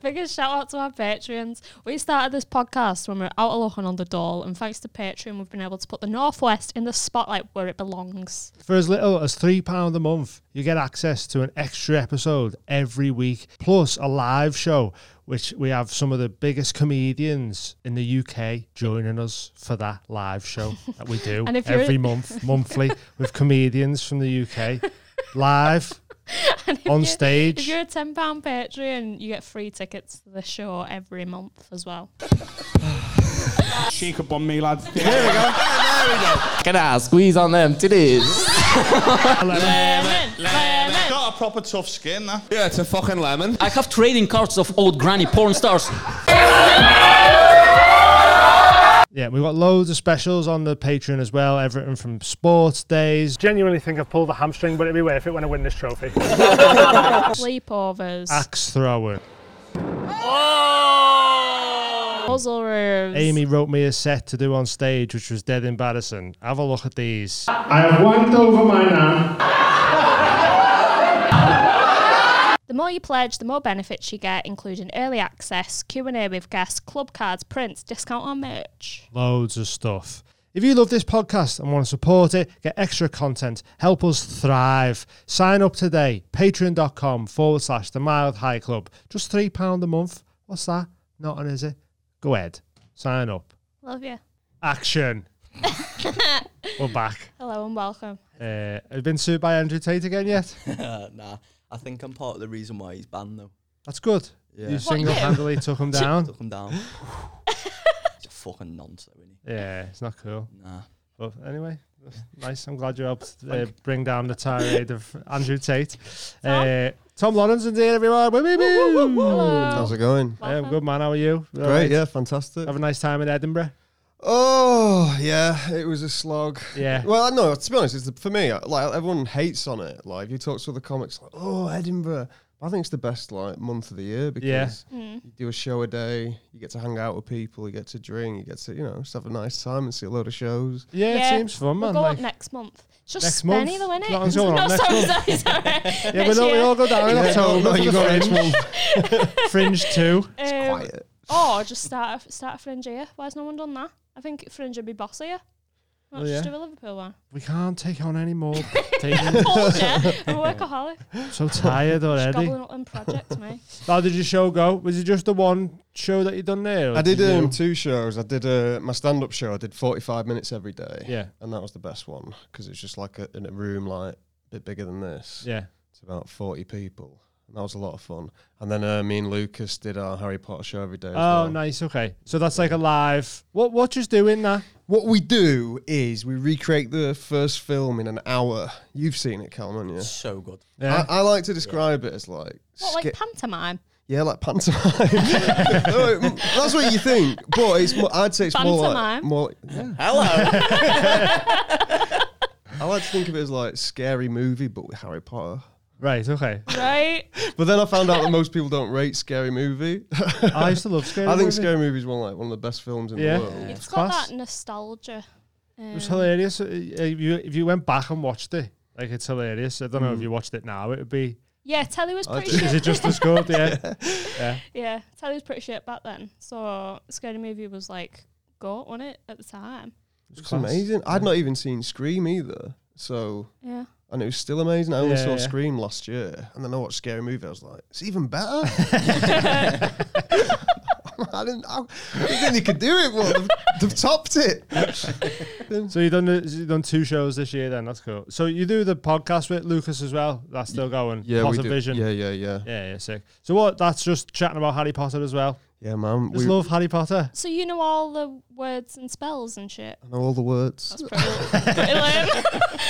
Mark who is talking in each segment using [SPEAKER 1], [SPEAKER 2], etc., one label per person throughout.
[SPEAKER 1] biggest shout out to our Patreons. We started this podcast when we were out of luck and under doll, and thanks to Patreon, we've been able to put the Northwest in the spotlight where it belongs.
[SPEAKER 2] For as little as £3 a month, you get access to an extra episode every week, plus a live show, which we have some of the biggest comedians in the UK joining us for that live show that we do
[SPEAKER 1] And if you're-
[SPEAKER 2] every month, monthly, with comedians from the UK live
[SPEAKER 1] And if
[SPEAKER 2] on
[SPEAKER 1] you-
[SPEAKER 2] stage.
[SPEAKER 1] If you're a ten pound Patreon, you get free tickets to the show every month as well.
[SPEAKER 3] Shake up on me, lads.
[SPEAKER 4] Can I squeeze on them titties?
[SPEAKER 1] Lemon, lemon.
[SPEAKER 5] Got a proper tough skin, that.
[SPEAKER 4] Yeah, it's a fucking lemon.
[SPEAKER 6] I have trading cards of old granny porn stars.
[SPEAKER 2] Yeah, we've got loads of specials on the Patreon as well, everything from sports days,
[SPEAKER 7] Genuinely think I've pulled the hamstring, but it'd be worth it when I win this trophy.
[SPEAKER 1] Sleepovers,
[SPEAKER 2] axe throwing.
[SPEAKER 1] puzzle rooms.
[SPEAKER 2] Amy wrote me a set to do on stage, which was dead embarrassing. Have a look at these.
[SPEAKER 7] I have wanked over my nan.
[SPEAKER 1] The more you pledge, the more benefits you get, including early access, Q&A with guests, club cards, prints, discount on merch.
[SPEAKER 2] Loads of stuff. If you love this podcast and want to support it, get extra content, help us thrive. Sign up today, patreon.com forward slash the mild high club. Just £3 a month. What's that? Nothing, is it? Go ahead. Sign up.
[SPEAKER 1] Love you.
[SPEAKER 2] Action. We're back.
[SPEAKER 1] Hello and welcome.
[SPEAKER 2] Uh, have you been sued by Andrew Tate again yet?
[SPEAKER 4] nah, I think I'm part of the reason why he's banned though.
[SPEAKER 2] That's good.
[SPEAKER 4] Yeah.
[SPEAKER 2] You
[SPEAKER 4] What,
[SPEAKER 2] single handedly took him down.
[SPEAKER 4] Took him down. it's a fucking nonce though, isn't
[SPEAKER 2] Yeah, it's not cool.
[SPEAKER 4] he? Nah.
[SPEAKER 2] But anyway, that's nice. I'm glad you helped uh, bring down the tirade of Andrew Tate. Uh, Tom Lawrence here, everyone. Woo, woo, woo.
[SPEAKER 1] Hello.
[SPEAKER 8] How's it going?
[SPEAKER 2] Hey, I'm good, man. How are you? You all
[SPEAKER 8] Great,
[SPEAKER 2] right?
[SPEAKER 8] yeah, fantastic.
[SPEAKER 2] Have a nice time in Edinburgh.
[SPEAKER 8] Oh, yeah, it was a slog.
[SPEAKER 2] Yeah.
[SPEAKER 8] Well, no, to be honest, it's the, for me, like everyone hates on it. Like, if you talk to other comics, like, oh, Edinburgh. I think it's the best like month of the year because you do a show a day, you get to hang out with people, you get to drink, you get to you know just have a nice time and see a load of shows.
[SPEAKER 2] Yeah,
[SPEAKER 1] Yeah,
[SPEAKER 2] it seems fun,
[SPEAKER 1] We'll go
[SPEAKER 2] man. like,
[SPEAKER 1] up next month. It's just
[SPEAKER 2] next
[SPEAKER 1] Spenny
[SPEAKER 2] month?
[SPEAKER 1] though, innit?
[SPEAKER 2] No, it's all right,
[SPEAKER 1] No,
[SPEAKER 2] next
[SPEAKER 1] sorry,
[SPEAKER 2] month.
[SPEAKER 1] sorry, sorry.
[SPEAKER 2] yeah, we,
[SPEAKER 1] Next
[SPEAKER 2] all, we
[SPEAKER 1] year.
[SPEAKER 2] all go down in
[SPEAKER 8] Yeah,
[SPEAKER 2] October.
[SPEAKER 8] no,
[SPEAKER 2] for
[SPEAKER 8] you
[SPEAKER 2] the
[SPEAKER 8] go next
[SPEAKER 2] Fringe. Fringe two.
[SPEAKER 1] Um,
[SPEAKER 8] Quiet.
[SPEAKER 1] Or just start a, start a fringe here. Why has no one done that? I think fringe would be boss here. Not
[SPEAKER 2] Oh,
[SPEAKER 1] just
[SPEAKER 2] yeah?
[SPEAKER 1] do a Liverpool one.
[SPEAKER 2] We can't take on any more.
[SPEAKER 1] Paul, yeah, I'm a workaholic.
[SPEAKER 2] I'm so tired already.
[SPEAKER 1] Gobbling up them projects, mate.
[SPEAKER 2] How did your show go? Was it just the one show that you done there? or
[SPEAKER 8] I did
[SPEAKER 2] you
[SPEAKER 8] um,
[SPEAKER 2] do-
[SPEAKER 8] two shows. I did uh, my stand-up show. I did forty-five minutes every day.
[SPEAKER 2] Yeah.
[SPEAKER 8] and that was the best one because it's just like a, in a room like a bit bigger than this.
[SPEAKER 2] Yeah.
[SPEAKER 8] It's about 40 people. And that was a lot of fun. And then uh, me and Lucas did our Harry Potter show every day. as
[SPEAKER 2] Oh,
[SPEAKER 8] well.
[SPEAKER 2] nice. Okay, so that's like a live. What what you doing that?
[SPEAKER 8] What we do is we recreate the first film in an hour. You've seen it, Cal, haven't you?
[SPEAKER 4] So good.
[SPEAKER 2] Yeah.
[SPEAKER 8] I, I like to describe it as like.
[SPEAKER 1] What, like
[SPEAKER 8] skit-
[SPEAKER 1] pantomime?
[SPEAKER 8] yeah, like pantomime. No, it- That's what you think, but it's. More, I'd say it's more like,
[SPEAKER 1] Pantomime?
[SPEAKER 8] more. Yeah.
[SPEAKER 4] Hello.
[SPEAKER 8] I like to think of it as like scary movie, but with Harry Potter.
[SPEAKER 2] Right. Okay.
[SPEAKER 1] Right?
[SPEAKER 8] But then I found out that most people don't rate scary movie.
[SPEAKER 2] I used to love scary.
[SPEAKER 8] I think
[SPEAKER 2] Movie.
[SPEAKER 8] Scary Movie is one like one of the best films in
[SPEAKER 2] Yeah.
[SPEAKER 8] the world.
[SPEAKER 1] It's got
[SPEAKER 2] class.
[SPEAKER 1] that nostalgia. Um,
[SPEAKER 2] It was hilarious. Uh, If you if you went back and watched it, like it's hilarious. I don't know if you watched it now. It would be.
[SPEAKER 1] Yeah, Telly was pretty
[SPEAKER 8] do.
[SPEAKER 2] Oh, Is
[SPEAKER 1] shit.
[SPEAKER 2] it just as good? Yeah.
[SPEAKER 1] yeah, Telly was pretty shit back then. So Scary Movie was like goat on it at the time.
[SPEAKER 8] It's
[SPEAKER 2] class.
[SPEAKER 8] amazing. I'd not even seen Scream either. So,
[SPEAKER 1] Yeah.
[SPEAKER 8] and it was still amazing. I only
[SPEAKER 2] Yeah,
[SPEAKER 8] saw
[SPEAKER 2] yeah.
[SPEAKER 8] Scream last year. And then I watched Scary Movie. I was like, it's even better. I didn't, I didn't think they could do it, but they've, they've topped it.
[SPEAKER 2] So you done the- you done two shows this year. Then that's cool. So you do the podcast with Lucas as well. That's still going. Potter Vision.
[SPEAKER 8] Yeah, yeah, yeah.
[SPEAKER 2] Yeah, yeah, sick. So what? That's just chatting about Harry Potter as well.
[SPEAKER 8] Yeah, man.
[SPEAKER 2] Just
[SPEAKER 8] We know
[SPEAKER 2] love Harry Potter.
[SPEAKER 1] So you know all the words and spells and shit.
[SPEAKER 8] all the words.
[SPEAKER 1] Pretty- pretty lame.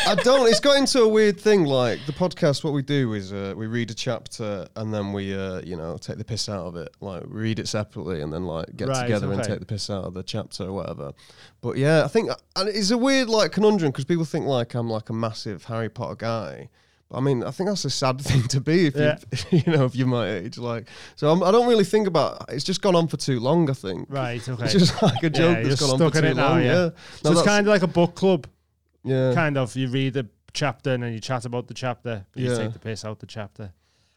[SPEAKER 8] I don't. It's got into a weird thing. Like the podcast, what we do is uh, we read a chapter and then we, uh, you know, take the piss out of it. Like read it separately and then like get
[SPEAKER 2] Right,
[SPEAKER 8] together and
[SPEAKER 2] okay.
[SPEAKER 8] take the piss out of the chapter or whatever. But yeah, I think and it's a weird like conundrum because people think like I'm like a massive Harry Potter guy. But I mean, I think that's a sad thing to be if
[SPEAKER 2] Yeah.
[SPEAKER 8] you, you know, if you're my age. Like, so I'm, I don't really think about. It's just gone on for too long. I think.
[SPEAKER 2] Right. Okay.
[SPEAKER 8] It's just like a joke
[SPEAKER 2] Yeah,
[SPEAKER 8] that's
[SPEAKER 2] you're
[SPEAKER 8] gone on
[SPEAKER 2] stuck
[SPEAKER 8] for
[SPEAKER 2] in
[SPEAKER 8] too
[SPEAKER 2] it now,
[SPEAKER 8] long.
[SPEAKER 2] yeah.
[SPEAKER 8] yeah.
[SPEAKER 2] so it's kind of like a book club.
[SPEAKER 8] of yeah.
[SPEAKER 2] kind of you read the chapter and then you chat about the chapter but you
[SPEAKER 8] Yeah.
[SPEAKER 2] take the piss out the chapter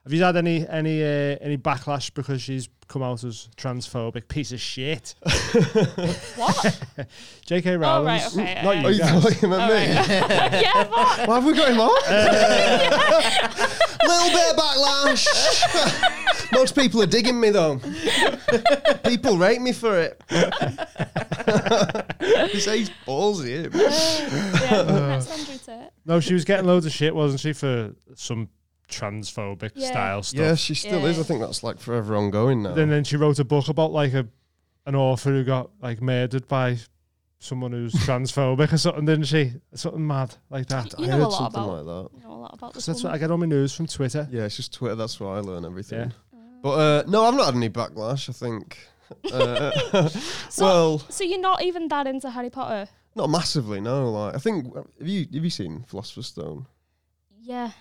[SPEAKER 2] Have you had any any uh, any backlash because she's come out as transphobic piece of shit?
[SPEAKER 1] What?
[SPEAKER 2] J.K.
[SPEAKER 1] oh,
[SPEAKER 2] Rowling.
[SPEAKER 1] right, okay.
[SPEAKER 2] Not
[SPEAKER 1] uh,
[SPEAKER 8] Are Oh, you
[SPEAKER 2] Yes.
[SPEAKER 8] talking about me?
[SPEAKER 1] yeah, what?
[SPEAKER 8] Why have we got him on? Little bit of backlash. Most people are digging me though. people rate me for it. he says ballsy. innit?
[SPEAKER 1] Yeah, that's Andrew Tate.
[SPEAKER 2] No, she was getting loads of shit, wasn't she, for some transphobic
[SPEAKER 1] Yeah.
[SPEAKER 2] style stuff?
[SPEAKER 8] Yeah, she still
[SPEAKER 1] Yeah.
[SPEAKER 8] is. I think that's like forever ongoing now.
[SPEAKER 2] Then then she wrote a book about like a an author who got like murdered by someone who's transphobic or something, didn't she? Something mad like that.
[SPEAKER 1] You
[SPEAKER 8] I
[SPEAKER 1] know
[SPEAKER 8] heard
[SPEAKER 1] a lot
[SPEAKER 8] something
[SPEAKER 1] about-
[SPEAKER 8] like
[SPEAKER 1] You know a lot about
[SPEAKER 2] Because
[SPEAKER 1] this
[SPEAKER 2] that's what I
[SPEAKER 1] woman.
[SPEAKER 2] get all my news from Twitter.
[SPEAKER 8] that. Yeah, it's just Twitter. That's where I learn everything.
[SPEAKER 2] Yeah.
[SPEAKER 8] But uh, no, I've not had any backlash. I think. Uh,
[SPEAKER 1] So-
[SPEAKER 8] well,
[SPEAKER 1] So you're not even that into Harry Potter?
[SPEAKER 8] not massively. No, like I think. Have you have you seen Philosopher's Stone?
[SPEAKER 1] Yeah.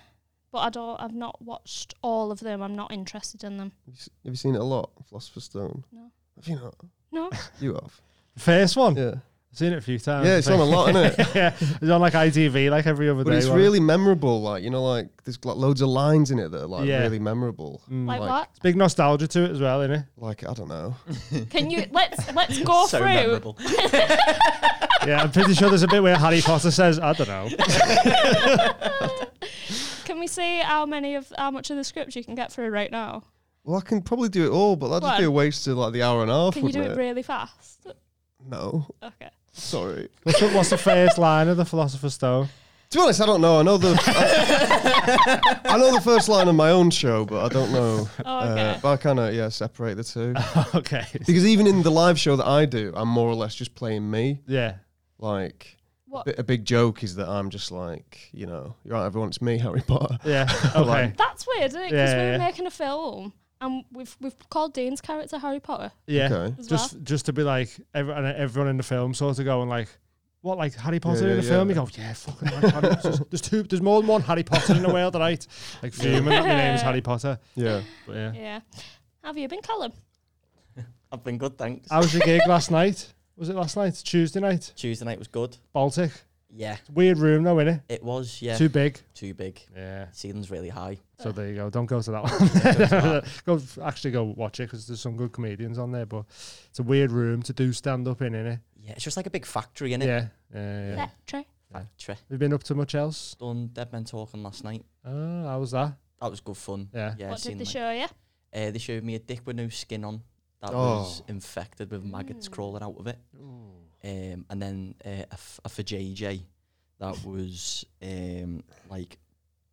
[SPEAKER 1] But I don't, I've not watched all of them. I'm not interested in them.
[SPEAKER 8] Have you s- have you seen it a lot? Philosopher's Stone.
[SPEAKER 1] No.
[SPEAKER 8] Have you not?
[SPEAKER 1] No.
[SPEAKER 8] You have.
[SPEAKER 2] First one.
[SPEAKER 8] Yeah.
[SPEAKER 2] I've seen it a few times.
[SPEAKER 8] Yeah, it's on a lot, isn't it?
[SPEAKER 2] yeah, it's on like ITV like every other
[SPEAKER 8] But
[SPEAKER 2] day.
[SPEAKER 8] it's
[SPEAKER 2] wasn't it?
[SPEAKER 8] really memorable. Like you know, like there's like loads of lines in it that are like
[SPEAKER 2] Yeah.
[SPEAKER 8] really memorable.
[SPEAKER 1] Like,
[SPEAKER 8] Like-
[SPEAKER 1] what?
[SPEAKER 2] mm. big nostalgia to it as well, isn't it?
[SPEAKER 8] Like I don't know.
[SPEAKER 1] Can you let's let's go
[SPEAKER 6] so
[SPEAKER 1] through?
[SPEAKER 6] memorable.
[SPEAKER 2] Yeah, I'm pretty sure there's a bit where Harry Potter says, "I don't know."
[SPEAKER 1] Can we see how many of how much of the script you can get through right now?
[SPEAKER 8] Well, I can probably do it all, but that'd
[SPEAKER 1] Go
[SPEAKER 8] just be
[SPEAKER 1] on.
[SPEAKER 8] a waste of like the hour and a half.
[SPEAKER 1] Can you do
[SPEAKER 8] wouldn't
[SPEAKER 1] it really fast?
[SPEAKER 8] No,
[SPEAKER 1] Okay.
[SPEAKER 8] sorry.
[SPEAKER 2] What's the, what's the first line of the Philosopher's Stone?
[SPEAKER 8] To be honest, I don't know. I know the I, I know the first line of my own show, but I don't know.
[SPEAKER 1] Oh, okay.
[SPEAKER 8] uh, but I kind of yeah separate the two
[SPEAKER 2] okay.
[SPEAKER 8] because even in the live show that I do, I'm more or less just playing me.
[SPEAKER 2] Yeah.
[SPEAKER 8] Like a
[SPEAKER 1] What?
[SPEAKER 8] bi- a big joke is that I'm just like you know you're right, everyone. It's me, Harry Potter.
[SPEAKER 2] Yeah. Okay.
[SPEAKER 8] Like-
[SPEAKER 1] That's weird, isn't it? Because
[SPEAKER 2] Yeah,
[SPEAKER 1] we
[SPEAKER 2] yeah.
[SPEAKER 1] were making a film and we've we've called Dean's character Harry Potter.
[SPEAKER 2] Yeah.
[SPEAKER 8] Okay.
[SPEAKER 1] As
[SPEAKER 2] Just just to be like every, and everyone in the film sort of going like, what like Harry Potter
[SPEAKER 8] yeah,
[SPEAKER 2] in the
[SPEAKER 8] yeah.
[SPEAKER 2] film? You go, yeah, fucking like Harry Potter. There's- There's two. There's more than one Harry Potter in the world, right? Like fuming. that My name's Harry Potter.
[SPEAKER 8] Yeah.
[SPEAKER 2] But yeah.
[SPEAKER 1] Yeah. Have you been Callum?
[SPEAKER 6] I've been good, thanks.
[SPEAKER 2] How was your gig last night? Was it last night? Tuesday night.
[SPEAKER 6] Tuesday night was good.
[SPEAKER 2] Baltic.
[SPEAKER 6] Yeah,
[SPEAKER 2] Weird room though, innit?
[SPEAKER 6] it was. Yeah,
[SPEAKER 2] Too big.
[SPEAKER 6] too big.
[SPEAKER 2] Yeah.
[SPEAKER 6] Ceiling's really high.
[SPEAKER 2] So there you go. Don't go to that one. go f- actually go watch it because there's some good comedians on there. But it's a weird room to do stand up in, innit?
[SPEAKER 6] Yeah, it's just like a big factory in
[SPEAKER 2] Yeah.
[SPEAKER 6] it.
[SPEAKER 2] Yeah. yeah, yeah.
[SPEAKER 1] Yeah. Try.
[SPEAKER 6] Factory.
[SPEAKER 2] Have you been up to much else?
[SPEAKER 6] Done Dead Men Talking last night.
[SPEAKER 2] Oh, how was that?
[SPEAKER 6] That was good fun.
[SPEAKER 2] Yeah.
[SPEAKER 6] Yeah,
[SPEAKER 1] what did
[SPEAKER 6] seen
[SPEAKER 1] they
[SPEAKER 6] like-
[SPEAKER 1] show you?
[SPEAKER 6] Uh, they showed me a dick with no skin on that
[SPEAKER 8] Oh.
[SPEAKER 6] was infected with maggots crawling out of it. Um, and then uh, a, f- a for JJ that was um, like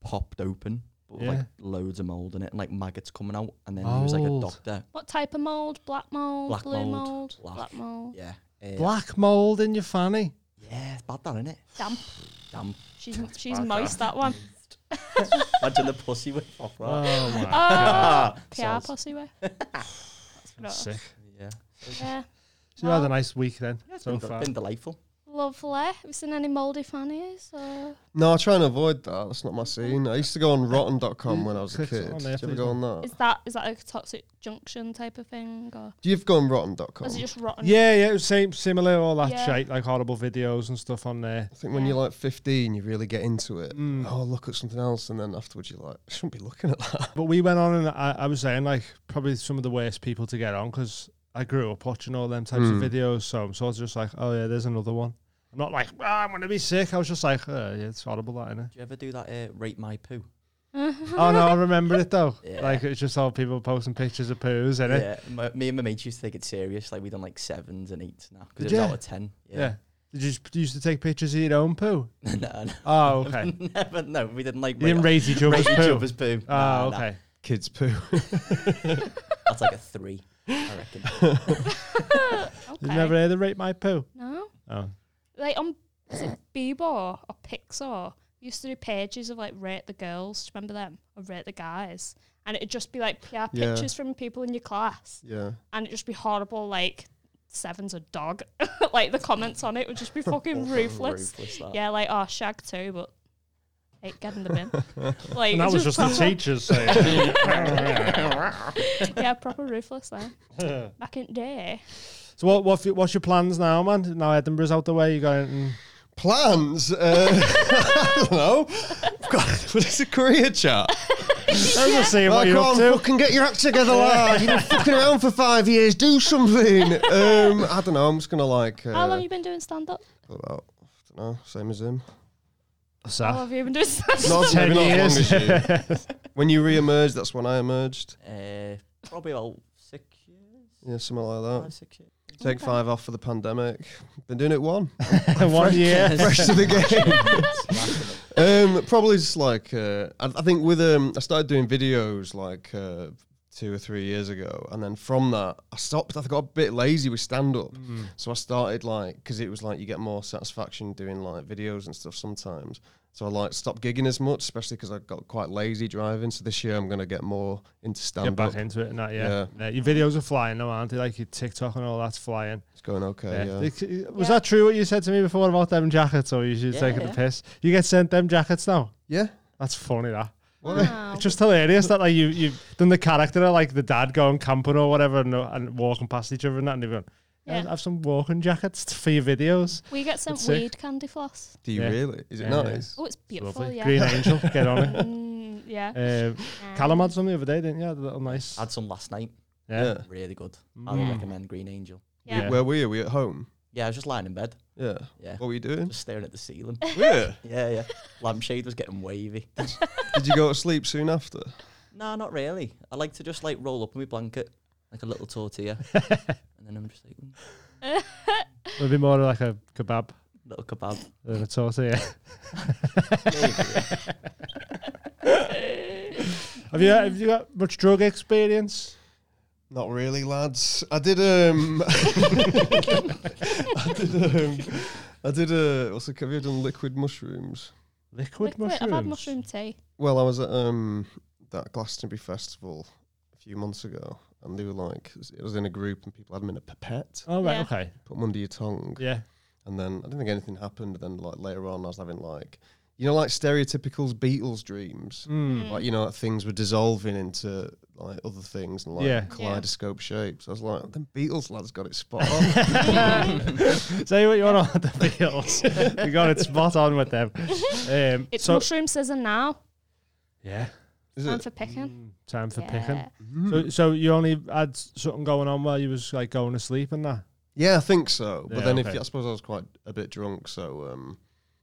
[SPEAKER 6] popped open, but with
[SPEAKER 2] Yeah.
[SPEAKER 6] like loads of mold in it, and like maggots coming out. And then there was like a
[SPEAKER 2] Mold.
[SPEAKER 6] doctor.
[SPEAKER 1] What type of mold? Black mold,
[SPEAKER 6] Black
[SPEAKER 1] blue
[SPEAKER 6] mould,
[SPEAKER 1] mold,
[SPEAKER 6] black.
[SPEAKER 1] black mold.
[SPEAKER 6] Yeah. Uh,
[SPEAKER 2] Black mold in your fanny.
[SPEAKER 6] Yeah, it's bad that, innit?
[SPEAKER 1] Damp.
[SPEAKER 6] Damn.
[SPEAKER 1] She's she's moist that one.
[SPEAKER 6] Imagine the pussy whip off that.
[SPEAKER 2] Oh my.
[SPEAKER 6] Ah.
[SPEAKER 1] Oh, PR
[SPEAKER 6] Sounds-
[SPEAKER 1] pussy way. That's what it was.
[SPEAKER 2] Sick.
[SPEAKER 6] Yeah.
[SPEAKER 1] Yeah.
[SPEAKER 2] So you had a nice week then so
[SPEAKER 6] been,
[SPEAKER 2] far.
[SPEAKER 6] been delightful.
[SPEAKER 1] Lovely. Have you seen any mouldy fannies? Or?
[SPEAKER 8] No, I try and avoid that. That's not my scene. I used to go on rotten.com when I was a
[SPEAKER 2] Click
[SPEAKER 8] kid.
[SPEAKER 2] on
[SPEAKER 8] Did you
[SPEAKER 2] there,
[SPEAKER 8] ever
[SPEAKER 2] please.
[SPEAKER 8] go on that?
[SPEAKER 1] Is that is that like a toxic junction type of thing, or
[SPEAKER 8] Do you ever go on
[SPEAKER 1] or
[SPEAKER 8] rotten.com?
[SPEAKER 1] is it just rotten?
[SPEAKER 2] yeah, yeah, it was same, similar, all that
[SPEAKER 1] Yeah.
[SPEAKER 2] shit, like horrible videos and stuff on there.
[SPEAKER 8] I think when
[SPEAKER 1] Yeah.
[SPEAKER 8] you're like 15, you really get into it.
[SPEAKER 2] Mm.
[SPEAKER 8] Oh, look at something else. And then afterwards, you're like, I shouldn't be looking at that.
[SPEAKER 2] But we went on, and I, I was saying like probably some of the worst people to get on because I grew up watching all them types
[SPEAKER 6] Hmm.
[SPEAKER 2] of videos. So I'm sort of just like, oh yeah, there's another one. I'm not like, oh, I'm gonna be sick. I was just like, oh, yeah, it's horrible, that innit?
[SPEAKER 6] Do you ever do that? Uh, rate my poo.
[SPEAKER 2] oh no, I remember it though.
[SPEAKER 6] Yeah.
[SPEAKER 2] Like it's just all people posting pictures of poos, innit?
[SPEAKER 6] Yeah, my, me and my mates used to take it serious. Like we done like sevens and eights now
[SPEAKER 2] Did
[SPEAKER 6] because it was
[SPEAKER 2] ya?
[SPEAKER 6] out of ten.
[SPEAKER 2] Yeah. Did you just- you used to take pictures of your own poo?
[SPEAKER 6] no, no,
[SPEAKER 2] Oh, okay. you
[SPEAKER 6] never. No, we didn't like.
[SPEAKER 2] didn't rate each other's
[SPEAKER 6] rate each
[SPEAKER 2] poo.
[SPEAKER 6] other's poo.
[SPEAKER 2] Oh,
[SPEAKER 6] Nah, nah.
[SPEAKER 2] okay.
[SPEAKER 8] Kids poo.
[SPEAKER 6] That's like a three, I reckon.
[SPEAKER 1] Okay.
[SPEAKER 2] You've never heard of rate my poo?
[SPEAKER 1] No.
[SPEAKER 2] Oh.
[SPEAKER 1] Like on is it Bebo or Pixar? we Used to do pages of like rate the girls. Do you remember them? Or rate the guys? And it'd just be like PR
[SPEAKER 8] Yeah.
[SPEAKER 1] pictures from people in your class,
[SPEAKER 8] yeah.
[SPEAKER 1] and it'd just be horrible. Like sevens a dog. like the comments on it would just be fucking ruthless.
[SPEAKER 6] Ruthless, that.
[SPEAKER 1] Yeah, like oh shag too, but it get in the bin. like
[SPEAKER 2] And that
[SPEAKER 1] it's
[SPEAKER 2] was just the
[SPEAKER 1] proper-
[SPEAKER 2] teachers saying.
[SPEAKER 1] Yeah, proper ruthless then. Back in the day.
[SPEAKER 2] so what, what what's your plans now, man? Now Edinburgh's out the way, you going mm. and
[SPEAKER 8] Plans? Uh, I don't know. God, was this a career chat?
[SPEAKER 2] I'm just seeing what you're up to.
[SPEAKER 8] fucking get your act together, lad. You've been fucking around for five years. Do something. Um, I don't know. I'm just gonna like. Uh,
[SPEAKER 1] How long have you been doing stand up?
[SPEAKER 8] About, I don't know. Same as him.
[SPEAKER 1] How long
[SPEAKER 2] So,
[SPEAKER 1] have you been doing stand up?
[SPEAKER 8] Not,
[SPEAKER 2] Ten
[SPEAKER 8] maybe not as long
[SPEAKER 2] years.
[SPEAKER 8] as you. when you re-emerged, that's when I emerged.
[SPEAKER 6] Uh, probably about six years,
[SPEAKER 8] Yeah, something like
[SPEAKER 6] five,
[SPEAKER 8] that.
[SPEAKER 6] six years.
[SPEAKER 8] Take
[SPEAKER 1] Okay.
[SPEAKER 8] five off for the pandemic. Been doing it one.
[SPEAKER 2] one year.
[SPEAKER 8] Fresh to the game. Um, probably just like uh, I, I think with um, I started doing videos like uh, two or three years ago, and then from that I stopped. I got a bit lazy with stand up,
[SPEAKER 2] Mm.
[SPEAKER 8] so I started like because it was like you get more satisfaction doing like videos and stuff sometimes. So I like stopped gigging as much, especially because I got quite lazy driving. So this year I'm gonna get more into
[SPEAKER 2] Get
[SPEAKER 8] stand up.
[SPEAKER 2] back into it, not yeah. yeah. Your videos are flying now, aren't they? Like your TikTok and all that's flying.
[SPEAKER 8] It's going okay.
[SPEAKER 2] Yeah.
[SPEAKER 8] Yeah.
[SPEAKER 2] They- Was
[SPEAKER 1] Yeah.
[SPEAKER 2] that true what you said to me before about them jackets? Or you should
[SPEAKER 6] Yeah,
[SPEAKER 2] take it the
[SPEAKER 6] yeah.
[SPEAKER 2] piss. You get sent them jackets now.
[SPEAKER 8] Yeah.
[SPEAKER 2] That's funny. That
[SPEAKER 1] Wow.
[SPEAKER 2] it's just hilarious that like you you've done the character of, like the dad going camping or whatever and, and walking past each other and that and everyone. Yeah.
[SPEAKER 1] Yeah.
[SPEAKER 2] Have some walking jackets t- for your videos.
[SPEAKER 1] We get sent
[SPEAKER 2] uh, That's sick.
[SPEAKER 1] weed candy floss.
[SPEAKER 8] Do you
[SPEAKER 2] Yeah.
[SPEAKER 8] really? Is it
[SPEAKER 2] Yeah.
[SPEAKER 8] nice?
[SPEAKER 1] Oh, it's beautiful.
[SPEAKER 2] Lovely.
[SPEAKER 1] Yeah.
[SPEAKER 2] Green Angel, get on it.
[SPEAKER 1] Mm, yeah.
[SPEAKER 2] Uh, Callum had some the other day, didn't you? Had a little nice.
[SPEAKER 6] Had some last night.
[SPEAKER 2] Yeah.
[SPEAKER 8] Yeah.
[SPEAKER 6] Really good.
[SPEAKER 2] Mm.
[SPEAKER 6] I recommend Green Angel.
[SPEAKER 1] Yeah.
[SPEAKER 2] Yeah.
[SPEAKER 8] Where were you? Were you at home?
[SPEAKER 6] Yeah, I was just lying in bed.
[SPEAKER 8] Yeah.
[SPEAKER 6] Yeah.
[SPEAKER 8] What were you doing?
[SPEAKER 6] Just staring at the ceiling.
[SPEAKER 8] yeah.
[SPEAKER 6] yeah, yeah. Lampshade was getting wavy.
[SPEAKER 8] Did you go to sleep soon after?
[SPEAKER 6] No, not really. I like to just like roll up in my blanket, like a little tortilla, and then I'm just like mm,
[SPEAKER 2] It'd be more like a kebab
[SPEAKER 6] little kebab.
[SPEAKER 2] than a tortilla. have you have you got much drug experience?
[SPEAKER 8] Not really, lads. I did um, I did um, I did uh, what's it? Have you done liquid mushrooms?
[SPEAKER 2] Liquid,
[SPEAKER 1] Liquid-
[SPEAKER 2] mushrooms.
[SPEAKER 1] I've had mushroom tea.
[SPEAKER 8] Well, I was at um that Glastonbury festival a few months ago, and they were like, it was in a group, and people had them in a pipette,
[SPEAKER 2] Oh right,
[SPEAKER 1] Yeah.
[SPEAKER 2] okay,
[SPEAKER 8] put them under your tongue,
[SPEAKER 2] yeah.
[SPEAKER 8] and then I didn't think anything happened. Then like later on, I was having like, you know, like stereotypical Beatles dreams.
[SPEAKER 2] Mm.
[SPEAKER 8] Like you know, like things were dissolving into like other things and like
[SPEAKER 2] Yeah.
[SPEAKER 8] kaleidoscope shapes. I was like, the Beatles lads got it spot on.
[SPEAKER 2] Tell you what you want on the fields. you got it spot on with them. Um,
[SPEAKER 1] It's
[SPEAKER 2] so,
[SPEAKER 1] mushroom season now.
[SPEAKER 2] yeah,
[SPEAKER 8] Is
[SPEAKER 1] Time
[SPEAKER 8] it?
[SPEAKER 1] for picking.
[SPEAKER 2] Mm, time for
[SPEAKER 1] Yeah.
[SPEAKER 2] picking. So, so you only had something going on while you was like going to sleep and that.
[SPEAKER 8] Yeah, I think so. But
[SPEAKER 2] Yeah,
[SPEAKER 8] then
[SPEAKER 2] okay.
[SPEAKER 8] if I suppose I was quite a bit drunk, so um,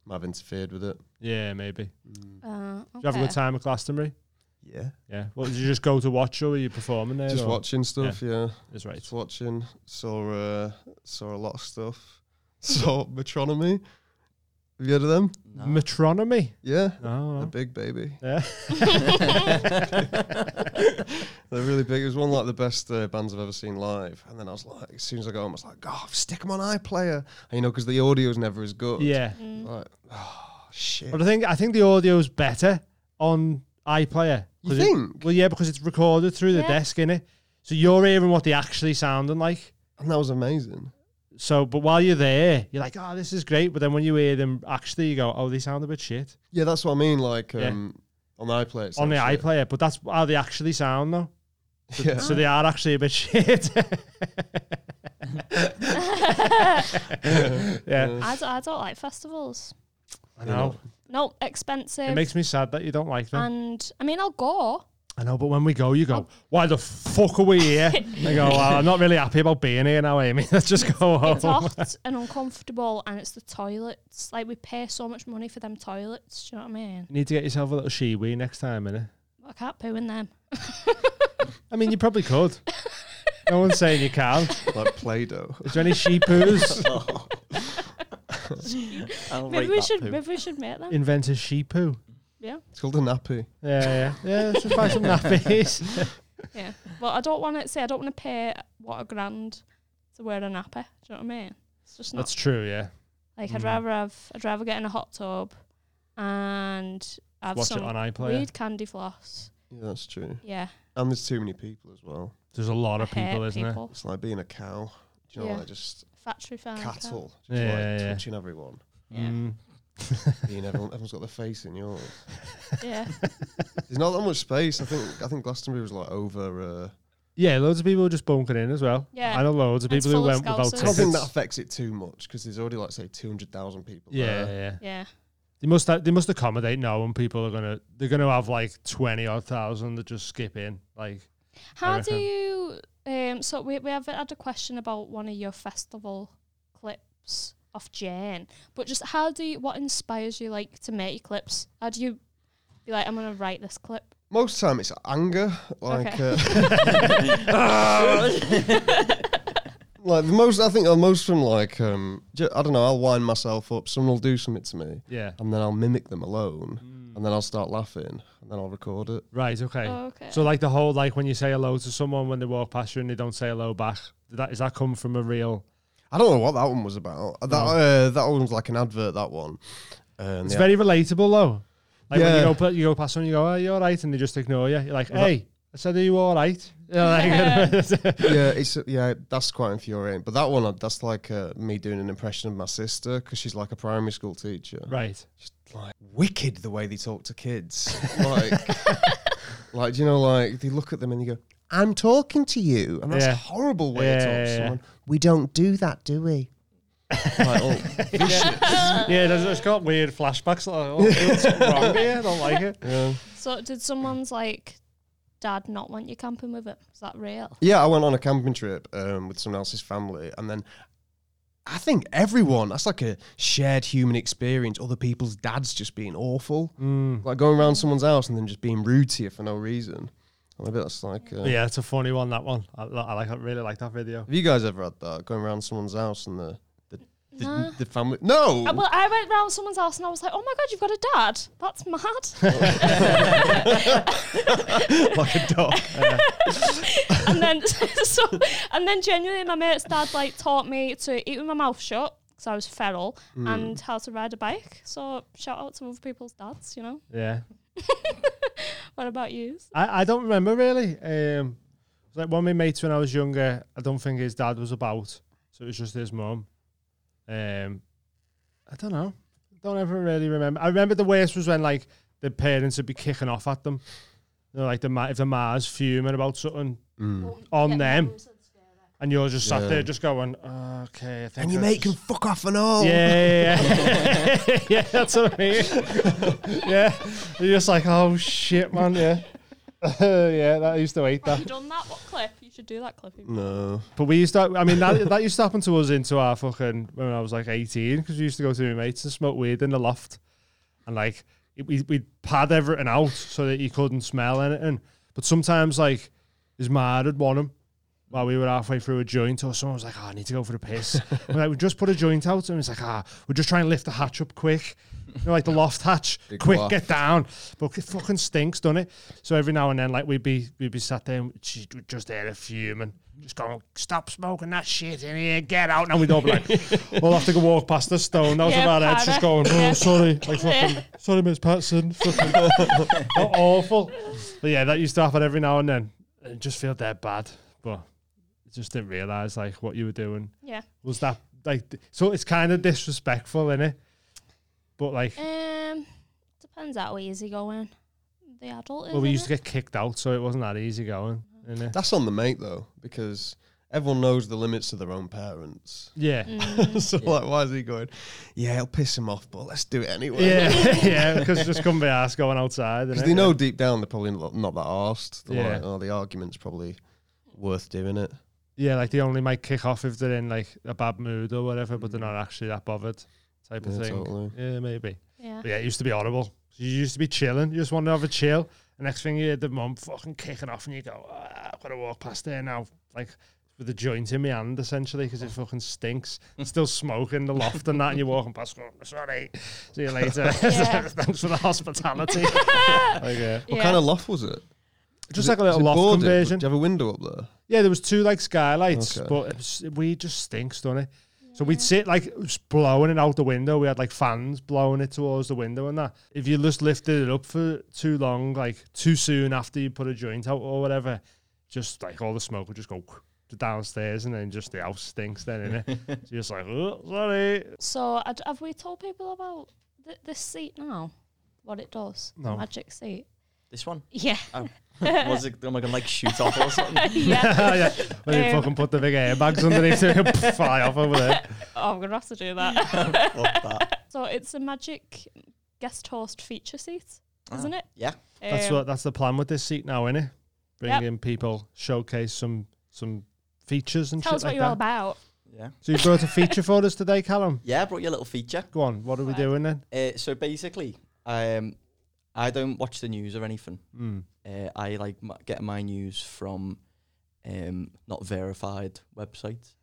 [SPEAKER 8] might have interfered with it.
[SPEAKER 2] Yeah, maybe. Did
[SPEAKER 1] Uh,
[SPEAKER 2] you have a good
[SPEAKER 1] okay.
[SPEAKER 2] time at Glastonbury?
[SPEAKER 8] Yeah,
[SPEAKER 2] Yeah. Well, did you just go to watch or were you performing there?
[SPEAKER 8] just
[SPEAKER 2] or-
[SPEAKER 8] watching stuff. Yeah,
[SPEAKER 2] That's right.
[SPEAKER 8] just watching. Saw uh, saw a lot of stuff. Saw Metronomy. Have you heard of them?
[SPEAKER 1] Oh.
[SPEAKER 6] No.
[SPEAKER 2] Metronomy.
[SPEAKER 8] Yeah,
[SPEAKER 2] No.
[SPEAKER 8] they're
[SPEAKER 2] no.
[SPEAKER 8] big baby.
[SPEAKER 2] Yeah.
[SPEAKER 8] They're really big. It was one of like the best uh, bands I've ever seen live. And then I was like, as soon as I got home, I was like, oh, stick them on iPlayer. And, you know, because the audio's never as good.
[SPEAKER 2] yeah.
[SPEAKER 8] Like, oh shit.
[SPEAKER 2] But I think I think the audio's better on iPlayer.
[SPEAKER 8] You
[SPEAKER 2] 'Cause it-
[SPEAKER 8] think?
[SPEAKER 2] well, yeah, because it's recorded through the
[SPEAKER 1] Yeah.
[SPEAKER 2] desk in it, so you're hearing what they actually sounding like.
[SPEAKER 8] And that was amazing.
[SPEAKER 2] So, but while you're there, you're like, oh, this is great. But then when you hear them actually, you go, oh, they sound a bit shit
[SPEAKER 8] Yeah, that's what I mean. Like
[SPEAKER 2] Yeah.
[SPEAKER 8] um, on the iPlayer. it's
[SPEAKER 2] on the
[SPEAKER 8] like shit.
[SPEAKER 2] iPlayer. But that's how they actually sound though.
[SPEAKER 8] Yeah.
[SPEAKER 2] So they are actually a bit shit. yeah,
[SPEAKER 1] I don't, I don't like festivals.
[SPEAKER 2] I know.
[SPEAKER 1] No, expensive.
[SPEAKER 2] It makes me sad that you don't like them.
[SPEAKER 1] and I mean, I'll go.
[SPEAKER 2] I know, but when we go, you
[SPEAKER 1] Oh.
[SPEAKER 2] go, why the fuck are we here? I go, well, I'm not really happy about being here now, Amy. Let's just go
[SPEAKER 1] It's
[SPEAKER 2] home.
[SPEAKER 1] hot and uncomfortable, and it's the toilets. Like we pay so much money for them toilets. Do you know what I mean?
[SPEAKER 2] You need to get yourself a little shiwi next time, innit?
[SPEAKER 1] I can't poo in them.
[SPEAKER 2] I mean, you probably could. no one's saying you can.
[SPEAKER 8] like Play-Doh.
[SPEAKER 2] Is there any she poos?
[SPEAKER 6] Oh. I'll
[SPEAKER 1] Maybe
[SPEAKER 6] rate
[SPEAKER 1] we
[SPEAKER 6] that
[SPEAKER 1] should.
[SPEAKER 6] poo.
[SPEAKER 1] Maybe we should make them.
[SPEAKER 2] Invent a she poo.
[SPEAKER 1] Yeah,
[SPEAKER 8] It's called a nappy.
[SPEAKER 2] Yeah, yeah, yeah. Let's just buy some nappies.
[SPEAKER 1] yeah. Well, I don't want to say I don't want to pay what a grand to wear a nappy. Do you know what I mean? It's just not
[SPEAKER 2] That's true. Yeah.
[SPEAKER 1] like I'd
[SPEAKER 2] Mm.
[SPEAKER 1] rather have. I'd rather get in a hot tub and have
[SPEAKER 2] Watch it
[SPEAKER 1] some
[SPEAKER 2] on iPlayer.
[SPEAKER 1] weed candy floss.
[SPEAKER 8] Yeah, that's true.
[SPEAKER 1] Yeah,
[SPEAKER 8] And there's too many people as well.
[SPEAKER 2] There's a lot
[SPEAKER 1] I
[SPEAKER 2] of people,
[SPEAKER 1] hate
[SPEAKER 2] isn't there?
[SPEAKER 1] people.
[SPEAKER 8] It's like being a cow. Do you know,
[SPEAKER 1] Yeah.
[SPEAKER 8] like just
[SPEAKER 1] Factory farm cow.
[SPEAKER 8] cattle, just
[SPEAKER 2] Yeah,
[SPEAKER 8] like
[SPEAKER 2] yeah.
[SPEAKER 8] touching everyone.
[SPEAKER 1] Yeah.
[SPEAKER 2] Mm.
[SPEAKER 8] Being everyone, everyone's got their face in yours.
[SPEAKER 1] Yeah,
[SPEAKER 8] There's not that much space. I think I think Glastonbury was like over. Uh,
[SPEAKER 2] Yeah, loads of people just bunking in as well.
[SPEAKER 1] Yeah.
[SPEAKER 2] I know loads of
[SPEAKER 1] It's
[SPEAKER 2] people who
[SPEAKER 1] full of
[SPEAKER 2] went without
[SPEAKER 1] scousers.
[SPEAKER 8] I don't think
[SPEAKER 2] tickets.
[SPEAKER 8] that affects it too much because there's already like say two hundred thousand people.
[SPEAKER 2] Yeah,
[SPEAKER 8] there.
[SPEAKER 2] yeah.
[SPEAKER 1] yeah.
[SPEAKER 2] They must ha- they must accommodate now, and people are gonna they're gonna have like twenty odd thousand that just skip in. Like
[SPEAKER 1] How do
[SPEAKER 2] reckon.
[SPEAKER 1] you? Um, so we we have had a question about one of your festival clips off Jan, but just how do you? What inspires you like to make your clips? How do you be like? I'm gonna write this clip.
[SPEAKER 8] Most time it's anger, like
[SPEAKER 1] Okay.
[SPEAKER 8] uh, like the most. I think the most from like um, ju- I don't know. I'll wind myself up. Someone will do something to me,
[SPEAKER 2] yeah,
[SPEAKER 8] and then I'll mimic them alone,
[SPEAKER 2] Mm.
[SPEAKER 8] and then I'll start laughing, and then I'll record it.
[SPEAKER 2] right, okay.
[SPEAKER 1] Okay.
[SPEAKER 2] So like the whole like when you say hello to someone when they walk past you and they don't say hello back. Did that is that come from a real?
[SPEAKER 8] I don't know what that one was about. That uh, that one was like an advert. That one. Um,
[SPEAKER 2] It's
[SPEAKER 8] the-
[SPEAKER 2] very relatable though. Like when you
[SPEAKER 8] Yeah.
[SPEAKER 2] go pa- you go past someone, you go, "Are you all right?" and they just ignore you. You're like, "Hey, I said, are you all right?" You're like-
[SPEAKER 8] yeah, it's yeah, that's quite infuriating. But that one, uh, that's like uh, me doing an impression of my sister because she's like a primary school teacher.
[SPEAKER 2] right.
[SPEAKER 8] Just like wicked the way they talk to kids. like, like you know, like they look at them and they go, "I'm talking to you," and that's
[SPEAKER 2] Yeah.
[SPEAKER 8] a horrible way to talk
[SPEAKER 2] Yeah,
[SPEAKER 8] to
[SPEAKER 2] yeah, yeah.
[SPEAKER 8] someone. We don't do that, do we? like, oh,
[SPEAKER 2] Yeah, there's, it's got weird flashbacks. Like, oh, what's wrong here? I don't like it.
[SPEAKER 8] yeah.
[SPEAKER 1] So did someone's like dad not want you camping with it? Is that real?
[SPEAKER 8] Yeah, I went on a camping trip um, with someone else's family, and then I think everyone that's like a shared human experience. Other people's dads just being awful,
[SPEAKER 2] Mm.
[SPEAKER 8] like going around someone's house and then just being rude to you for no reason. I bet that's like. Uh,
[SPEAKER 2] But yeah, it's a funny one. That one. I, li- I like. I really like that video.
[SPEAKER 8] Have you guys ever had that going around someone's house and the the, the,
[SPEAKER 1] Nah.
[SPEAKER 8] the family? No.
[SPEAKER 1] Uh, well, I went round someone's house and I was like, "Oh my god, you've got a dad! That's mad!"
[SPEAKER 8] like a dog.
[SPEAKER 1] and then so and then genuinely, my mate's dad like taught me to eat with my mouth shut because I was feral
[SPEAKER 2] Mm.
[SPEAKER 1] and how to ride a bike. So shout out to other people's dads, you know.
[SPEAKER 2] Yeah.
[SPEAKER 1] What about you?
[SPEAKER 2] I, I don't remember really. Um, it was like one of my mates when I was younger, I don't think his dad was about, so it was just his mum. Um, I don't know. Don't ever really remember. I remember the worst was when like the parents would be kicking off at them, you know, like the ma- if the ma's fuming about something on them, and you're just sat
[SPEAKER 8] Mm. Yeah.
[SPEAKER 2] there just going, okay, I think
[SPEAKER 8] and you
[SPEAKER 2] I
[SPEAKER 8] make
[SPEAKER 2] just-
[SPEAKER 8] them fuck off and all.
[SPEAKER 2] yeah, yeah, yeah. yeah, that's what I mean. yeah, you're just like, oh shit, man. Yeah, yeah. That I used to hate
[SPEAKER 1] Have you
[SPEAKER 2] that. Mm.
[SPEAKER 1] done that? What clip? You should do that clip.
[SPEAKER 8] No.
[SPEAKER 2] But we used to. I mean, that, that used to happen to us into our fucking when I was like 18 because we used to go to my mates and smoke weed in the loft, and like it- we we'd pad everything out so that you couldn't smell anything. But sometimes like his ma had won him. While we were halfway through a joint, or someone was like, "Oh, I need to go for the piss." We're like, "We just put a joint out," and it's like, "Ah, we're just trying to lift the hatch up quick, you know, like the loft hatch.
[SPEAKER 8] Big
[SPEAKER 2] quick,
[SPEAKER 8] laugh.
[SPEAKER 2] get down!" But it fucking stinks, doesn't it? So every now and then, like we'd be we'd be sat there, and she would just there a fuming, just going, "Stop smoking that shit in here, get out!" And we'd all be like, "We'll have to go walk past the stone." That was
[SPEAKER 1] Yeah,
[SPEAKER 2] about it. Just
[SPEAKER 1] para.
[SPEAKER 2] going, "Oh,
[SPEAKER 1] Yeah.
[SPEAKER 2] sorry, like fucking, sorry, Miss Patson, fucking awful." But yeah, that used to happen every now and then. I just feel dead bad, but I just didn't realize like what you were doing
[SPEAKER 1] Yeah.
[SPEAKER 2] was that like th- so it's kind of disrespectful, innit? But like,
[SPEAKER 1] Um, depends how easy going the adult is. Mm.
[SPEAKER 2] well, we
[SPEAKER 1] innit?
[SPEAKER 2] used to get kicked out, so it wasn't that easy going, innit?
[SPEAKER 8] That's on the mate though, because everyone knows the limits of their own parents.
[SPEAKER 2] Yeah,
[SPEAKER 1] Mm.
[SPEAKER 8] so like, why is he going? Yeah, it'll piss him off, but let's do it anyway.
[SPEAKER 2] yeah, yeah, because just couldn't be asked going outside,
[SPEAKER 8] Because
[SPEAKER 2] innit?
[SPEAKER 8] they know deep down they're probably not, not that arsed. They're
[SPEAKER 2] Yeah.
[SPEAKER 8] like, oh, the argument's probably worth doing it.
[SPEAKER 2] Yeah, like they only might kick off if they're in like a bad mood or whatever, but they're not actually that bothered, type of
[SPEAKER 8] Mm. Yeah,
[SPEAKER 2] thing.
[SPEAKER 8] totally.
[SPEAKER 2] Yeah, maybe.
[SPEAKER 1] Yeah.
[SPEAKER 2] But yeah, it used to be horrible. So you used to be chilling. You just wanted to have a chill. And next thing you hear the mum fucking kicking off, and you go, ah, I've got to walk past there now. Like, with a joint in my hand, essentially, because it fucking stinks. Still smoking the loft and that, and you're walking past, going, "Oh, sorry, see you later.
[SPEAKER 1] Yeah.
[SPEAKER 2] Thanks for the hospitality. Like, yeah.
[SPEAKER 8] What
[SPEAKER 1] Yeah.
[SPEAKER 8] kind of loft was it?
[SPEAKER 2] Just like a little loft conversion.
[SPEAKER 8] Do you have a window up there?
[SPEAKER 2] Yeah, there was two like skylights,
[SPEAKER 8] Okay.
[SPEAKER 2] but it was, we just stinks, don't it? So we'd sit like it was blowing it out the window. We had like fans blowing it towards the window and that. If you just lifted it up for too long, like too soon after you put a joint out or whatever, just like all the smoke would just go to downstairs and then just the house stinks then innit? so you're just like, oh, sorry.
[SPEAKER 1] So I d- have we told people about th- this seat now? What it does? The
[SPEAKER 2] No.
[SPEAKER 1] Magic seat.
[SPEAKER 6] This one?
[SPEAKER 1] Yeah.
[SPEAKER 6] Was it? Am I gonna like shoot off or something?
[SPEAKER 1] yeah.
[SPEAKER 2] yeah. When you
[SPEAKER 1] Um,
[SPEAKER 2] fucking put the big airbags underneath it and fly off over there.
[SPEAKER 1] Oh, I'm gonna have to do that.
[SPEAKER 6] Fuck that.
[SPEAKER 1] so it's a magic guest host feature seat, isn't
[SPEAKER 6] Ah,
[SPEAKER 1] it?
[SPEAKER 6] Yeah.
[SPEAKER 2] That's
[SPEAKER 1] Um,
[SPEAKER 2] what that's the plan with this seat now, innit? Bring
[SPEAKER 1] Yep.
[SPEAKER 2] in people, showcase some some features and
[SPEAKER 1] Tell us
[SPEAKER 2] shit
[SPEAKER 1] what
[SPEAKER 2] like
[SPEAKER 1] you're all
[SPEAKER 2] that.
[SPEAKER 1] about.
[SPEAKER 6] Ah, Yeah.
[SPEAKER 2] So you brought a feature for us today, Callum.
[SPEAKER 6] Yeah, I brought you a little feature.
[SPEAKER 2] Go on, what are we
[SPEAKER 1] Right.
[SPEAKER 2] doing then?
[SPEAKER 6] Uh, so basically, um, I don't watch the news or anything.
[SPEAKER 2] Mm.
[SPEAKER 6] Uh, I like m- get my news from um, not verified websites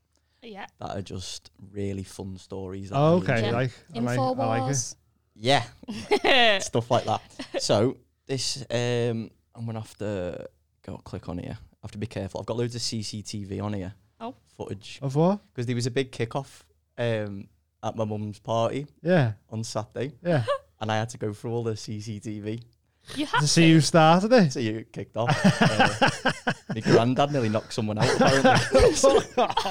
[SPEAKER 1] Yeah.
[SPEAKER 6] that are just really fun stories. That I
[SPEAKER 2] Oh, okay,
[SPEAKER 6] enjoy.
[SPEAKER 1] Yeah.
[SPEAKER 2] like, I like, I like it.
[SPEAKER 1] Infowars.
[SPEAKER 6] yeah, stuff like that. So this, um, I'm gonna have to go click on here. I have to be careful. I've got loads of CCTV on here.
[SPEAKER 1] Oh.
[SPEAKER 6] footage
[SPEAKER 2] Of what?
[SPEAKER 6] because there was a big kickoff um, at my mum's party
[SPEAKER 2] Yeah,
[SPEAKER 6] on Saturday,
[SPEAKER 2] yeah.
[SPEAKER 6] and I had to go through all the CCTV.
[SPEAKER 1] you have
[SPEAKER 2] to see who started it.
[SPEAKER 6] So you kicked off. uh, my granddad nearly knocked someone out. Apparently, that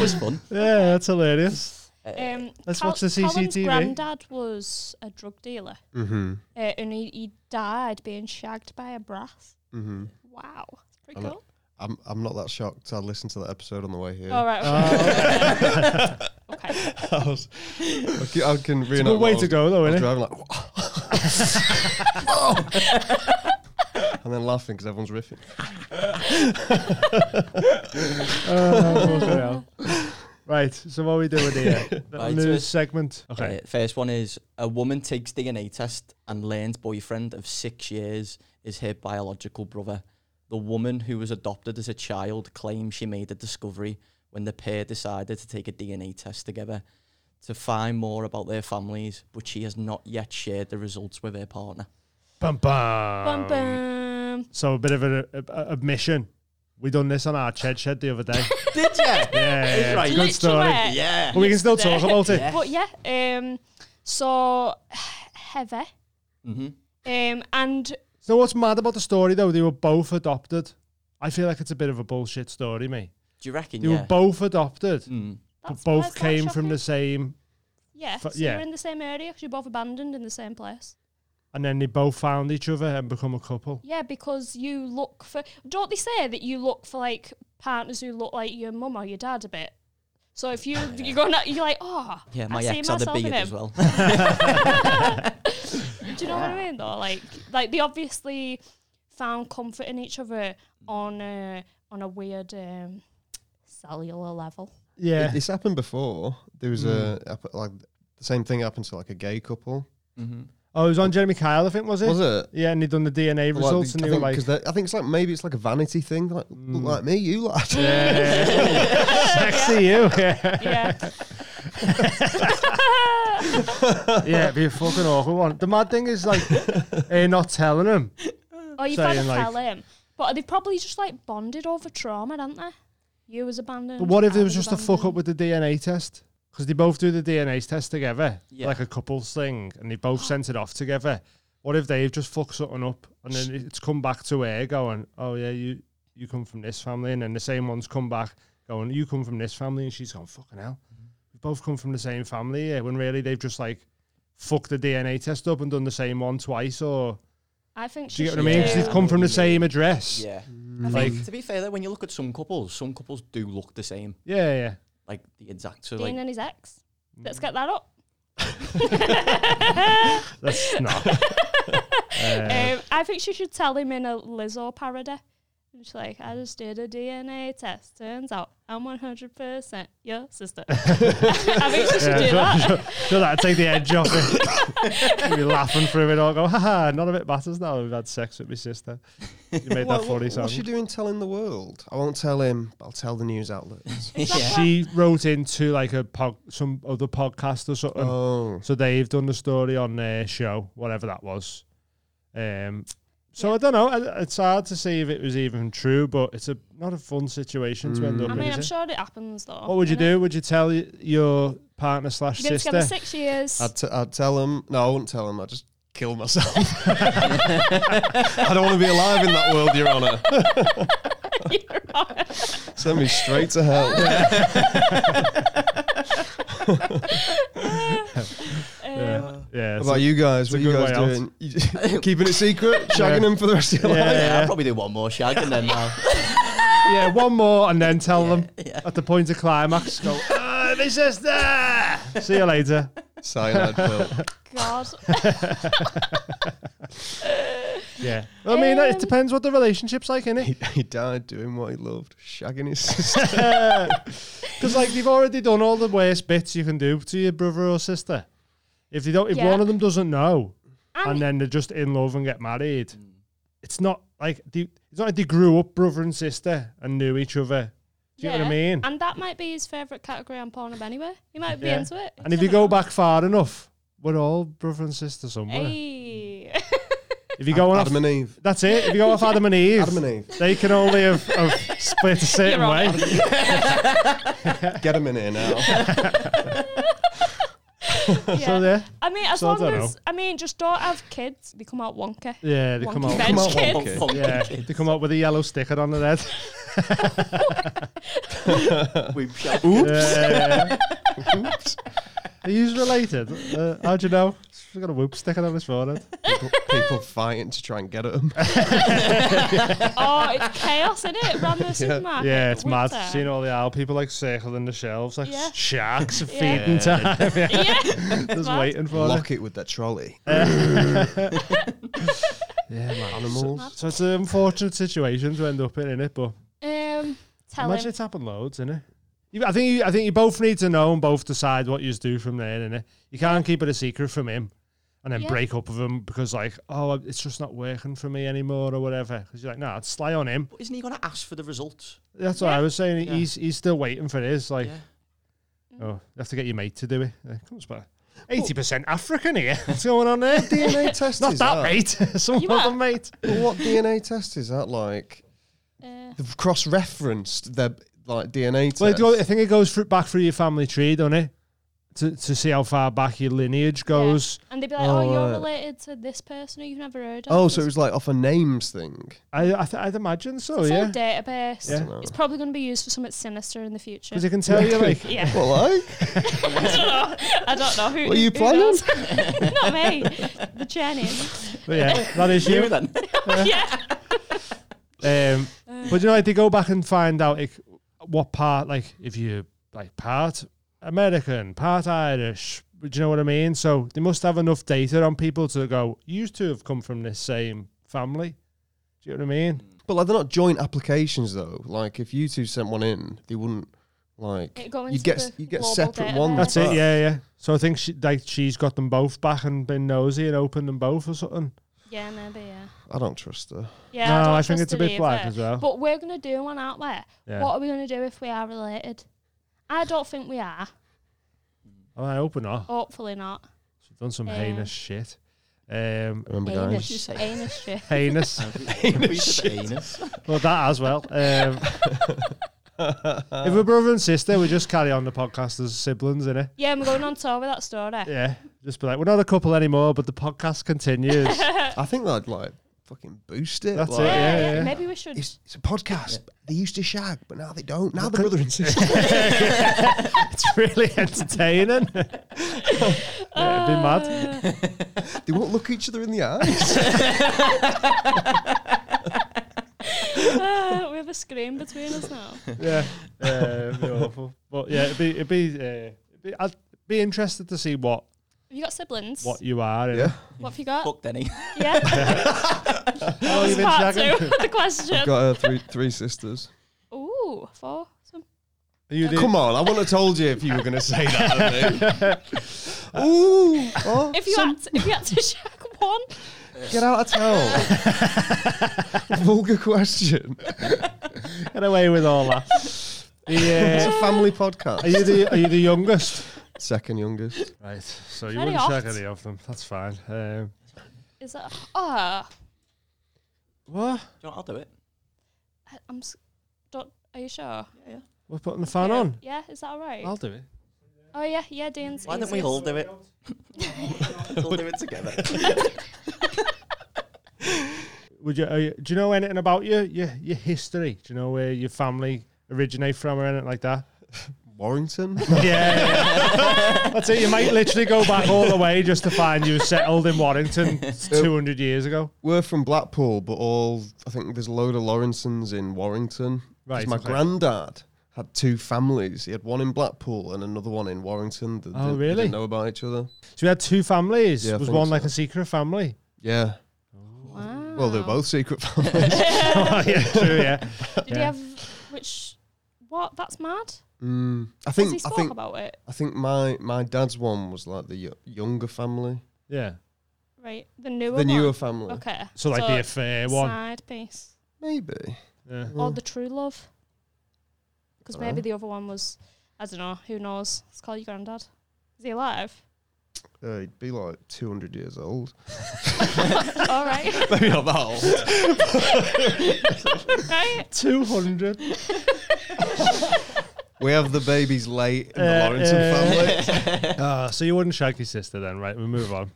[SPEAKER 6] was fun.
[SPEAKER 2] Yeah, that's hilarious.
[SPEAKER 6] Uh,
[SPEAKER 1] Um,
[SPEAKER 2] Let's
[SPEAKER 1] Cal-
[SPEAKER 2] watch the
[SPEAKER 1] Colin's
[SPEAKER 2] CCTV.
[SPEAKER 1] granddad was a drug dealer,
[SPEAKER 8] Mm-hmm.
[SPEAKER 1] uh, and he, he died being shagged by a brass.
[SPEAKER 8] Mm-hmm.
[SPEAKER 1] Wow, that's pretty
[SPEAKER 8] I'm a-
[SPEAKER 1] cool.
[SPEAKER 8] I'm I'm not that shocked. I listened to that episode on the way here.
[SPEAKER 1] All right.
[SPEAKER 2] Oh,
[SPEAKER 1] okay. okay.
[SPEAKER 8] I, was, I can, I can
[SPEAKER 2] It's a good way to go, though,
[SPEAKER 8] I was
[SPEAKER 2] isn't it?
[SPEAKER 8] driving like, and then laughing because everyone's riffing.
[SPEAKER 2] Uh, Right, so what are we doing here?
[SPEAKER 6] Right,
[SPEAKER 2] news
[SPEAKER 6] so it's-
[SPEAKER 2] segment. Okay.
[SPEAKER 6] Uh, first one is a woman takes DNA test and learns boyfriend of six years is her biological brother. The woman who was adopted as a child claims she made the discovery when the pair decided to take a DNA test together to find more about their families, but she has not yet shared the results with her partner.
[SPEAKER 2] Bum, bum.
[SPEAKER 1] Bum bum.
[SPEAKER 2] So a bit of an a, a- admission. We done this on our Ched Shed the other day.
[SPEAKER 6] Did you?
[SPEAKER 2] yeah, yeah,
[SPEAKER 6] Right.
[SPEAKER 2] it's a good story.
[SPEAKER 1] Literally.
[SPEAKER 6] yeah.
[SPEAKER 2] But we can still talk about it.
[SPEAKER 6] Yeah.
[SPEAKER 1] But yeah, um, so Heather,
[SPEAKER 6] Mm-hmm.
[SPEAKER 1] um, and
[SPEAKER 2] So what's mad about the story though? They were both adopted. I feel like it's a bit of a bullshit story, mate.
[SPEAKER 6] Do you reckon?
[SPEAKER 2] They
[SPEAKER 6] Yeah.
[SPEAKER 2] were both adopted,
[SPEAKER 6] Mm.
[SPEAKER 1] that's
[SPEAKER 2] but both
[SPEAKER 1] that's not
[SPEAKER 2] came from
[SPEAKER 1] shocking.
[SPEAKER 2] the same,
[SPEAKER 1] yeah,
[SPEAKER 2] fu-
[SPEAKER 1] so
[SPEAKER 2] yeah.
[SPEAKER 1] you're in the same area 'cause you're both abandoned in the same place.
[SPEAKER 2] and then they both found each other and become a couple.
[SPEAKER 1] Yeah, because you look for. Don't they say that you look for like partners who look like your mum or your dad a bit? So if you you go na- you're like oh
[SPEAKER 6] Yeah, my
[SPEAKER 1] I see
[SPEAKER 6] ex had a
[SPEAKER 1] myself in
[SPEAKER 6] beard
[SPEAKER 1] him.
[SPEAKER 6] as well.
[SPEAKER 1] Do you know what I mean though? Like like they obviously found comfort in each other on a on a weird um, cellular level.
[SPEAKER 2] Yeah, Mm.
[SPEAKER 8] It- It's happened before. There was a hap- like the same thing happened to like a gay couple.
[SPEAKER 6] mm-hmm.
[SPEAKER 2] Oh, it was on Jeremy Kyle, I think, was it?
[SPEAKER 8] Was it?
[SPEAKER 2] Yeah, and they'd done the DNA
[SPEAKER 8] Like,
[SPEAKER 2] results,
[SPEAKER 8] I
[SPEAKER 2] and they were
[SPEAKER 8] think,
[SPEAKER 2] like,
[SPEAKER 8] 'cause they're- I think it's like maybe it's like a vanity thing. Like
[SPEAKER 2] Mm.
[SPEAKER 8] look like me, you lad.
[SPEAKER 2] "Sexy you." Yeah,
[SPEAKER 1] Yeah.
[SPEAKER 2] yeah, it'd be a fucking awkward one. The mad thing is like, eh, not telling him.
[SPEAKER 1] or you've got to
[SPEAKER 2] Saying, like-
[SPEAKER 1] tell him. But they probably just like bonded over trauma, haven't they? You was abandoned.
[SPEAKER 2] But what if
[SPEAKER 1] I
[SPEAKER 2] there was just a fuck
[SPEAKER 1] abandoned.
[SPEAKER 2] up with the DNA test? Because they both do the DNA test together,
[SPEAKER 6] Yeah.
[SPEAKER 2] like a couples thing, and they both sent it off together. What if they've just fucked something up, and then it's come back to her going, "Oh yeah, you you come from this family," and then the same one's come back going, "You come from this family," and she's gone, "Fucking hell, we both come from the same family," here," when really they've just like fucked the DNA test up and done the same one twice, or
[SPEAKER 1] I think
[SPEAKER 2] do
[SPEAKER 1] she
[SPEAKER 2] you get
[SPEAKER 1] should
[SPEAKER 2] what I mean? 'Cause
[SPEAKER 1] do-
[SPEAKER 2] they've come from the same address.
[SPEAKER 6] Yeah.
[SPEAKER 2] Like,
[SPEAKER 6] to be fair, though, when you look at some couples, some couples do look the same,
[SPEAKER 2] yeah, yeah.
[SPEAKER 6] like the exact. So,
[SPEAKER 1] Dean
[SPEAKER 6] like,
[SPEAKER 1] and his ex. Let's get that up.
[SPEAKER 2] That's not. Uh,
[SPEAKER 1] Um, I think she should tell him in a Lizzo parody. She's like, I just did a DNA test. Turns out I'm 100% your sister. I think she should do that.
[SPEAKER 2] sure, sure that'd take the edge off it. You'd be laughing through it all, go, haha, none of it matters now. I've had sex with my sister. You made that funny sound.
[SPEAKER 8] What's she doing telling the world? I won't tell him, but I'll tell the news outlets.
[SPEAKER 2] She wrote into like a pod, some other podcast or something.
[SPEAKER 8] oh.
[SPEAKER 2] So they've done the story on their show, whatever that was. Um, so I don't know. I- It's hard to see if it was even true, but it's a not a fun situation to end up
[SPEAKER 1] Mm. I
[SPEAKER 2] in.
[SPEAKER 1] mean,
[SPEAKER 2] is
[SPEAKER 1] I'm
[SPEAKER 2] it?
[SPEAKER 1] sure it happens though.
[SPEAKER 2] What would you
[SPEAKER 1] innit?
[SPEAKER 2] do? Would you tell y- your partner slash
[SPEAKER 1] You've been
[SPEAKER 2] sister?
[SPEAKER 1] together six years.
[SPEAKER 8] I'd, t- I'd tell him. No, I wouldn't tell him. I'd just kill myself. I don't want to be alive in that world, Your Honour.
[SPEAKER 1] You're right.
[SPEAKER 8] Send me straight to hell.
[SPEAKER 1] Um,
[SPEAKER 2] Yeah.
[SPEAKER 8] How
[SPEAKER 2] so-
[SPEAKER 8] about you guys?
[SPEAKER 2] it's a
[SPEAKER 8] What are you
[SPEAKER 2] good
[SPEAKER 8] guys
[SPEAKER 2] way out.
[SPEAKER 8] doing? You- Keeping it secret? Shagging him for the rest of your
[SPEAKER 2] Yeah,
[SPEAKER 8] life?
[SPEAKER 6] yeah,
[SPEAKER 2] yeah.
[SPEAKER 6] I'll probably do one more shag and then now.
[SPEAKER 2] Yeah, one more and then tell them
[SPEAKER 6] yeah.
[SPEAKER 2] at the point of climax, go, "Ah, my sister! See you later.
[SPEAKER 8] Cyanide pill.
[SPEAKER 1] God.
[SPEAKER 2] Yeah. I mean, it
[SPEAKER 1] Um,
[SPEAKER 2] depends what the relationship's like, innit?
[SPEAKER 8] He, he died doing what he loved, shagging his sister.
[SPEAKER 2] Because like you've already done all the worst bits you can do to your brother or sister. If they don't, if
[SPEAKER 1] Yeah.
[SPEAKER 2] one of them doesn't know,
[SPEAKER 1] And-
[SPEAKER 2] and then they're just in love and get married, it's not like they, it's not like they grew up brother and sister and knew each other. Do you know what I mean?
[SPEAKER 1] And that might be his favourite category on Pornhub anyway. He might be
[SPEAKER 2] Yeah.
[SPEAKER 1] into it.
[SPEAKER 2] And if you go back far enough, we're all brother and sister somewhere.
[SPEAKER 1] Hey.
[SPEAKER 2] If you go off,
[SPEAKER 8] Adam and Eve.
[SPEAKER 2] that's it. If you go off Adam and Eve,
[SPEAKER 8] Adam and Eve.
[SPEAKER 2] they can only have, have split a certain
[SPEAKER 1] You're
[SPEAKER 2] way.
[SPEAKER 1] on
[SPEAKER 8] Get him in here now.
[SPEAKER 2] So yeah,
[SPEAKER 1] I mean, as
[SPEAKER 2] So I
[SPEAKER 1] long
[SPEAKER 2] don't
[SPEAKER 1] as I mean, just don't have kids. They come out wonky.
[SPEAKER 2] yeah, they come
[SPEAKER 1] Wonky
[SPEAKER 2] out.
[SPEAKER 1] veg
[SPEAKER 8] out
[SPEAKER 1] kids.
[SPEAKER 8] wonky.
[SPEAKER 6] Fucking
[SPEAKER 2] Yeah,
[SPEAKER 6] kids.
[SPEAKER 2] they come up with a yellow sticker on their head.
[SPEAKER 6] We've shot-
[SPEAKER 2] Yeah. Are you Uh, related? Uh, how do you know? She's got a whoop sticking on his forehead.
[SPEAKER 8] People, people fighting to try and get at him.
[SPEAKER 1] oh, it's chaos, isn't it? Around the supermarket.
[SPEAKER 2] Yeah, it's mad.
[SPEAKER 1] winter.
[SPEAKER 2] Seeing all the owl people like circling the shelves like
[SPEAKER 1] Yeah.
[SPEAKER 2] sharks at
[SPEAKER 1] Yeah.
[SPEAKER 2] feeding time.
[SPEAKER 1] Yeah.
[SPEAKER 2] Just
[SPEAKER 1] mad.
[SPEAKER 2] waiting for
[SPEAKER 8] Lock it with their trolley.
[SPEAKER 2] it. Yeah, man.
[SPEAKER 8] Animals.
[SPEAKER 2] So it's an unfortunate situation to end up in, innit? But
[SPEAKER 1] Um, tell
[SPEAKER 2] imagine
[SPEAKER 1] him.
[SPEAKER 2] it's happened loads, innit? You, I think you, I think you both need to know and both decide what you do from there, innit? You can't keep it a secret from him and then
[SPEAKER 1] Yeah.
[SPEAKER 2] break up with him because like, oh, it's just not working for me anymore or whatever. Because you're like, nah, I'd sly on him.
[SPEAKER 6] But isn't he going to ask for the results?
[SPEAKER 2] That's what I was saying.
[SPEAKER 6] Yeah.
[SPEAKER 2] He's he's still waiting for his. Like,
[SPEAKER 6] Yeah.
[SPEAKER 2] oh, you have to get your mate to do it. Yeah, comes back. Eighty percent African here. What's going on there?
[SPEAKER 8] DNA test
[SPEAKER 2] Not
[SPEAKER 8] is
[SPEAKER 2] that,
[SPEAKER 8] that.
[SPEAKER 2] mate. Some
[SPEAKER 1] You
[SPEAKER 2] other
[SPEAKER 1] are.
[SPEAKER 2] mate.
[SPEAKER 8] Well, what DNA test is that like?
[SPEAKER 1] Uh,
[SPEAKER 8] They've cross-referenced their like DNA test.
[SPEAKER 2] Well, it go, I think it goes through, back through your family tree, don't it? To to see how far back your lineage goes. uh,
[SPEAKER 1] and they'd be like,
[SPEAKER 8] Oh,
[SPEAKER 1] "Oh, you're
[SPEAKER 8] right.
[SPEAKER 1] related to this person who you've never heard of."
[SPEAKER 8] oh, so it was like off a names thing.
[SPEAKER 2] I, I th- I'd imagine so.
[SPEAKER 1] It's all
[SPEAKER 2] oh, yeah,
[SPEAKER 1] database.
[SPEAKER 2] Yeah.
[SPEAKER 8] Dunno.
[SPEAKER 1] It's probably going to be used for something sinister in the future.
[SPEAKER 2] because it can tell you like
[SPEAKER 1] yeah.
[SPEAKER 8] Well, like
[SPEAKER 1] I don't know. I don't know who.
[SPEAKER 8] What are
[SPEAKER 1] who
[SPEAKER 8] you planning?
[SPEAKER 1] knows? Not me. The Jenny.
[SPEAKER 2] but yeah, that is you.
[SPEAKER 6] You then.
[SPEAKER 1] yeah.
[SPEAKER 2] Um,
[SPEAKER 1] Mm.
[SPEAKER 2] but you know, like they go back and find out like what part, like if you like part American, part Irish. Do you know what I mean? So they must have enough data on people to go. You two have come from this same family. Do you know what I mean?
[SPEAKER 8] But like they're not joint applications though. Like if you two sent one in, they wouldn't like
[SPEAKER 1] It'd go
[SPEAKER 8] you
[SPEAKER 1] into
[SPEAKER 8] get
[SPEAKER 1] the
[SPEAKER 8] s- you get
[SPEAKER 1] global
[SPEAKER 8] separate
[SPEAKER 1] database.
[SPEAKER 8] ones.
[SPEAKER 2] That's
[SPEAKER 8] back.
[SPEAKER 2] it. Yeah, yeah. So I think she, like she's got them both back and been nosy and opened them both or something.
[SPEAKER 1] Yeah, maybe. Yeah.
[SPEAKER 8] I don't trust her.
[SPEAKER 1] Yeah. I,
[SPEAKER 2] no,
[SPEAKER 1] don't
[SPEAKER 2] I think
[SPEAKER 1] trust
[SPEAKER 2] it's a
[SPEAKER 1] it
[SPEAKER 2] bit black
[SPEAKER 1] either.
[SPEAKER 2] as well.
[SPEAKER 1] But we're gonna do one, aren't we?
[SPEAKER 2] Yeah.
[SPEAKER 1] What are we gonna do if we are related? I don't think we are.
[SPEAKER 2] Oh, I hope not.
[SPEAKER 1] Hopefully not.
[SPEAKER 2] She's done some
[SPEAKER 1] Yeah.
[SPEAKER 2] heinous shit. Um,
[SPEAKER 8] I remember
[SPEAKER 1] Anus.
[SPEAKER 8] guys.
[SPEAKER 6] say?
[SPEAKER 1] Anus shit.
[SPEAKER 2] heinous.
[SPEAKER 6] Anus. Anus.
[SPEAKER 2] Well, that as well. Um, if we're brother and sister, we just carry on the podcast as siblings, innit?
[SPEAKER 1] Yeah, I'm going on tour with that story.
[SPEAKER 2] Yeah. Just be like, we're not a couple anymore, but the podcast continues.
[SPEAKER 8] I think that'd like fucking boost it.
[SPEAKER 2] That's
[SPEAKER 8] like,
[SPEAKER 2] it,
[SPEAKER 1] Yeah,
[SPEAKER 2] yeah, yeah.
[SPEAKER 1] Maybe we should.
[SPEAKER 8] It's, it's a podcast. They used to shag, but now they don't. Now they're brother and sister.
[SPEAKER 2] it's really entertaining. yeah, it'd be mad.
[SPEAKER 8] they won't look each other in the eyes.
[SPEAKER 1] Uh, we have a screen between us now.
[SPEAKER 2] Yeah. Yeah, it'd be awful. But yeah, it'd be, it'd be, uh, it'd be I'd be interested to see what,
[SPEAKER 1] Have you got siblings?
[SPEAKER 2] what you are.
[SPEAKER 8] yeah,
[SPEAKER 2] innit?
[SPEAKER 1] What have you got?
[SPEAKER 6] Fuck Denny.
[SPEAKER 1] Yeah.
[SPEAKER 2] Oh, you've
[SPEAKER 1] That's
[SPEAKER 2] been
[SPEAKER 1] part two
[SPEAKER 2] shagging.
[SPEAKER 1] of the question.
[SPEAKER 2] Oh,
[SPEAKER 8] I've got uh, three three sisters.
[SPEAKER 1] Ooh, four. Some-
[SPEAKER 2] Are you the-
[SPEAKER 8] Come on, I wouldn't have told you if you were going to say that. I mean. Ooh, oh,
[SPEAKER 1] If you had to, if you had to shag one,
[SPEAKER 8] get out of town. Vulgar question.
[SPEAKER 2] Get away with all that.
[SPEAKER 8] It's
[SPEAKER 2] Yeah.
[SPEAKER 8] a family
[SPEAKER 2] Are
[SPEAKER 8] podcast.
[SPEAKER 2] you the are you the youngest?
[SPEAKER 8] Second youngest.
[SPEAKER 2] Right. So you
[SPEAKER 1] Very
[SPEAKER 2] wouldn't shag
[SPEAKER 1] oft.
[SPEAKER 2] any of them. That's fine. Um,
[SPEAKER 1] is that? Ah,
[SPEAKER 2] what?
[SPEAKER 6] Do you know what? I'll do it.
[SPEAKER 1] I- I'm. s- Don't. Are you sure?
[SPEAKER 2] We're putting the fan
[SPEAKER 1] yeah.
[SPEAKER 2] on.
[SPEAKER 1] Yeah. Is that all right?
[SPEAKER 2] I'll do it.
[SPEAKER 1] oh yeah, yeah. Dean's.
[SPEAKER 6] Why don't we
[SPEAKER 1] easiest.
[SPEAKER 6] all do it? we'll do it together.
[SPEAKER 2] Would you, are you? Do you know anything about your your your history? Do you know where your family originate from or anything like that?
[SPEAKER 8] Warrington.
[SPEAKER 2] yeah, yeah. that's it. You might literally go back all the way just to find you settled in Warrington two hundred years ago.
[SPEAKER 8] We're from Blackpool, but all I think there's a load of Lawrensons in Warrington. 'Cause
[SPEAKER 2] Right,
[SPEAKER 8] My
[SPEAKER 2] okay.
[SPEAKER 8] granddad had two families. He had one in Blackpool and another one in Warrington. That
[SPEAKER 2] Oh,
[SPEAKER 8] didn't, they
[SPEAKER 2] really?
[SPEAKER 8] Didn't know about each other.
[SPEAKER 2] So we had two families.
[SPEAKER 8] Yeah, I
[SPEAKER 2] was
[SPEAKER 8] think
[SPEAKER 2] one
[SPEAKER 8] so.
[SPEAKER 2] like a secret family?
[SPEAKER 8] Yeah.
[SPEAKER 1] Wow.
[SPEAKER 8] Well, they're both secret families.
[SPEAKER 2] oh, yeah, true, yeah.
[SPEAKER 1] Did
[SPEAKER 2] yeah.
[SPEAKER 1] he have which? What? That's mad.
[SPEAKER 8] mm, I
[SPEAKER 1] Has he
[SPEAKER 8] think. I
[SPEAKER 1] spoke
[SPEAKER 8] think.
[SPEAKER 1] about it?
[SPEAKER 8] I think my my dad's one was like the yo- younger family,
[SPEAKER 2] Yeah.
[SPEAKER 1] Right. The newer.
[SPEAKER 8] the newer
[SPEAKER 1] one?
[SPEAKER 8] family.
[SPEAKER 1] Okay.
[SPEAKER 2] So like the affair one.
[SPEAKER 1] side piece
[SPEAKER 8] Maybe.
[SPEAKER 2] Yeah.
[SPEAKER 1] or the true love, because
[SPEAKER 8] Dunno.
[SPEAKER 1] maybe the other one was. I don't know. Who knows? Let's call your granddad. Is he alive?
[SPEAKER 8] Uh, he'd be like 200 years old.
[SPEAKER 1] All right.
[SPEAKER 8] Maybe not that old.
[SPEAKER 1] right.
[SPEAKER 2] 200.
[SPEAKER 8] we have the babies late in the
[SPEAKER 2] Uh,
[SPEAKER 8] Lawrence
[SPEAKER 2] uh,
[SPEAKER 8] family.
[SPEAKER 2] Uh, so you wouldn't shag your sister then, right? We move on.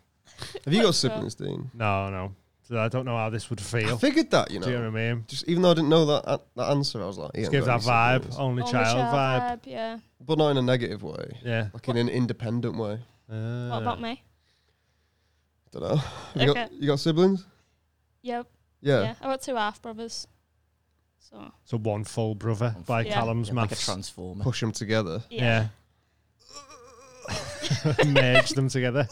[SPEAKER 8] have you got siblings, Dean?
[SPEAKER 2] No, no. So I don't know how this would
[SPEAKER 8] I
[SPEAKER 2] feel.
[SPEAKER 8] figured that, you know.
[SPEAKER 2] Do you know what I mean?
[SPEAKER 8] Just even though I didn't know that an- that answer, I was like, yeah,
[SPEAKER 2] Just give that vibe, only,
[SPEAKER 1] Only
[SPEAKER 2] child, vibe.
[SPEAKER 1] Yeah.
[SPEAKER 8] but not in a negative way,
[SPEAKER 2] Yeah.
[SPEAKER 8] like in an independent way.
[SPEAKER 2] Uh,
[SPEAKER 1] What about me?
[SPEAKER 8] Don't know. You got
[SPEAKER 1] Okay.
[SPEAKER 8] you got siblings?
[SPEAKER 1] Yep.
[SPEAKER 8] Yeah.
[SPEAKER 1] yeah. I got two half brothers. So
[SPEAKER 2] so one full brother by
[SPEAKER 1] Yeah.
[SPEAKER 2] Callum's
[SPEAKER 6] Yeah, like a
[SPEAKER 2] maths.
[SPEAKER 6] transformer.
[SPEAKER 8] Push them together.
[SPEAKER 1] yeah.
[SPEAKER 2] Yeah. Merge them together.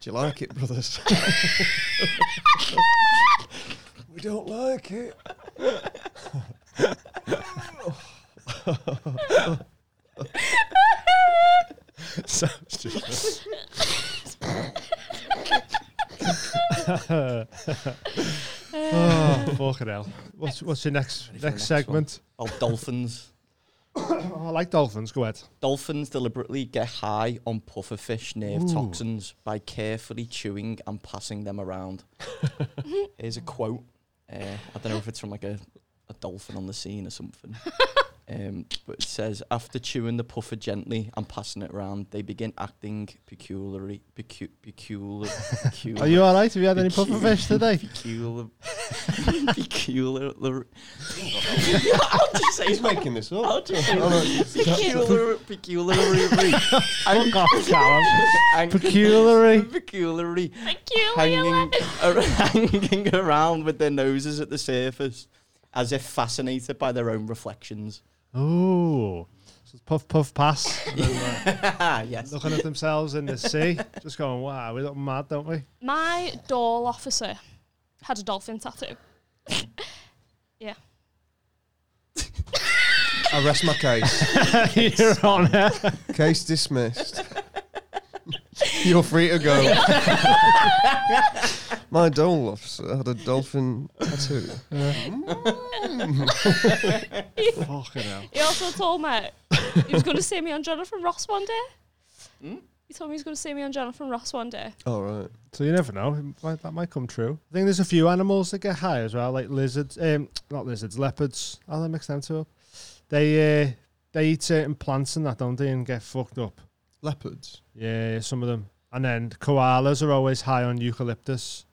[SPEAKER 8] Do you like it, brothers? we don't like it.
[SPEAKER 2] so stupid. oh, fucking hell. What's, what's your next next,
[SPEAKER 6] for the next one?
[SPEAKER 2] segment?
[SPEAKER 6] Oh, dolphins.
[SPEAKER 2] Oh, I like dolphins. Go ahead.
[SPEAKER 6] Dolphins deliberately get high on pufferfish nerve
[SPEAKER 2] Ooh.
[SPEAKER 6] toxins by carefully chewing and passing them around. Here's a quote. Uh, I don't know if it's from like a, a dolphin on the scene or something. Um, but it says after chewing the puffer gently and passing it around, they begin acting peculiarly, pecu- peculiar, peculiar,
[SPEAKER 2] Are you all right? Have you had any pufferfish today?
[SPEAKER 6] peculiar, peculiar,
[SPEAKER 8] He's making this up.
[SPEAKER 6] How do you say
[SPEAKER 8] Oh, no, it's-
[SPEAKER 6] peculiar, peculiarly,
[SPEAKER 2] Fuck off, Callum.
[SPEAKER 6] ang-
[SPEAKER 2] Peculiarly.
[SPEAKER 6] peculiarly
[SPEAKER 1] Peculiar.
[SPEAKER 6] hanging, ar- hanging around with their noses at the surface, as if fascinated by their own reflections.
[SPEAKER 2] Oh. So it's puff, puff, pass. And then, uh,
[SPEAKER 6] Ah, yes.
[SPEAKER 2] looking at themselves in the sea. Just going, wow, we look mad, don't we?
[SPEAKER 1] My doll officer had a dolphin tattoo.
[SPEAKER 8] I rest my case.
[SPEAKER 2] You're on it.
[SPEAKER 8] case dismissed. You're free to go. My dole officer had a dolphin tattoo.
[SPEAKER 2] Fucking hell.
[SPEAKER 1] He also told me he was going to see me on Jonathan Ross one day.
[SPEAKER 2] Hmm?
[SPEAKER 1] He told me he was going to see me on Jonathan Ross one day.
[SPEAKER 8] All right.
[SPEAKER 2] So you never know. It might, that might come true. I think there's a few animals that get high as well, like lizards. Um, not lizards, leopards. Oh, I'll mix them two up. They uh, they eat certain plants and that, don't they, and get fucked up.
[SPEAKER 8] Leopards.
[SPEAKER 2] Yeah, some of them. And then koalas are always high on eucalyptus.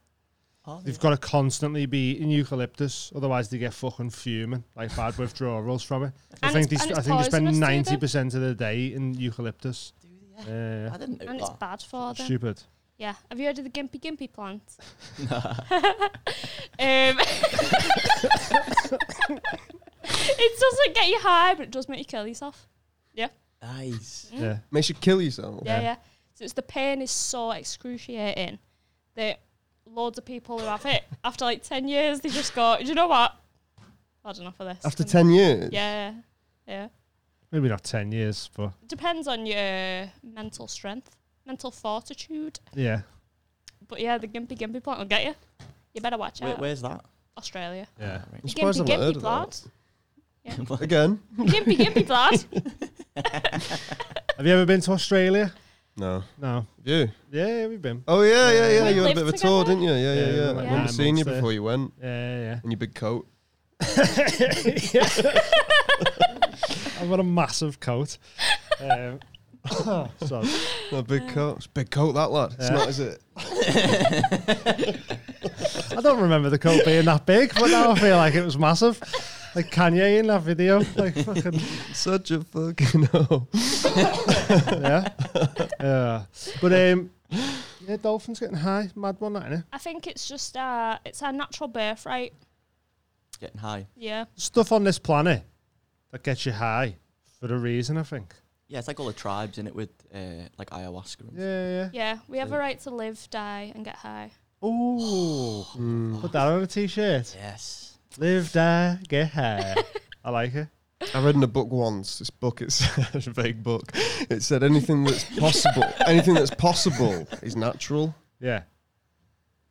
[SPEAKER 6] Oh,
[SPEAKER 2] They've got to constantly be eating eucalyptus, otherwise they get fucking fuming, like bad withdrawals from it. So I
[SPEAKER 1] And
[SPEAKER 2] think
[SPEAKER 1] it's-
[SPEAKER 2] they,
[SPEAKER 1] and
[SPEAKER 2] I
[SPEAKER 1] it's
[SPEAKER 2] think they spend
[SPEAKER 1] poisonous to
[SPEAKER 2] ninety
[SPEAKER 1] you
[SPEAKER 2] percent of the day in eucalyptus. Yeah,
[SPEAKER 6] I didn't know
[SPEAKER 1] And it's
[SPEAKER 6] that.
[SPEAKER 1] bad for them.
[SPEAKER 2] stupid.
[SPEAKER 1] Yeah. Have you heard of the Gimpy Gimpy plant? um, it doesn't get you high, but it does make you kill yourself.
[SPEAKER 6] Nice.
[SPEAKER 2] Yeah,
[SPEAKER 8] Makes you kill yourself.
[SPEAKER 1] Yeah,
[SPEAKER 2] Yeah.
[SPEAKER 1] yeah. So it's the pain is so excruciating that loads of people who have it after like ten years they just go, Do you know what? Had enough of this.
[SPEAKER 8] After
[SPEAKER 1] And-
[SPEAKER 8] 10 years.
[SPEAKER 1] Yeah. Yeah.
[SPEAKER 2] maybe not ten years, but
[SPEAKER 1] Depends on your mental strength, mental fortitude.
[SPEAKER 2] yeah,
[SPEAKER 1] But yeah, the gimpy gimpy plant will get you. You better watch
[SPEAKER 6] Where,
[SPEAKER 1] out.
[SPEAKER 6] where's that?
[SPEAKER 1] Australia.
[SPEAKER 2] yeah.
[SPEAKER 6] Ah,
[SPEAKER 8] I'm
[SPEAKER 1] The
[SPEAKER 8] surprised
[SPEAKER 1] gimpy
[SPEAKER 8] I've not heard
[SPEAKER 1] gimpy
[SPEAKER 8] of
[SPEAKER 1] plant.
[SPEAKER 8] that.
[SPEAKER 6] right.
[SPEAKER 8] Again?
[SPEAKER 1] The gimpy gimpy plant.
[SPEAKER 2] Have you ever been to Australia?
[SPEAKER 8] No.
[SPEAKER 2] No.
[SPEAKER 8] You?
[SPEAKER 2] Yeah, we've been.
[SPEAKER 8] Oh, yeah, yeah, yeah.
[SPEAKER 1] We
[SPEAKER 8] You had a bit of a
[SPEAKER 1] lived
[SPEAKER 8] tour,
[SPEAKER 1] together.
[SPEAKER 8] didn't you? Yeah, yeah,
[SPEAKER 2] Yeah, we
[SPEAKER 8] yeah.
[SPEAKER 2] were
[SPEAKER 8] I
[SPEAKER 2] like
[SPEAKER 8] remember
[SPEAKER 2] nine
[SPEAKER 8] seeing
[SPEAKER 2] months
[SPEAKER 8] you
[SPEAKER 2] there.
[SPEAKER 8] before you went
[SPEAKER 2] Yeah, yeah.
[SPEAKER 8] in your big coat.
[SPEAKER 2] I've got a massive coat. Um, so,
[SPEAKER 8] A big coat. It's a big coat, that lad. It's
[SPEAKER 2] Yeah.
[SPEAKER 8] not, is it?
[SPEAKER 2] I don't remember the coat being that big, but now I feel like it was massive. Like Kanye in that video. Like fucking
[SPEAKER 8] Such a fucking no.
[SPEAKER 2] yeah. Yeah. But um yeah, dolphins getting high, mad one, that, innit?
[SPEAKER 1] I think it's just uh it's our natural birthright.
[SPEAKER 6] getting high.
[SPEAKER 1] Yeah.
[SPEAKER 2] Stuff on this planet that gets you high for a reason, I think.
[SPEAKER 6] Yeah, it's like all the tribes in it with uh, like ayahuasca. And
[SPEAKER 2] Yeah, yeah.
[SPEAKER 1] Yeah. We have a right to live, die, and get high.
[SPEAKER 2] Ooh. Put that on a t shirt.
[SPEAKER 6] Yes.
[SPEAKER 2] Live, die, get high. I like it.
[SPEAKER 8] I read in a book once. This book, it's, it's a vague book. It said anything that's possible, anything that's possible is natural.
[SPEAKER 2] Yeah.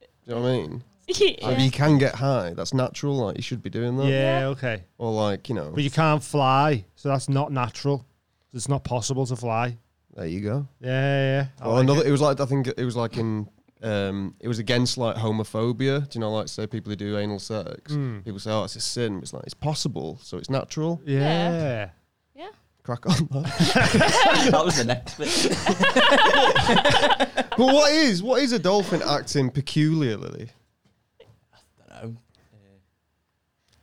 [SPEAKER 8] Do you know what I mean? Like,
[SPEAKER 1] yeah.
[SPEAKER 8] you can get high. That's natural. Like you should be doing that.
[SPEAKER 2] Yeah,
[SPEAKER 1] Yeah.
[SPEAKER 2] okay.
[SPEAKER 8] Or like you know,
[SPEAKER 2] But you can't fly, so that's not natural. It's not possible to fly.
[SPEAKER 8] there you go.
[SPEAKER 2] Yeah, yeah. yeah. I
[SPEAKER 8] Or
[SPEAKER 2] like
[SPEAKER 8] another.
[SPEAKER 2] it.
[SPEAKER 8] It. was like I think it was like in. Um, it was against like homophobia. Do you know, like say people who do anal sex, people say, "Oh, it's a sin." It's like it's possible, so it's natural.
[SPEAKER 2] Hmm. Yeah.
[SPEAKER 8] Crack on. lad.
[SPEAKER 6] that was the next bit.
[SPEAKER 8] but what is what is a dolphin acting peculiarly?
[SPEAKER 6] I don't know.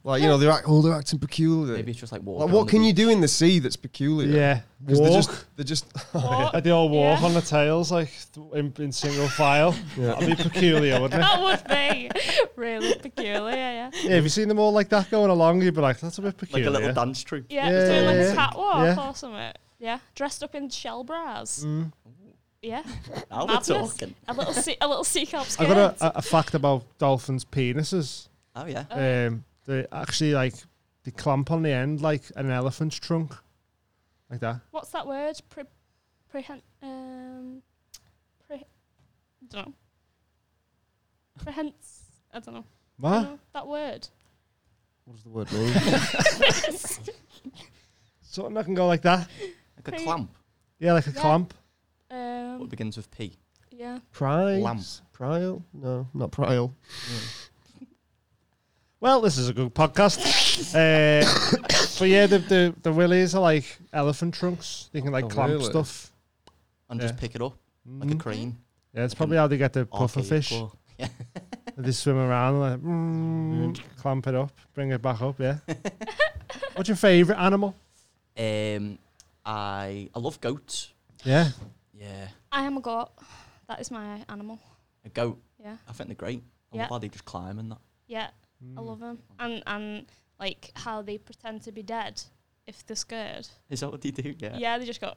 [SPEAKER 8] Like you know, they're act, oh, they're acting peculiarly.
[SPEAKER 6] Maybe it's just like water.
[SPEAKER 8] Like, what can you do in the sea that's peculiar?
[SPEAKER 2] Yeah.
[SPEAKER 8] 'Cause
[SPEAKER 2] Walk.
[SPEAKER 8] They're just, they're just
[SPEAKER 1] What?
[SPEAKER 2] Like they all walk
[SPEAKER 1] Yeah.
[SPEAKER 2] on the tails, like th- in, in single file. That'd be peculiar, wouldn't it?
[SPEAKER 1] that would be really peculiar. Yeah.
[SPEAKER 2] Yeah, have you seen them all like that going along? You'd be like, that's a bit
[SPEAKER 6] Like
[SPEAKER 2] peculiar.
[SPEAKER 6] a little dance troupe.
[SPEAKER 1] Yeah.
[SPEAKER 2] Yeah,
[SPEAKER 1] doing like
[SPEAKER 2] yeah,
[SPEAKER 1] a
[SPEAKER 2] yeah.
[SPEAKER 1] catwalk
[SPEAKER 2] Yeah.
[SPEAKER 1] or something. Yeah. Dressed up in shell bras. Yeah.
[SPEAKER 6] Now we're
[SPEAKER 1] Madness.
[SPEAKER 6] talking.
[SPEAKER 1] A little sea, a little sea cow skirt.
[SPEAKER 2] I got a, uh, a, a fact about dolphins' penises.
[SPEAKER 6] Oh yeah.
[SPEAKER 2] Um, they actually like they clamp on the end like an elephant's trunk, like that.
[SPEAKER 1] What's that word? Pre, prehen, um, pre, don't know. Prehens. I don't know. I
[SPEAKER 2] What?
[SPEAKER 1] don't know that word.
[SPEAKER 8] what does the word mean?
[SPEAKER 2] Something that can go like that.
[SPEAKER 6] Like a
[SPEAKER 1] Pretty-
[SPEAKER 6] clamp.
[SPEAKER 2] Yeah, like a
[SPEAKER 1] Yeah.
[SPEAKER 2] clamp.
[SPEAKER 6] What
[SPEAKER 1] Um,
[SPEAKER 6] begins with P?
[SPEAKER 1] yeah.
[SPEAKER 8] Prize.
[SPEAKER 6] Lamp.
[SPEAKER 8] Prial? No, not prial.
[SPEAKER 2] Well, this is a good podcast. uh, but yeah, the, the the willies are like elephant trunks. They can like
[SPEAKER 8] Oh,
[SPEAKER 2] clamp
[SPEAKER 8] really? Mm-hmm.
[SPEAKER 2] stuff.
[SPEAKER 6] And
[SPEAKER 2] Yeah.
[SPEAKER 6] just pick it up like a crane.
[SPEAKER 2] Yeah, it's probably how they get the puffer
[SPEAKER 6] Arcade
[SPEAKER 2] fish.
[SPEAKER 6] claw. Yeah.
[SPEAKER 2] They swim around like mm, clamp it up, bring it back up. Yeah. What's your favourite animal?
[SPEAKER 6] Um, I I love goats.
[SPEAKER 2] Yeah.
[SPEAKER 6] Yeah,
[SPEAKER 1] I am a goat. That is my animal.
[SPEAKER 6] a goat.
[SPEAKER 1] Yeah.
[SPEAKER 6] I think they're great. I
[SPEAKER 1] Yeah.
[SPEAKER 6] love how they just climb and that.
[SPEAKER 1] Yeah.
[SPEAKER 2] Mm.
[SPEAKER 1] I love them. And and like how they pretend to be dead if they're scared.
[SPEAKER 6] Is that what they do? Yeah.
[SPEAKER 1] Yeah, they just go.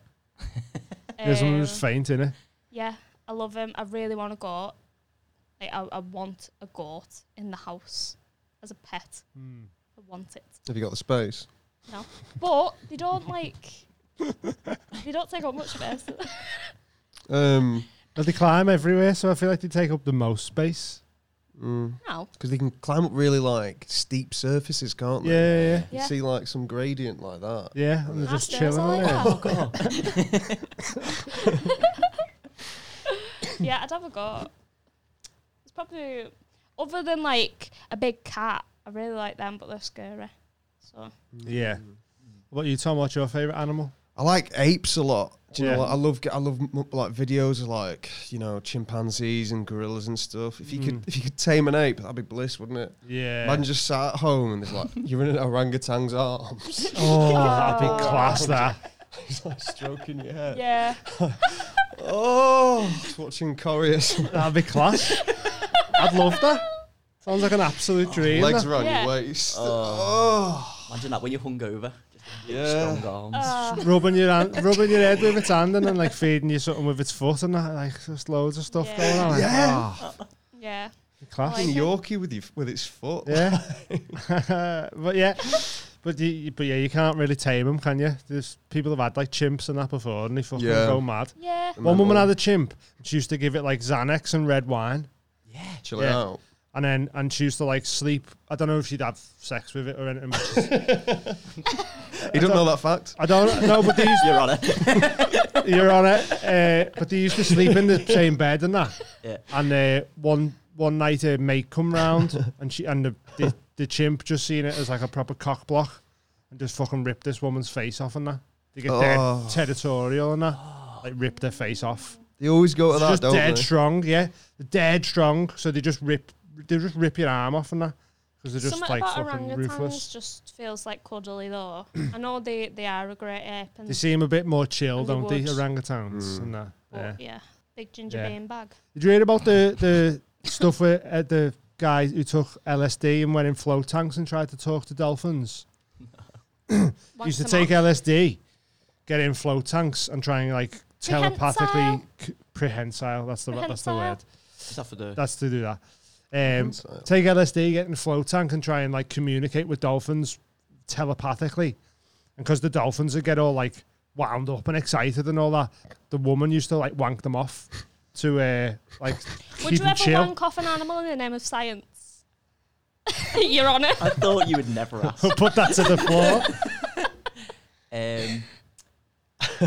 [SPEAKER 2] Yeah, someone
[SPEAKER 1] Um,
[SPEAKER 2] was faint in it.
[SPEAKER 1] Yeah, I love them. I really want a goat. Like, I, I want a goat in the house as a pet.
[SPEAKER 8] Mm.
[SPEAKER 1] I want it.
[SPEAKER 8] Have you got the space?
[SPEAKER 1] No, but they don't like. they don't take up much space.
[SPEAKER 8] Um,
[SPEAKER 2] But they climb everywhere, so I feel like they take up the most space.
[SPEAKER 1] no.
[SPEAKER 8] because mm, they can climb up really like steep surfaces, can't
[SPEAKER 2] Yeah,
[SPEAKER 8] they?
[SPEAKER 2] yeah,
[SPEAKER 8] You
[SPEAKER 1] Yeah.
[SPEAKER 8] see like some gradient like that.
[SPEAKER 2] yeah. yeah and they're
[SPEAKER 1] Our
[SPEAKER 2] just
[SPEAKER 1] stairs
[SPEAKER 2] chilling
[SPEAKER 1] are
[SPEAKER 2] on
[SPEAKER 1] like "Oh,
[SPEAKER 2] it.
[SPEAKER 1] that. yeah, I'd have a goat. It's probably other than like a big cat. I really like them, but they're scary. So
[SPEAKER 2] Yeah. What about you, Tom? What's your favourite animal?
[SPEAKER 8] I like apes a lot. Do you
[SPEAKER 2] Yeah.
[SPEAKER 8] know, like, I love I love m- like videos of like you know chimpanzees and gorillas and stuff. If you could if you could tame an ape, that'd be bliss, wouldn't it?
[SPEAKER 2] Mm. Yeah.
[SPEAKER 8] Imagine just sat at home and it's like you're in an orangutan's arms,
[SPEAKER 2] oh, that'd be class, that.
[SPEAKER 8] He's like stroking your hair.
[SPEAKER 1] yeah,
[SPEAKER 8] Oh, just watching Correus.
[SPEAKER 2] That'd be class. I'd love that. Sounds like an absolute dream.
[SPEAKER 8] Legs
[SPEAKER 2] that.
[SPEAKER 8] around
[SPEAKER 1] Yeah. Oh.
[SPEAKER 8] your waist.
[SPEAKER 6] Imagine that when you're hungover. Just
[SPEAKER 8] Yeah.
[SPEAKER 6] Strong
[SPEAKER 1] Uh,
[SPEAKER 6] arms.
[SPEAKER 2] rubbing your hand, rubbing your head with its hand and then like feeding you something with its foot and that, like just loads of stuff
[SPEAKER 1] Yeah.
[SPEAKER 2] going on. Like,
[SPEAKER 8] Yeah.
[SPEAKER 2] oh,
[SPEAKER 1] yeah.
[SPEAKER 2] class.
[SPEAKER 1] Like-
[SPEAKER 8] Fucking Yorkie with your, with its foot.
[SPEAKER 2] Yeah. but yeah. But you, you- but yeah, you can't really tame them, can you? There's people have had like chimps and that before, and they fucking
[SPEAKER 8] Yeah.
[SPEAKER 2] go mad.
[SPEAKER 1] Yeah,
[SPEAKER 2] One woman
[SPEAKER 8] all-
[SPEAKER 2] had a chimp. She used to give it like Xanax and red wine,
[SPEAKER 8] Chill
[SPEAKER 2] Yeah.
[SPEAKER 8] out.
[SPEAKER 2] and then and she used to like sleep. I don't know if she'd have sex with it or anything. but-
[SPEAKER 8] You don't know that fact?
[SPEAKER 2] I don't know, but they used,
[SPEAKER 6] You're on it.
[SPEAKER 2] you're on it. Uh, but they used to sleep in the same bed and that.
[SPEAKER 6] Yeah.
[SPEAKER 2] And uh, one one night, her mate come round, and she and the, the the chimp just seen it as like a proper cock block, and just fucking ripped this woman's face off and that. They get
[SPEAKER 8] Oh.
[SPEAKER 2] dead territorial and that, like ripped their face off.
[SPEAKER 8] They always go to
[SPEAKER 2] They're
[SPEAKER 8] that,
[SPEAKER 2] just
[SPEAKER 8] don't
[SPEAKER 2] dead
[SPEAKER 8] they?
[SPEAKER 2] strong, yeah. They're dead strong, so they just rip, they just rip your arm off and that, because they're just
[SPEAKER 1] Something
[SPEAKER 2] like
[SPEAKER 1] about
[SPEAKER 2] fucking
[SPEAKER 1] orangutans
[SPEAKER 2] ruthless.
[SPEAKER 1] just feels like cuddly though. I know they they are a great ape, and
[SPEAKER 2] They seem a bit more chill,
[SPEAKER 1] And they
[SPEAKER 2] don't they?
[SPEAKER 1] would. Oh,
[SPEAKER 2] Orangutans and that.
[SPEAKER 1] but yeah. big ginger
[SPEAKER 2] Yeah.
[SPEAKER 1] bean bag.
[SPEAKER 2] Did you hear about the the stuff with uh, the guy who took LSD and went in float tanks and tried to talk to dolphins? used to
[SPEAKER 1] Wanked 'em
[SPEAKER 2] take
[SPEAKER 1] off.
[SPEAKER 2] LSD, get in float tanks, and try and like telepathically
[SPEAKER 1] Prehensile.
[SPEAKER 2] c- prehensile. That's the that's the
[SPEAKER 1] Prehensile.
[SPEAKER 2] word.
[SPEAKER 6] Just have to do.
[SPEAKER 2] That's to do that. Um, take LSD, get in a float tank, and try and like communicate with dolphins telepathically. And because the dolphins would get all like wound up and excited and all that, the woman used to like wank them off to uh, like
[SPEAKER 1] Would
[SPEAKER 2] keep
[SPEAKER 1] you
[SPEAKER 2] them
[SPEAKER 1] ever
[SPEAKER 2] chill.
[SPEAKER 1] wank off an animal in the name of science? Your Honour.
[SPEAKER 6] I thought you would never ask.
[SPEAKER 2] Put that to the floor.
[SPEAKER 6] Um,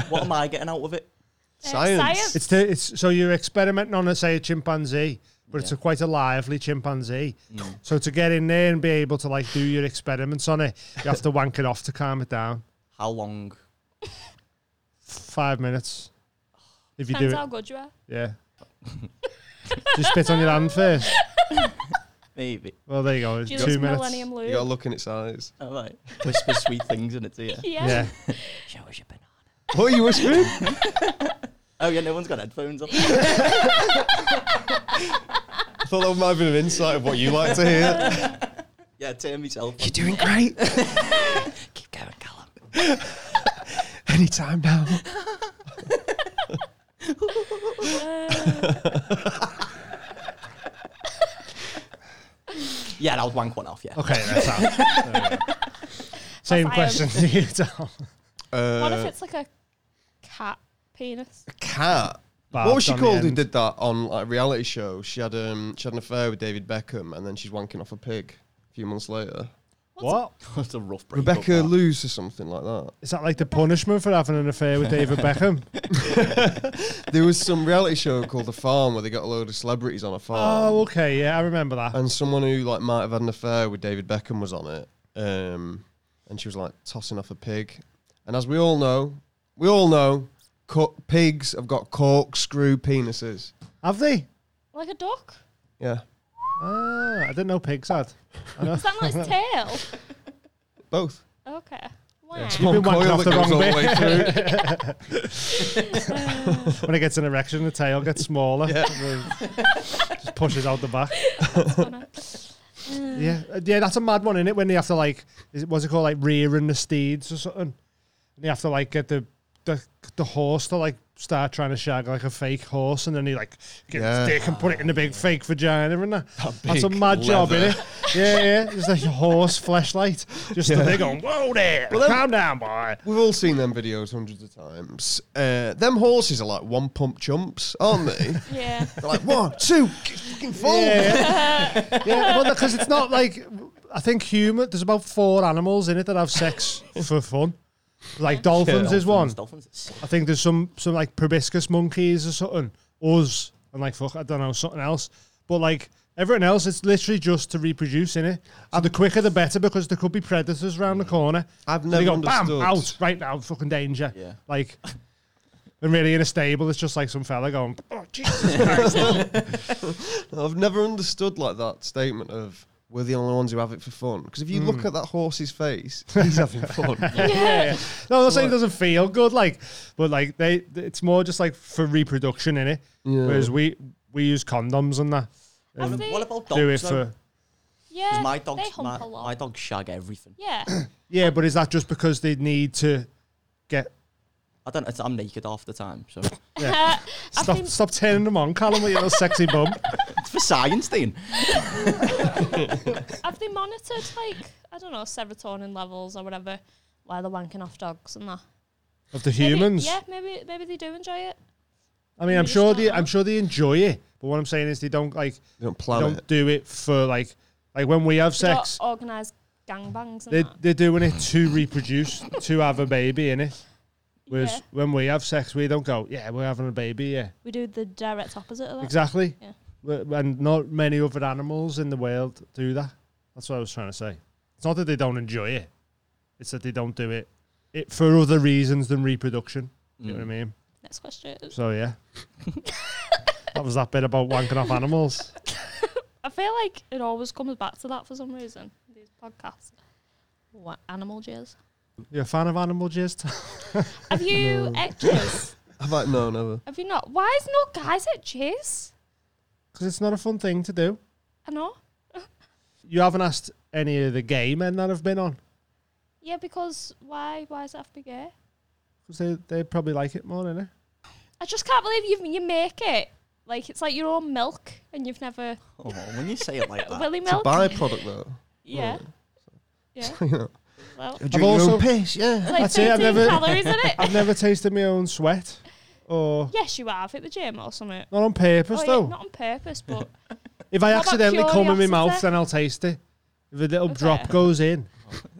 [SPEAKER 6] what am I getting out of it?
[SPEAKER 1] Uh,
[SPEAKER 8] Science.
[SPEAKER 2] it's, to, it's so you're experimenting on, say, a chimpanzee, but it's a
[SPEAKER 6] Yeah.
[SPEAKER 2] quite a lively chimpanzee. So to get in there and be able to like do your experiments on it, you have to wank it off to calm it down.
[SPEAKER 6] How long?
[SPEAKER 2] Five minutes. If you do
[SPEAKER 1] Depends
[SPEAKER 2] it,
[SPEAKER 1] how good you are.
[SPEAKER 2] Yeah. Did you spit on your hand first?
[SPEAKER 6] Maybe.
[SPEAKER 2] Well, there you go.
[SPEAKER 1] Do you
[SPEAKER 2] two
[SPEAKER 1] listen to
[SPEAKER 2] minutes.
[SPEAKER 1] Millennium
[SPEAKER 8] You gotta
[SPEAKER 1] Loop?
[SPEAKER 8] look in its eyes.
[SPEAKER 6] All right. Whisper sweet things in its ear.
[SPEAKER 1] Yeah.
[SPEAKER 2] Yeah.
[SPEAKER 6] Show us your banana.
[SPEAKER 8] What are you whispering?
[SPEAKER 6] Oh yeah, no one's got headphones on.
[SPEAKER 8] I thought that might have been an insight of what you like to hear.
[SPEAKER 6] yeah, turn myself. on.
[SPEAKER 8] doing great.
[SPEAKER 6] Keep going, Callum.
[SPEAKER 8] Anytime now.
[SPEAKER 6] Yeah, and I'll wank one off. Yeah.
[SPEAKER 2] Okay, that's out. There we go. Same
[SPEAKER 1] That's
[SPEAKER 2] question to you, Tom.
[SPEAKER 8] Uh,
[SPEAKER 1] what if it's like a cat penis?
[SPEAKER 8] cat?
[SPEAKER 2] Barbed
[SPEAKER 8] what was she
[SPEAKER 2] on the
[SPEAKER 8] called who
[SPEAKER 2] end.
[SPEAKER 8] did that on like a reality show? She had um she had an affair with David Beckham and then she's wanking off a pig a few months later.
[SPEAKER 2] What?
[SPEAKER 6] That's a rough break.
[SPEAKER 8] Rebecca Luce or something like that.
[SPEAKER 2] Is that like the punishment for having an affair with David Beckham?
[SPEAKER 8] Oh. There was some reality show called The Farm where they got a load of celebrities on a farm.
[SPEAKER 2] oh, okay. Yeah, I remember that.
[SPEAKER 8] And someone who like might have had an affair with David Beckham was on it. Um, and she was like tossing off a pig. And as we all know, we all know cor- pigs have got corkscrew penises.
[SPEAKER 2] Have they?
[SPEAKER 1] Like a duck?
[SPEAKER 8] Yeah.
[SPEAKER 2] Ah, I didn't know pigs had.
[SPEAKER 1] Is that not its tail?
[SPEAKER 8] Both.
[SPEAKER 1] Okay. Wow.
[SPEAKER 2] You've been wanking off the wrong
[SPEAKER 8] all the
[SPEAKER 2] bit.
[SPEAKER 8] way through.
[SPEAKER 2] When it gets an erection, the tail gets smaller. Just pushes out the back. Yeah, uh, yeah, that's a mad one, isn't it? When they have to like, is it, what's it called, like rearing the steeds or something? And they have to like get the the, the horse to like start trying to shag like a fake horse, and then he like get
[SPEAKER 8] Yeah.
[SPEAKER 2] his dick and put it in the big fake vagina, and that. that's a
[SPEAKER 8] big
[SPEAKER 2] mad job,
[SPEAKER 8] leather.
[SPEAKER 2] isn't it? Yeah, yeah, just like a horse flashlight, just yeah. they going, whoa there,
[SPEAKER 8] Well, then-
[SPEAKER 2] calm down, boy.
[SPEAKER 8] We've all seen them videos hundreds of times. Uh, them horses are like one pump chumps, aren't they?
[SPEAKER 1] Yeah.
[SPEAKER 8] They're like one, two, get fucking full.
[SPEAKER 2] Yeah, yeah, well, because it's not like I think human. There's about four animals in it that have sex for fun. Like dolphins is one.
[SPEAKER 6] Dolphins. it's sick.
[SPEAKER 2] I think there's some some like proboscis monkeys or something. Us and like fuck, I don't know something else. But like everything else, it's literally just to reproduce in it. And the quicker the better because there could be predators around the corner.
[SPEAKER 8] I've
[SPEAKER 2] they
[SPEAKER 8] never
[SPEAKER 2] go
[SPEAKER 8] understood.
[SPEAKER 2] bam out right now, fucking danger.
[SPEAKER 6] Yeah.
[SPEAKER 2] Like. And really, in a stable, it's just like some fella going, "Oh Jesus!"
[SPEAKER 8] I've never understood like that statement of we're the only ones who have it for fun. Because if you look
[SPEAKER 2] Hmm.
[SPEAKER 8] at that horse's face, he's having fun.
[SPEAKER 2] Yeah. No, I'm not saying it doesn't feel good, like, but like they, it's more just like for reproduction in it. Whereas we we use condoms and that.
[SPEAKER 1] Have
[SPEAKER 2] and
[SPEAKER 1] they-
[SPEAKER 6] Um, What about
[SPEAKER 2] do it
[SPEAKER 6] dogs? though?
[SPEAKER 2] for
[SPEAKER 6] 'Cause
[SPEAKER 1] Yeah.
[SPEAKER 6] my
[SPEAKER 1] they
[SPEAKER 6] dogs,
[SPEAKER 1] hump
[SPEAKER 6] my,
[SPEAKER 1] a lot.
[SPEAKER 6] my dogs shag everything.
[SPEAKER 1] yeah.
[SPEAKER 2] yeah, but is that just because they need to get
[SPEAKER 6] I don't. It's, I'm naked half the time, so
[SPEAKER 1] I've
[SPEAKER 2] Stop,
[SPEAKER 1] been-
[SPEAKER 2] stop turning them on, Callum, with your little sexy bum.
[SPEAKER 6] it's for science, Dean.
[SPEAKER 1] Have they monitored like I don't know serotonin levels or whatever while they're wanking off dogs and that?
[SPEAKER 2] Of the
[SPEAKER 1] Maybe-
[SPEAKER 2] humans.
[SPEAKER 1] yeah, maybe maybe they do enjoy it.
[SPEAKER 2] I mean,
[SPEAKER 1] Maybe
[SPEAKER 2] I'm
[SPEAKER 1] just
[SPEAKER 2] sure
[SPEAKER 1] don't
[SPEAKER 2] they,
[SPEAKER 1] know.
[SPEAKER 2] I'm sure they enjoy it, but what I'm saying is they don't like,
[SPEAKER 8] They don't
[SPEAKER 2] they
[SPEAKER 8] plan
[SPEAKER 2] don't
[SPEAKER 8] it.
[SPEAKER 2] do it for like, like when we have sex,
[SPEAKER 1] Organized gangbangs and
[SPEAKER 2] they
[SPEAKER 1] that.
[SPEAKER 2] they're doing it to reproduce, to have a baby in it. Whereas
[SPEAKER 1] Yeah.
[SPEAKER 2] when we have sex, we don't go, yeah, we're having a baby, yeah.
[SPEAKER 1] We do the direct opposite of that.
[SPEAKER 2] Exactly.
[SPEAKER 1] Yeah.
[SPEAKER 2] W- And not many other animals in the world do that. That's what I was trying to say. It's not that they don't enjoy it; it's that they don't do it, it for other reasons than reproduction. You know what I mean?
[SPEAKER 1] Next question.
[SPEAKER 2] So yeah, that was that bit about wanking off animals.
[SPEAKER 1] I feel like it always comes back to that for some reason. These podcasts. What animal jizz?
[SPEAKER 2] You a fan of animal jizz?
[SPEAKER 1] Have you ate jizz?
[SPEAKER 8] I'm like, no, never.
[SPEAKER 1] Have you not? Why is no guys at jizz?
[SPEAKER 2] Because it's not a fun thing to do.
[SPEAKER 1] I know.
[SPEAKER 2] you haven't asked any of the gay men that have been on
[SPEAKER 1] Yeah, because why? Why does it have to be gay?
[SPEAKER 2] because they they probably like it more, innit?
[SPEAKER 1] I just can't believe you you make it like it's like your own milk and you've never
[SPEAKER 6] Oh, when you say it like that,
[SPEAKER 1] Willy
[SPEAKER 8] It's a
[SPEAKER 1] milk.
[SPEAKER 8] byproduct though.
[SPEAKER 1] yeah, yeah.
[SPEAKER 8] you know.
[SPEAKER 1] Well,
[SPEAKER 8] Drink
[SPEAKER 2] also-
[SPEAKER 8] piss, yeah.
[SPEAKER 1] like
[SPEAKER 2] That's it, I've
[SPEAKER 1] 13
[SPEAKER 2] never-
[SPEAKER 1] calories in it.
[SPEAKER 2] I've never tasted my own sweat, or
[SPEAKER 1] yes, you have at the gym or something.
[SPEAKER 2] not on purpose
[SPEAKER 1] Oh, yeah,
[SPEAKER 2] though.
[SPEAKER 1] not on purpose, but
[SPEAKER 2] if
[SPEAKER 1] What about
[SPEAKER 2] I accidentally come in my
[SPEAKER 1] curiosity?
[SPEAKER 2] mouth, then I'll taste it. If a little
[SPEAKER 1] Is
[SPEAKER 2] drop
[SPEAKER 1] it?
[SPEAKER 2] goes in,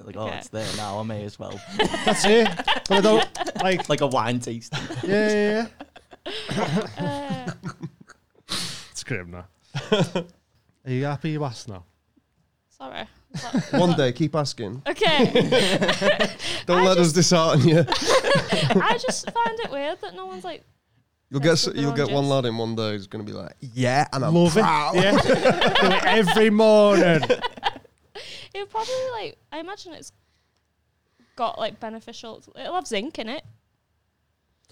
[SPEAKER 6] like, oh,
[SPEAKER 1] Okay.
[SPEAKER 6] it's there now. I may as well.
[SPEAKER 2] that's it. But I don't like.
[SPEAKER 6] like a wine taste.
[SPEAKER 2] Yeah, yeah, yeah.
[SPEAKER 1] uh,
[SPEAKER 2] It's grim now. Are you happy you asked now?
[SPEAKER 1] sorry.
[SPEAKER 8] One day, keep asking.
[SPEAKER 1] Okay,
[SPEAKER 8] Don't
[SPEAKER 1] I
[SPEAKER 8] let us dishearten you.
[SPEAKER 1] I just find it weird that no one's like.
[SPEAKER 8] You'll
[SPEAKER 1] That's
[SPEAKER 8] get so,
[SPEAKER 1] what they're
[SPEAKER 8] you'll
[SPEAKER 1] on,
[SPEAKER 8] get one
[SPEAKER 1] James.
[SPEAKER 8] lad in one day who's gonna be like, yeah, and I'm
[SPEAKER 2] Love it.
[SPEAKER 8] proud.
[SPEAKER 2] Yeah. Do it every morning.
[SPEAKER 1] It would probably like I imagine it's got like beneficial. It'll have zinc in it.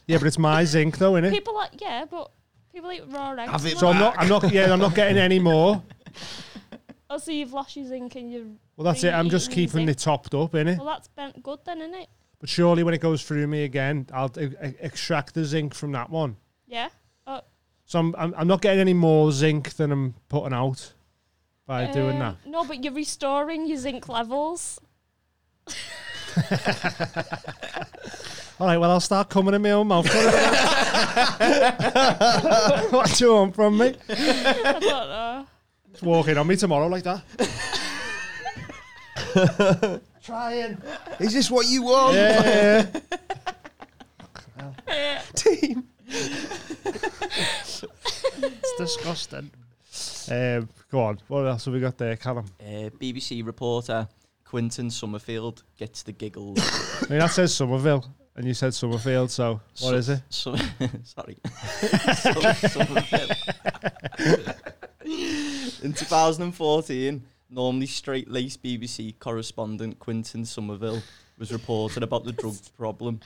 [SPEAKER 2] Yeah, but it's my zinc though, innit?
[SPEAKER 1] People like yeah, but people eat raw eggs.
[SPEAKER 8] Have
[SPEAKER 1] and
[SPEAKER 8] it
[SPEAKER 1] all
[SPEAKER 2] So I'm
[SPEAKER 1] that.
[SPEAKER 2] not. I'm not. Yeah, I'm not getting any more.
[SPEAKER 1] Oh, so you've lost your zinc and you.
[SPEAKER 2] Well, that's it. I'm just keeping it topped up, innit?
[SPEAKER 1] Well, that's been good then, isn't it?
[SPEAKER 2] But surely when it goes through me again, I'll e- e- extract the zinc from that one.
[SPEAKER 1] Yeah.
[SPEAKER 2] So I'm, I'm, I'm not getting any more zinc than I'm putting out by doing that.
[SPEAKER 1] Um, No, but you're restoring your zinc levels.
[SPEAKER 2] All right, well, I'll start coming in my own mouth. what do you want from me?
[SPEAKER 1] I oh, don't know.
[SPEAKER 2] Just walking on me tomorrow like that. Trying.
[SPEAKER 8] Is this what you want?
[SPEAKER 2] Yeah.
[SPEAKER 8] Team.
[SPEAKER 2] it's disgusting. Um, go on. What else have we got there, Callum?
[SPEAKER 6] Uh, BBC reporter Quinton Summerfield gets the giggles.
[SPEAKER 2] I mean, that says Somerville, and you said Summerfield, so what is it?
[SPEAKER 6] So, sorry. So- Summerfield. In 2014, normally straight-laced BBC correspondent Quinton Somerville was reporting about the drug problem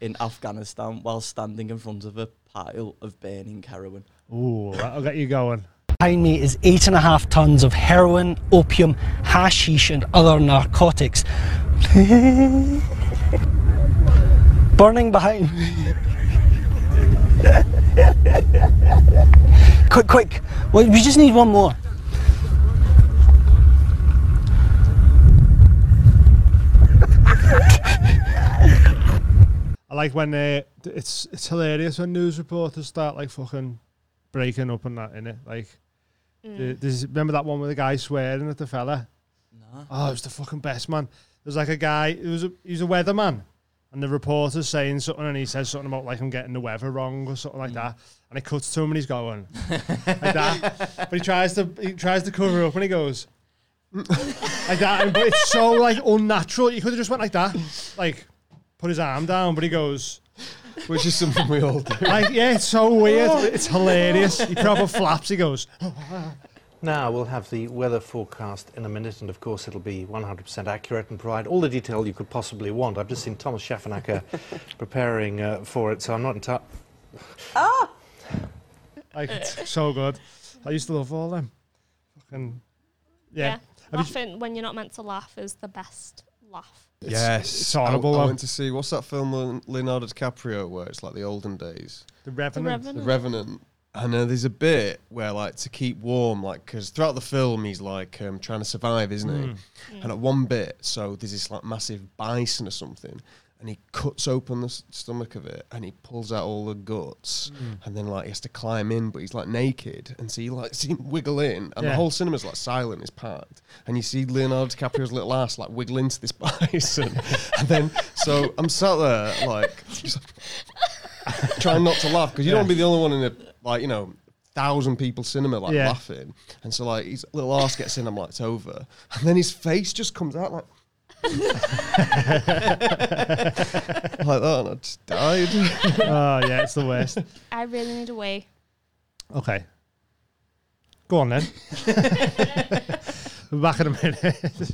[SPEAKER 6] in Afghanistan while standing in front of a pile of burning heroin.
[SPEAKER 2] Ooh, that'll get you going.
[SPEAKER 3] Behind me is eight and a half tons of heroin, opium, hashish, and other narcotics. Burning behind. quick, quick! Wait, We just need one more.
[SPEAKER 2] I like when uh, th- it's it's hilarious when news reporters start like fucking breaking up and that in it. Like, the, there's, remember that one with the guy swearing at the fella?
[SPEAKER 6] Nah.
[SPEAKER 2] Oh, it was the fucking best man. There's like a guy who was a, he was a weatherman, and the reporter's saying something, and he says something about like I'm getting the weather wrong or something like that, and it cuts to him and he's going like that, but he tries to he tries to cover up and he goes like that, and, but it's so like unnatural. You could have just went like that, like put his arm down, but he goes.
[SPEAKER 8] Which is something we all do.
[SPEAKER 2] Like, yeah, it's so weird. It's hilarious. He proper flaps. He goes,
[SPEAKER 5] Now we'll have the weather forecast in a minute, and of course it'll be 100% accurate and provide all the detail you could possibly want. I've just seen Thomas Schaffenacker preparing uh, for it, so I'm not entirely.
[SPEAKER 2] like, it's so good. I used to love all them. Fucking, yeah.
[SPEAKER 1] Yeah.
[SPEAKER 2] Have you-
[SPEAKER 1] Laughing when you're not meant to laugh is the best laugh.
[SPEAKER 8] Yes,
[SPEAKER 2] it's horrible,
[SPEAKER 8] I, I
[SPEAKER 2] um,
[SPEAKER 8] went to see what's that film Leon- Leonardo DiCaprio where it's like the olden days,
[SPEAKER 2] The
[SPEAKER 1] The
[SPEAKER 2] Revenant.
[SPEAKER 8] The
[SPEAKER 1] Revenant.
[SPEAKER 8] Revenant. And uh, there's a bit where like to keep warm, like because throughout the film he's like um, trying to survive, isn't he? And at one bit, so there's this like massive bison or something, and he cuts open the s- stomach of it and he pulls out all the guts, and then like he has to climb in, but he's like naked, and so you like see him wiggle in, and the
[SPEAKER 2] Yeah.
[SPEAKER 8] whole cinema's like silent, it's packed, and you see Leonardo DiCaprio's little ass like wiggle into this bison, and then so I'm sat there like. just like trying not to laugh because you don't want to be the only one in a like you know thousand people cinema like
[SPEAKER 2] Yeah.
[SPEAKER 8] laughing and so like his little ass gets in i'm like it's over and then his face just comes out like like that and i just died
[SPEAKER 2] oh, yeah, it's the worst.
[SPEAKER 1] I really need a way.
[SPEAKER 2] Okay. Go on then. We're back in a minute.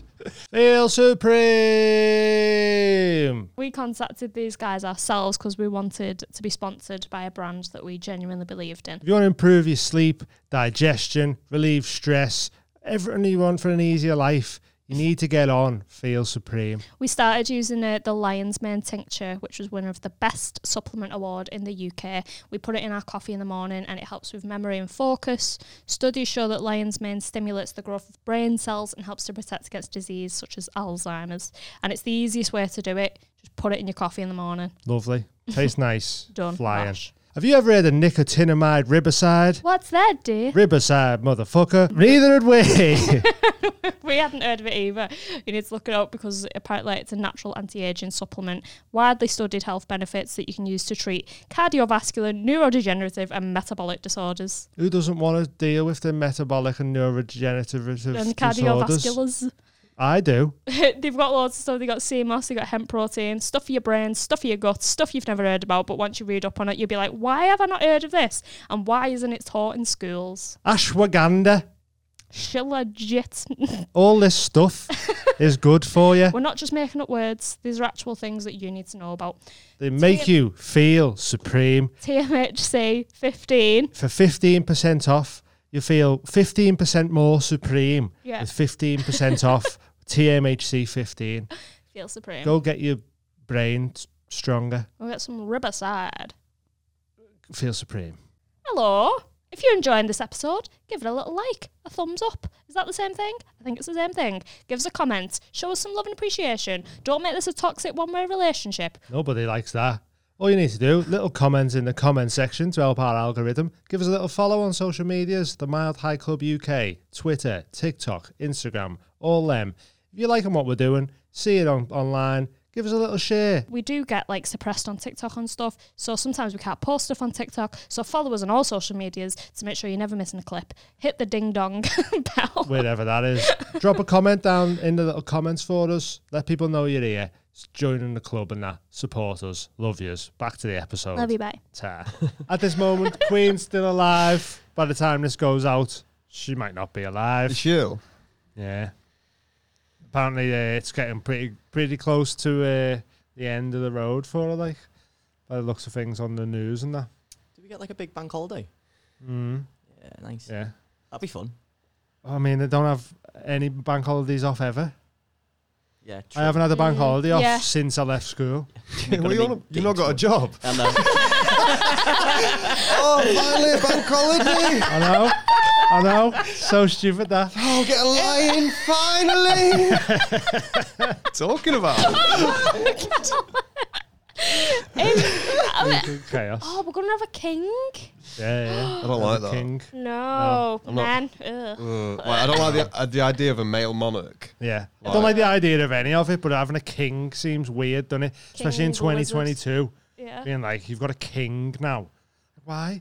[SPEAKER 2] Feel Supreme.
[SPEAKER 1] We contacted these guys ourselves because we wanted to be sponsored by a brand that we genuinely believed in.
[SPEAKER 2] If you want to improve your sleep, digestion, relieve stress, everything you want for an easier life, you need to get on, feel supreme.
[SPEAKER 1] We started using uh, the Lion's Mane tincture, which was winner of the best supplement award in the UK. We put it in our coffee in the morning and it helps with memory and focus. Studies show that Lion's Mane stimulates the growth of brain cells and helps to protect against disease such as Alzheimer's. And it's the easiest way to do it. Just put it in your coffee in the morning.
[SPEAKER 2] Lovely. Tastes nice.
[SPEAKER 1] Done.
[SPEAKER 2] Flying.
[SPEAKER 1] Mash.
[SPEAKER 2] Have you ever had a nicotinamide riboside?
[SPEAKER 1] What's that, dear?
[SPEAKER 2] Riboside, motherfucker. Neither had we.
[SPEAKER 1] we hadn't heard of it either. You need to look it up because apparently it's a natural anti-aging supplement, widely studied health benefits that you can use to treat cardiovascular, neurodegenerative, and metabolic disorders
[SPEAKER 2] Who doesn't want to deal with the metabolic and neurodegenerative
[SPEAKER 1] and
[SPEAKER 2] disorders?
[SPEAKER 1] cardiovasculars.
[SPEAKER 2] I do.
[SPEAKER 1] They've got loads of stuff. They got CMOS, they got hemp protein, stuff for your brain, stuff for your gut, stuff you've never heard about. But once you read up on it, you'll be like, why have I not heard of this? And why isn't it taught in schools?
[SPEAKER 2] Ashwagandha.
[SPEAKER 1] Shilajit.
[SPEAKER 2] All this stuff is good for you.
[SPEAKER 1] We're not just making up words. These are actual things that you need to know about.
[SPEAKER 2] They make you feel supreme.
[SPEAKER 1] TMHC 15.
[SPEAKER 2] For 15% off, you feel 15% more supreme
[SPEAKER 1] Yeah.
[SPEAKER 2] with 15% off TMHC 15.
[SPEAKER 1] Feel supreme.
[SPEAKER 2] Go get your brain s- stronger.
[SPEAKER 1] We've got some rib aside.
[SPEAKER 2] Feel supreme.
[SPEAKER 1] Hello. If you're enjoying this episode, give it a little like, a thumbs up. Is that the same thing? I think it's the same thing. Give us a comment. Show us some love and appreciation. Don't make this a toxic one way relationship.
[SPEAKER 2] Nobody likes that. All you need to do, little comments in the comment section to help our algorithm. Give us a little follow on social medias, the Mild High Club UK, Twitter, TikTok, Instagram, all them. If you liking what we're doing, see it on online, give us a little share.
[SPEAKER 1] We do get like suppressed on TikTok and stuff, so sometimes we can't post stuff on TikTok. So follow us on all social medias to make sure you're never missing a clip. Hit the ding dong bell.
[SPEAKER 2] wherever that is. Drop a comment down in the little comments for us. Let people know you're here. S- Joining the club and that. Support us. Love yous. Back to the episode.
[SPEAKER 1] Love you, bye.
[SPEAKER 2] Ta. At this moment, Queen's still alive. By the time this goes out, she might not be alive.
[SPEAKER 8] She'll.
[SPEAKER 2] Yeah. Apparently, uh, it's getting pretty pretty close to uh, the end of the road for her. Like, by the looks of things on the news and that.
[SPEAKER 6] Did we get like a big bank holiday?
[SPEAKER 2] Mm,
[SPEAKER 6] Yeah, nice.
[SPEAKER 2] yeah.
[SPEAKER 6] That'd be fun.
[SPEAKER 2] I mean, they don't have any bank holidays off ever.
[SPEAKER 6] Yeah,
[SPEAKER 2] I haven't had a bank
[SPEAKER 1] Mm,
[SPEAKER 2] holiday off
[SPEAKER 1] yeah.
[SPEAKER 2] since I left school.
[SPEAKER 6] You're
[SPEAKER 8] Well,
[SPEAKER 6] gonna be
[SPEAKER 8] you're not, you've
[SPEAKER 6] getting
[SPEAKER 8] not got
[SPEAKER 6] to-
[SPEAKER 8] a job.
[SPEAKER 6] I know.
[SPEAKER 8] oh, finally a bank holiday.
[SPEAKER 2] I know. I know. So stupid that.
[SPEAKER 8] Oh, get a lion finally. Talking about.
[SPEAKER 2] Chaos.
[SPEAKER 1] Oh, we're gonna have a king?
[SPEAKER 2] Yeah, yeah.
[SPEAKER 8] I don't like that.
[SPEAKER 2] King.
[SPEAKER 1] No,
[SPEAKER 8] I'm
[SPEAKER 1] Oh,
[SPEAKER 8] not-
[SPEAKER 1] man. Ugh.
[SPEAKER 8] Ugh. Like, I don't like the, uh, the idea of a male monarch.
[SPEAKER 2] Yeah. I
[SPEAKER 8] Right.
[SPEAKER 2] don't like the idea of any of it, but having a king seems weird, doesn't it? Especially in
[SPEAKER 1] King of lizards.
[SPEAKER 2] 2022.
[SPEAKER 1] Yeah.
[SPEAKER 2] Being like, you've got a king now. Why?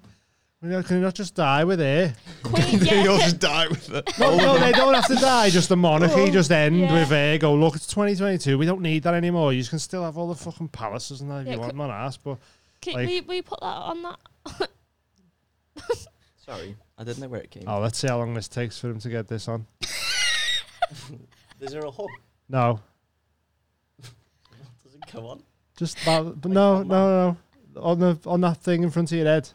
[SPEAKER 2] You know, Can you not just die with it?
[SPEAKER 1] Queen,
[SPEAKER 8] You'll
[SPEAKER 1] yeah.
[SPEAKER 8] just die with it.
[SPEAKER 2] No, no, they don't have to die. Just the monarchy,
[SPEAKER 1] Oh,
[SPEAKER 2] just end
[SPEAKER 1] yeah.
[SPEAKER 2] with it. Go look, it's 2022. We don't need that anymore. You can still have all the fucking palaces and that if
[SPEAKER 1] Yeah,
[SPEAKER 2] you want,
[SPEAKER 1] could-
[SPEAKER 2] not ass. But
[SPEAKER 1] Can,
[SPEAKER 2] like-
[SPEAKER 1] will, you, will you put that on that?
[SPEAKER 6] Sorry, I didn't know where it came.
[SPEAKER 2] oh, let's see how long this takes for them to get this on.
[SPEAKER 6] Is there a hook?
[SPEAKER 2] No,
[SPEAKER 6] Does it go on?
[SPEAKER 2] Just about, but no, no, no. On the on that thing in front of your head,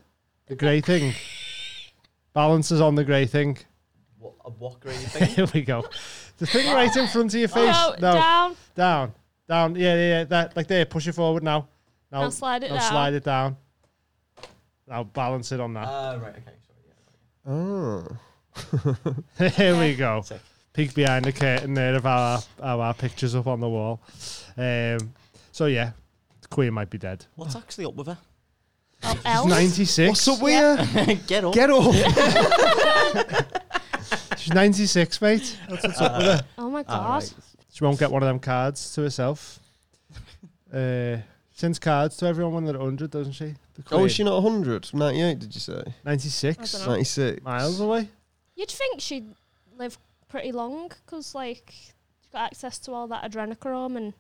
[SPEAKER 2] the grey thing. Balance is on the grey thing.
[SPEAKER 6] What a walk or anything?
[SPEAKER 2] Here we go. The thing right in front of your face.
[SPEAKER 1] No,
[SPEAKER 2] no,
[SPEAKER 1] Oh, down.
[SPEAKER 2] down, down. Yeah, yeah, yeah. That like there. Push it forward now. Now,
[SPEAKER 1] Now slide it
[SPEAKER 2] now
[SPEAKER 1] down.
[SPEAKER 2] slide it down. Now balance it on that.
[SPEAKER 6] Ah, right. Okay. Sorry. Yeah.
[SPEAKER 8] Oh.
[SPEAKER 2] Oh. Here we go.
[SPEAKER 6] Sick.
[SPEAKER 2] Peek behind the curtain there of our of our pictures up on the wall. Um. So yeah, the Queen might be dead.
[SPEAKER 6] What's actually up with her?
[SPEAKER 1] Or else?
[SPEAKER 2] Ninety six.
[SPEAKER 8] What's up with you?
[SPEAKER 6] Get up.
[SPEAKER 8] Get up.
[SPEAKER 2] She's ninety six, mate. That's what's up with her.
[SPEAKER 1] Oh my
[SPEAKER 6] Ah,
[SPEAKER 1] god.
[SPEAKER 6] right.
[SPEAKER 2] She won't get one of them cards to herself. uh, sends cards to everyone when they're 100, doesn't she? The
[SPEAKER 8] Oh,
[SPEAKER 2] Queen.
[SPEAKER 8] is she not 100? 98, did you say?
[SPEAKER 2] 96
[SPEAKER 1] I dunno.
[SPEAKER 8] 96.
[SPEAKER 2] miles away.
[SPEAKER 1] You'd think she'd live pretty long because, like, she's got access to all that adrenochrome and.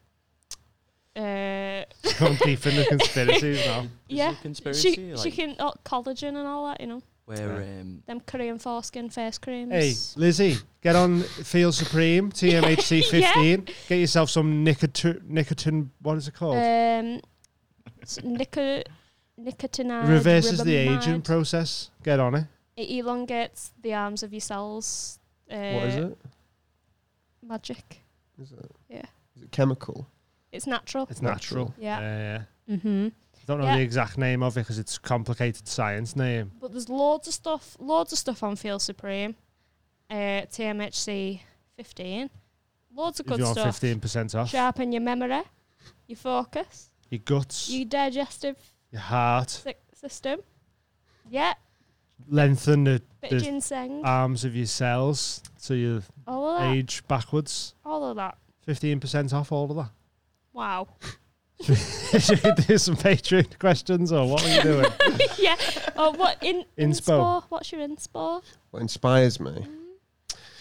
[SPEAKER 1] Uh,
[SPEAKER 2] Going deep in the conspiracies now.
[SPEAKER 6] Is it
[SPEAKER 1] yeah.
[SPEAKER 6] a Conspiracy.
[SPEAKER 1] She, she
[SPEAKER 6] like,
[SPEAKER 1] can. Oh, collagen and all that, you know.
[SPEAKER 6] Where um,
[SPEAKER 1] Them Korean foreskin face creams.
[SPEAKER 2] Hey, Lizzie, get on Feel Supreme, TMHC 15. Get yourself some nicotine, nicotine, what is it called?
[SPEAKER 1] Um, s- nico, nicotinide.
[SPEAKER 2] Reverses the aging
[SPEAKER 1] ribamide.
[SPEAKER 2] process. Get on it.
[SPEAKER 1] It elongates the arms of your cells. Uh,
[SPEAKER 8] what is it?
[SPEAKER 1] Magic.
[SPEAKER 8] Is it?
[SPEAKER 1] Yeah.
[SPEAKER 8] Is it chemical?
[SPEAKER 1] It's natural.
[SPEAKER 2] It's natural.
[SPEAKER 1] Yeah.
[SPEAKER 2] yeah. yeah.
[SPEAKER 1] Mm-hmm.
[SPEAKER 2] I Uh, don't know
[SPEAKER 1] Yeah.
[SPEAKER 2] the exact name of it because it's complicated science name.
[SPEAKER 1] But there's loads of stuff, loads of stuff on Feel Supreme, uh, TMHC 15, loads of
[SPEAKER 2] if
[SPEAKER 1] good
[SPEAKER 2] you're on
[SPEAKER 1] stuff.
[SPEAKER 2] fifteen percent off,
[SPEAKER 1] Sharpen your memory, your focus,
[SPEAKER 2] your guts,
[SPEAKER 1] your digestive
[SPEAKER 2] your heart,
[SPEAKER 1] sy- system. Yeah,
[SPEAKER 2] lengthen the
[SPEAKER 1] bit
[SPEAKER 2] There's-
[SPEAKER 1] of ginseng,
[SPEAKER 2] arms of your cells so you
[SPEAKER 1] all of that,
[SPEAKER 2] age backwards.
[SPEAKER 1] all of that.
[SPEAKER 2] Fifteen percent off all of that.
[SPEAKER 1] Wow.
[SPEAKER 2] Should we do some Patreon questions or what were you doing?
[SPEAKER 1] yeah. Oh, what in
[SPEAKER 2] Inspo.
[SPEAKER 1] inspo? What's your inspo?
[SPEAKER 8] What inspires
[SPEAKER 1] Mm.
[SPEAKER 8] me?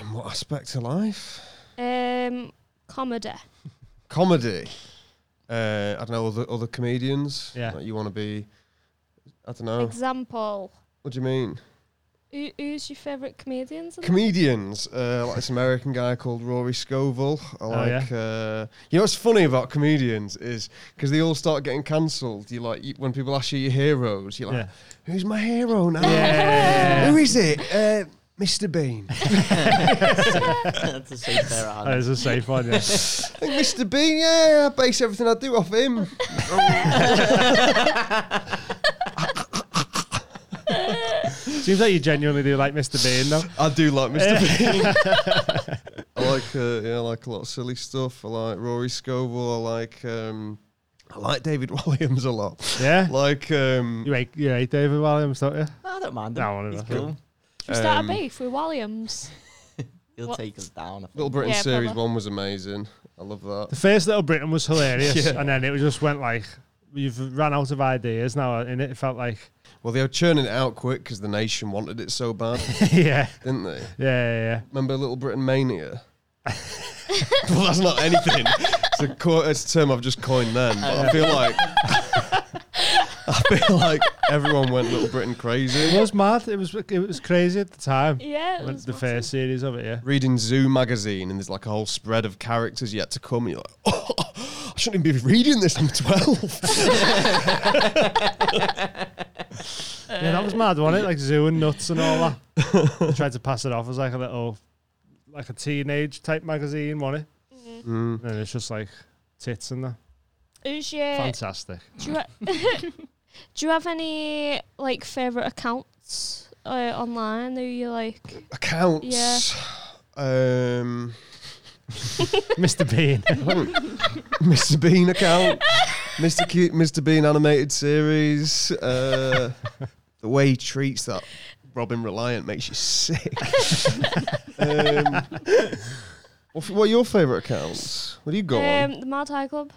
[SPEAKER 8] In what aspect of life?
[SPEAKER 1] Um, comedy.
[SPEAKER 8] comedy. Uh, I don't know other other comedians.
[SPEAKER 2] Yeah.
[SPEAKER 8] Like you want to be. I don't know.
[SPEAKER 1] Example.
[SPEAKER 8] What do you mean?
[SPEAKER 1] Who, who's your favourite comedians? in-
[SPEAKER 8] Comedians. Uh, like this American guy called Rory Scovel. I like.
[SPEAKER 2] Oh, yeah.
[SPEAKER 8] Uh, you know what's funny about comedians is because they all start getting cancelled. You like you, when people ask you your heroes, you're like,
[SPEAKER 2] Yeah.
[SPEAKER 8] "Who's my hero now?
[SPEAKER 2] Yeah.
[SPEAKER 8] Who is it?" Uh, Mr. Bean. I
[SPEAKER 6] That's a safe there,
[SPEAKER 2] That
[SPEAKER 6] Aaron.
[SPEAKER 2] is a safe one. Yeah.
[SPEAKER 8] think Mr. Bean. Yeah, I base everything I do off him.
[SPEAKER 2] Seems like you genuinely do like Mr. Bean though.
[SPEAKER 8] I do like Mr. Bean. I like, uh, yeah, I like a lot of silly stuff. I like Rory Scovel. I like, um, I like David Williams a lot.
[SPEAKER 2] Yeah.
[SPEAKER 8] Like, um,
[SPEAKER 2] You hate you hate David Williams, don't you?
[SPEAKER 6] No, I don't mind him.
[SPEAKER 2] No, I don't
[SPEAKER 6] He's
[SPEAKER 2] know.
[SPEAKER 6] cool.
[SPEAKER 1] Should we start
[SPEAKER 8] Um,
[SPEAKER 1] a beef with Williams?
[SPEAKER 6] He'll
[SPEAKER 1] What?
[SPEAKER 6] take us down. I think.
[SPEAKER 8] Little Britain
[SPEAKER 1] Yeah,
[SPEAKER 8] Series
[SPEAKER 1] proper.
[SPEAKER 8] One was amazing. I love that.
[SPEAKER 2] The first Little Britain was hilarious,
[SPEAKER 8] Yeah.
[SPEAKER 2] and then it just went like you've ran out of ideas now, and it felt like
[SPEAKER 8] Well, they were churning it out quick because the nation wanted it so bad,
[SPEAKER 2] yeah,
[SPEAKER 8] didn't they?
[SPEAKER 2] yeah, yeah,
[SPEAKER 8] Remember Little Britain Mania? well, that's not anything. It's a, co- it's a term I've just coined then. But I feel like I feel like everyone went Little Britain
[SPEAKER 2] yeah. It
[SPEAKER 8] crazy.
[SPEAKER 2] was mad. It was it was crazy at the time.
[SPEAKER 1] Yeah. it
[SPEAKER 2] When
[SPEAKER 1] was
[SPEAKER 2] the
[SPEAKER 1] massive.
[SPEAKER 2] first series of it, yeah.
[SPEAKER 8] reading Zoo magazine and there's like a whole spread of characters yet to come. And you're like, oh, I shouldn't even be reading this. I'm 12.
[SPEAKER 2] yeah, that was mad, wasn't it? Like zoo and nuts and all that. I tried to pass it off as like a little, like a teenage type magazine, wasn't it?
[SPEAKER 8] Mm.
[SPEAKER 2] And it's just like tits and that.
[SPEAKER 1] Who's your
[SPEAKER 2] Fantastic.
[SPEAKER 1] do you, ha- do you have any like favorite accounts uh, online that you like?
[SPEAKER 8] Accounts.
[SPEAKER 1] Yeah.
[SPEAKER 8] Um,
[SPEAKER 2] Mr. Bean.
[SPEAKER 8] Mr. Bean account. Mr. Q, Mr. Bean animated series. Uh, the way he treats that Robin Reliant makes you sick. um, what, what are your favourite accounts? What do you got? on?
[SPEAKER 1] um, the Mad High Club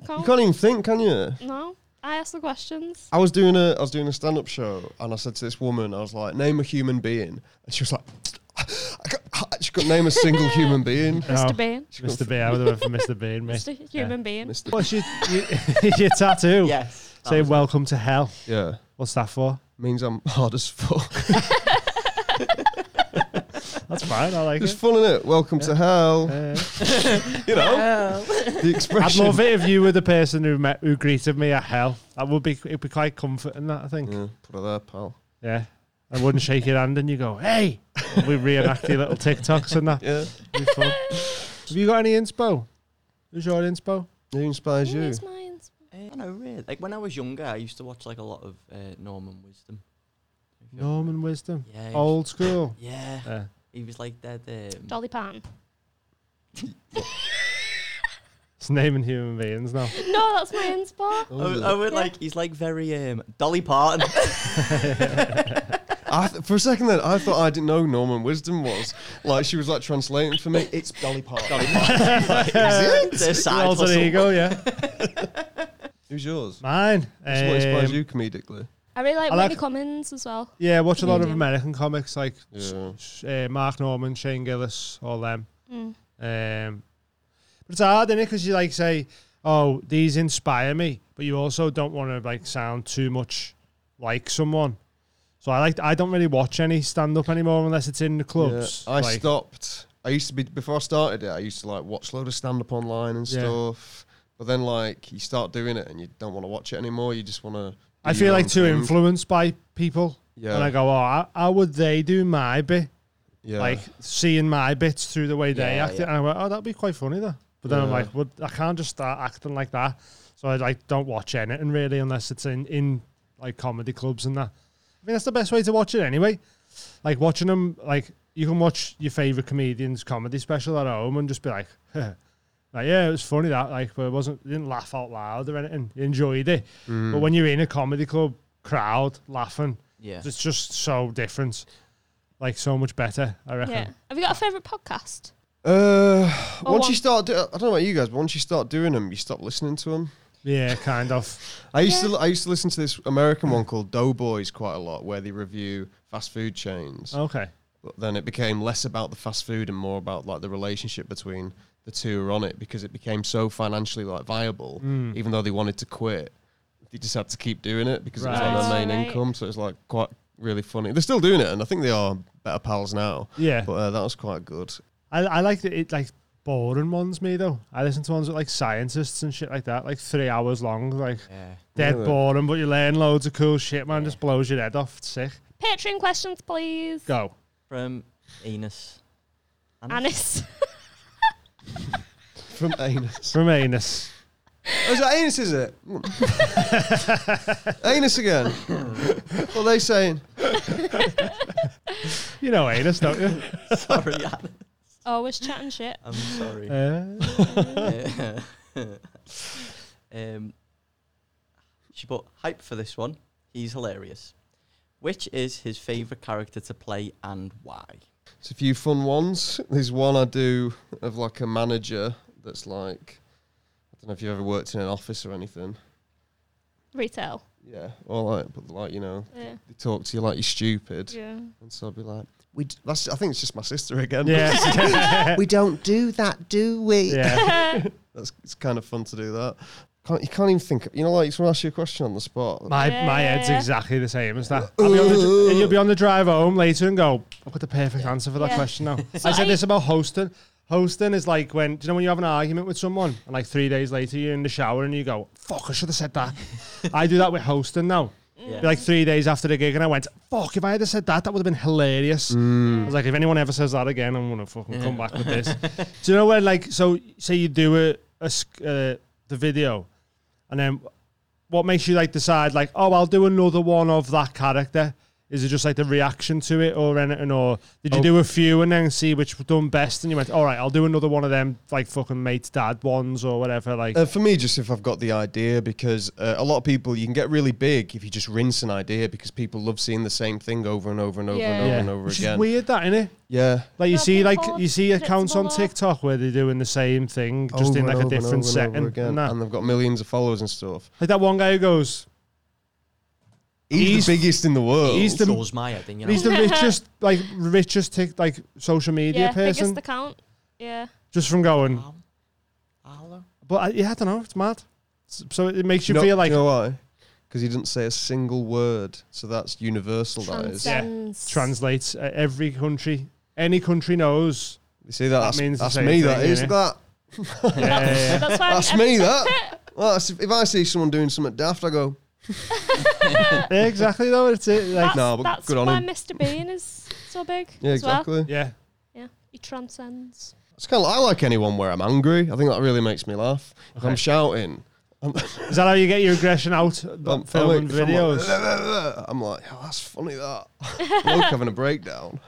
[SPEAKER 8] You
[SPEAKER 1] account.
[SPEAKER 8] can't even think, can you?
[SPEAKER 1] no, I asked the questions.
[SPEAKER 8] I was doing a I was doing a stand up show and I said to this woman, I was like, name a human being, and she was like, I, got, I just got name a single human being.
[SPEAKER 2] Oh,
[SPEAKER 1] Mr. Bean,
[SPEAKER 8] She got-
[SPEAKER 2] Mr. Bean. I would have went for Mr. Bean, mate.
[SPEAKER 1] Mr. Human Bean.
[SPEAKER 8] Mr.
[SPEAKER 2] What's your, your, your tattoo?
[SPEAKER 6] Yes. that
[SPEAKER 2] Say
[SPEAKER 6] was-
[SPEAKER 2] welcome to hell.
[SPEAKER 8] Yeah,
[SPEAKER 2] What's that for?
[SPEAKER 8] means I'm hard as fuck.
[SPEAKER 2] That's fine. I like
[SPEAKER 8] it's
[SPEAKER 2] it.
[SPEAKER 8] fun, is it? Welcome to hell.
[SPEAKER 2] Yeah.
[SPEAKER 8] You know the
[SPEAKER 2] I'd
[SPEAKER 8] expression.
[SPEAKER 2] love it if you were the person who met, who greeted me at hell. That would be it'd be quite comforting. That I think. Yeah.
[SPEAKER 8] Yeah, put it there, pal.
[SPEAKER 2] I wouldn't shake your hand and you go, "Hey," we reenact your little TikToks and that.
[SPEAKER 8] Yeah,
[SPEAKER 2] It'd be fun. Have you got any inspo? Who's your inspo?
[SPEAKER 8] who inspires you?
[SPEAKER 1] Who's mine?
[SPEAKER 6] Eh, I don't know, really. Like when I was younger, I used to watch like a lot of uh, Norman Wisdom. If you-
[SPEAKER 2] Norman Wisdom,
[SPEAKER 6] Yeah. he was-
[SPEAKER 2] old school.
[SPEAKER 6] Yeah.
[SPEAKER 2] Oh. Yeah.
[SPEAKER 6] He was like that. Um,
[SPEAKER 1] Dolly Parton.
[SPEAKER 2] It's naming human beings now.
[SPEAKER 1] No, that's my inspo.
[SPEAKER 6] I
[SPEAKER 2] oh,
[SPEAKER 6] would, I would like. He's like very um, Dolly Parton.
[SPEAKER 8] I th- for a second then, I thought I didn't know Norman Wisdom was like she was like translating for me. It's Dolly Parton.
[SPEAKER 6] Dolly Parton. Their side
[SPEAKER 2] Alter
[SPEAKER 6] hustle.
[SPEAKER 2] ego, yeah.
[SPEAKER 8] Who's yours?
[SPEAKER 2] Mine.
[SPEAKER 8] What's what inspires
[SPEAKER 2] Um,
[SPEAKER 8] you comedically?
[SPEAKER 1] I really like
[SPEAKER 2] I like-
[SPEAKER 1] Whitney Cummings as well.
[SPEAKER 2] Yeah, watch a lot of
[SPEAKER 1] Comedian.
[SPEAKER 2] American comics like s-
[SPEAKER 8] Yeah.
[SPEAKER 2] s- uh, Mark Norman, Shane Gillis, all them.
[SPEAKER 1] Mm.
[SPEAKER 2] Um, but it's hard, is Because you like say, "Oh, these inspire me," but you also don't want to like sound too much like someone. So I like I don't really watch any stand up anymore unless it's in the clubs.
[SPEAKER 8] Yeah, I
[SPEAKER 2] like,
[SPEAKER 8] stopped. I used to be before I started it. I used to like watch a load of stand up online and
[SPEAKER 2] Yeah.
[SPEAKER 8] stuff. But then like you start doing it and you don't want to watch it anymore. You just want to.
[SPEAKER 2] I feel like too influenced by people.
[SPEAKER 8] Yeah.
[SPEAKER 2] and I go, oh, how- how would they do my bit?
[SPEAKER 8] yeah.
[SPEAKER 2] Like seeing my bits through the way they
[SPEAKER 6] Yeah,
[SPEAKER 2] acted,
[SPEAKER 6] yeah.
[SPEAKER 2] and I went, oh, that'd be quite funny, though. But then I'm
[SPEAKER 8] Yeah.
[SPEAKER 2] like, well, I can't just start acting like that. So I like don't watch anything really unless it's in in like comedy clubs and that. I mean, that's the best way to watch it anyway. Like watching them, like you can watch your favorite comedian's comedy special at home and just be like, like yeah, it was funny that like, but it wasn't you didn't laugh out loud or anything. You enjoyed it,
[SPEAKER 6] Mm.
[SPEAKER 2] but when you're in a comedy club crowd laughing,
[SPEAKER 6] Yeah.
[SPEAKER 2] it's just so different. Like so much better, I reckon.
[SPEAKER 1] Yeah. Have you got a favourite podcast?
[SPEAKER 8] Uh,
[SPEAKER 1] Oh,
[SPEAKER 8] once
[SPEAKER 1] one-
[SPEAKER 8] you start, do- I don't know about you guys, but once you start doing them, you stop listening to them.
[SPEAKER 2] Yeah, kind of.
[SPEAKER 8] I used
[SPEAKER 1] Yeah.
[SPEAKER 8] to, I used to listen to this American one called Doughboys quite a lot, where they review fast food chains.
[SPEAKER 1] Oh.
[SPEAKER 2] Okay.
[SPEAKER 8] But then it became less about the fast food and more about like the relationship between the two who are on it because it became so financially like viable,
[SPEAKER 1] Mm.
[SPEAKER 8] even though they wanted to quit, they just had to keep doing it because it was on
[SPEAKER 1] Right.
[SPEAKER 8] their main
[SPEAKER 1] Right.
[SPEAKER 8] income. So it's like quite really funny. They're still doing it, and I think they are better pals now.
[SPEAKER 2] Yeah.
[SPEAKER 8] But uh, that was quite good.
[SPEAKER 2] I, I like the it like boring ones me though. I listen to ones with like scientists and shit like that, like three hours long, like
[SPEAKER 6] Yeah.
[SPEAKER 2] dead
[SPEAKER 8] Really?
[SPEAKER 2] boring, but you learn loads of cool shit, man. Just blows your head off. It's sick.
[SPEAKER 1] Patreon questions, please.
[SPEAKER 2] Go.
[SPEAKER 6] From Enos.
[SPEAKER 1] Anis.
[SPEAKER 8] From anus.
[SPEAKER 2] From Anus.
[SPEAKER 8] Oh, is that anus, is it? anus again. what are they saying?
[SPEAKER 2] You know Anus, don't you?
[SPEAKER 6] Sorry, Anis.
[SPEAKER 1] Always chatting shit.
[SPEAKER 6] I'm sorry.
[SPEAKER 2] Uh,
[SPEAKER 6] Yeah. um, she put hype for this one. He's hilarious. Which is his favourite character to play and why?
[SPEAKER 8] It's a few fun ones. There's one I do of like a manager that's like, I don't know if you've ever worked in an office or anything.
[SPEAKER 1] Retail.
[SPEAKER 8] Yeah. Or like, but like, you know,
[SPEAKER 1] Yeah.
[SPEAKER 8] they talk to you like you're stupid.
[SPEAKER 1] Yeah.
[SPEAKER 8] And so I'd be like, we d- that's, I think it's just my sister again.
[SPEAKER 2] yeah.
[SPEAKER 8] we don't do that, do we?
[SPEAKER 2] yeah.
[SPEAKER 8] That's it's kind of fun to do that. Can't, you can't even think, you know, like someone asks you a question on the spot.
[SPEAKER 2] My my head's
[SPEAKER 1] Yeah.
[SPEAKER 2] exactly the same as that. I'll be on the, dr- and you'll be on the drive home later and go, I've got the perfect answer for that
[SPEAKER 1] Yeah.
[SPEAKER 2] question now. I said
[SPEAKER 1] I-
[SPEAKER 2] this about hosting. Hosting is like when do you know when you have an argument with someone and like three days later you're in the shower and you go, Fuck, I should have said that. I do that with hosting now.
[SPEAKER 1] Mm.
[SPEAKER 6] Yeah.
[SPEAKER 2] Like three days after the gig and I went, Fuck, if I had have said that, that would have been hilarious. I was like, if anyone ever says that again, I'm gonna fucking come back with this. do you know when like so say you do a, a sc- uh, the video and then what makes you like decide like oh I'll do another one of that character? Is it just like the reaction to it or anything or did you
[SPEAKER 8] Oh.
[SPEAKER 2] do a few and then see which done best and you went all right I'll do another one of them like fucking mate's dad ones or whatever like
[SPEAKER 8] Uh, for me, just if I've got the idea, because uh, a lot of people, you can get really big if you just rinse an idea because people love seeing the same thing over and over and over
[SPEAKER 1] Yeah.
[SPEAKER 8] and over
[SPEAKER 2] yeah
[SPEAKER 8] and over
[SPEAKER 2] which
[SPEAKER 8] again.
[SPEAKER 2] is weird that innit?
[SPEAKER 8] Yeah.
[SPEAKER 2] Like you
[SPEAKER 1] Yeah,
[SPEAKER 2] see like
[SPEAKER 1] people-
[SPEAKER 2] you see accounts on
[SPEAKER 1] predictable.
[SPEAKER 2] TikTok where they're doing the same thing just
[SPEAKER 8] Over
[SPEAKER 2] in
[SPEAKER 8] and
[SPEAKER 2] like a
[SPEAKER 8] over and over
[SPEAKER 2] different
[SPEAKER 8] and over
[SPEAKER 2] setting and,
[SPEAKER 8] again,
[SPEAKER 2] that.
[SPEAKER 8] and they've got millions of followers and stuff.
[SPEAKER 2] like that one guy who goes
[SPEAKER 8] He's,
[SPEAKER 2] He's-
[SPEAKER 8] the biggest in the world.
[SPEAKER 2] he's the
[SPEAKER 6] Throws my head in, you know.
[SPEAKER 2] he's the richest like richest tic, like social media
[SPEAKER 1] Yeah.
[SPEAKER 2] person
[SPEAKER 1] Biggest account. Yeah.
[SPEAKER 2] just from going
[SPEAKER 6] Al- Alo?
[SPEAKER 2] But I, yeah, I don't know. It's mad. S- So it makes you
[SPEAKER 8] No-
[SPEAKER 2] feel like
[SPEAKER 8] you know why? Because he didn't say a single word, so that's universal. That is.
[SPEAKER 1] Transcends.
[SPEAKER 2] translates uh, every country. Any country knows.
[SPEAKER 8] You see that?
[SPEAKER 2] That
[SPEAKER 8] That's,
[SPEAKER 2] means the
[SPEAKER 8] that's
[SPEAKER 2] same
[SPEAKER 8] me. That
[SPEAKER 2] thing,
[SPEAKER 8] is
[SPEAKER 2] innit?
[SPEAKER 8] that.
[SPEAKER 2] Yeah,
[SPEAKER 1] That's why.
[SPEAKER 8] That's
[SPEAKER 1] I'm-
[SPEAKER 8] me. That. Well, that's, if I see someone doing something daft, I go,
[SPEAKER 2] yeah, exactly. Though it's it. Like,
[SPEAKER 1] That's,
[SPEAKER 8] No, but
[SPEAKER 1] that's
[SPEAKER 8] good on
[SPEAKER 1] why
[SPEAKER 8] him.
[SPEAKER 1] Mr. Bean is so big.
[SPEAKER 8] yeah,
[SPEAKER 1] as well.
[SPEAKER 8] exactly.
[SPEAKER 2] yeah,
[SPEAKER 1] Yeah. He transcends.
[SPEAKER 8] It's kind of, I like anyone where I'm angry. I think that really makes me laugh. If I'm
[SPEAKER 2] Okay.
[SPEAKER 8] shouting. I'm,
[SPEAKER 2] is that how you get your aggression out?
[SPEAKER 8] I'm-
[SPEAKER 2] Um, film and
[SPEAKER 8] I'm like- if I'm like,
[SPEAKER 2] videos.
[SPEAKER 8] I'm like, oh, that's funny. That bloke having a breakdown.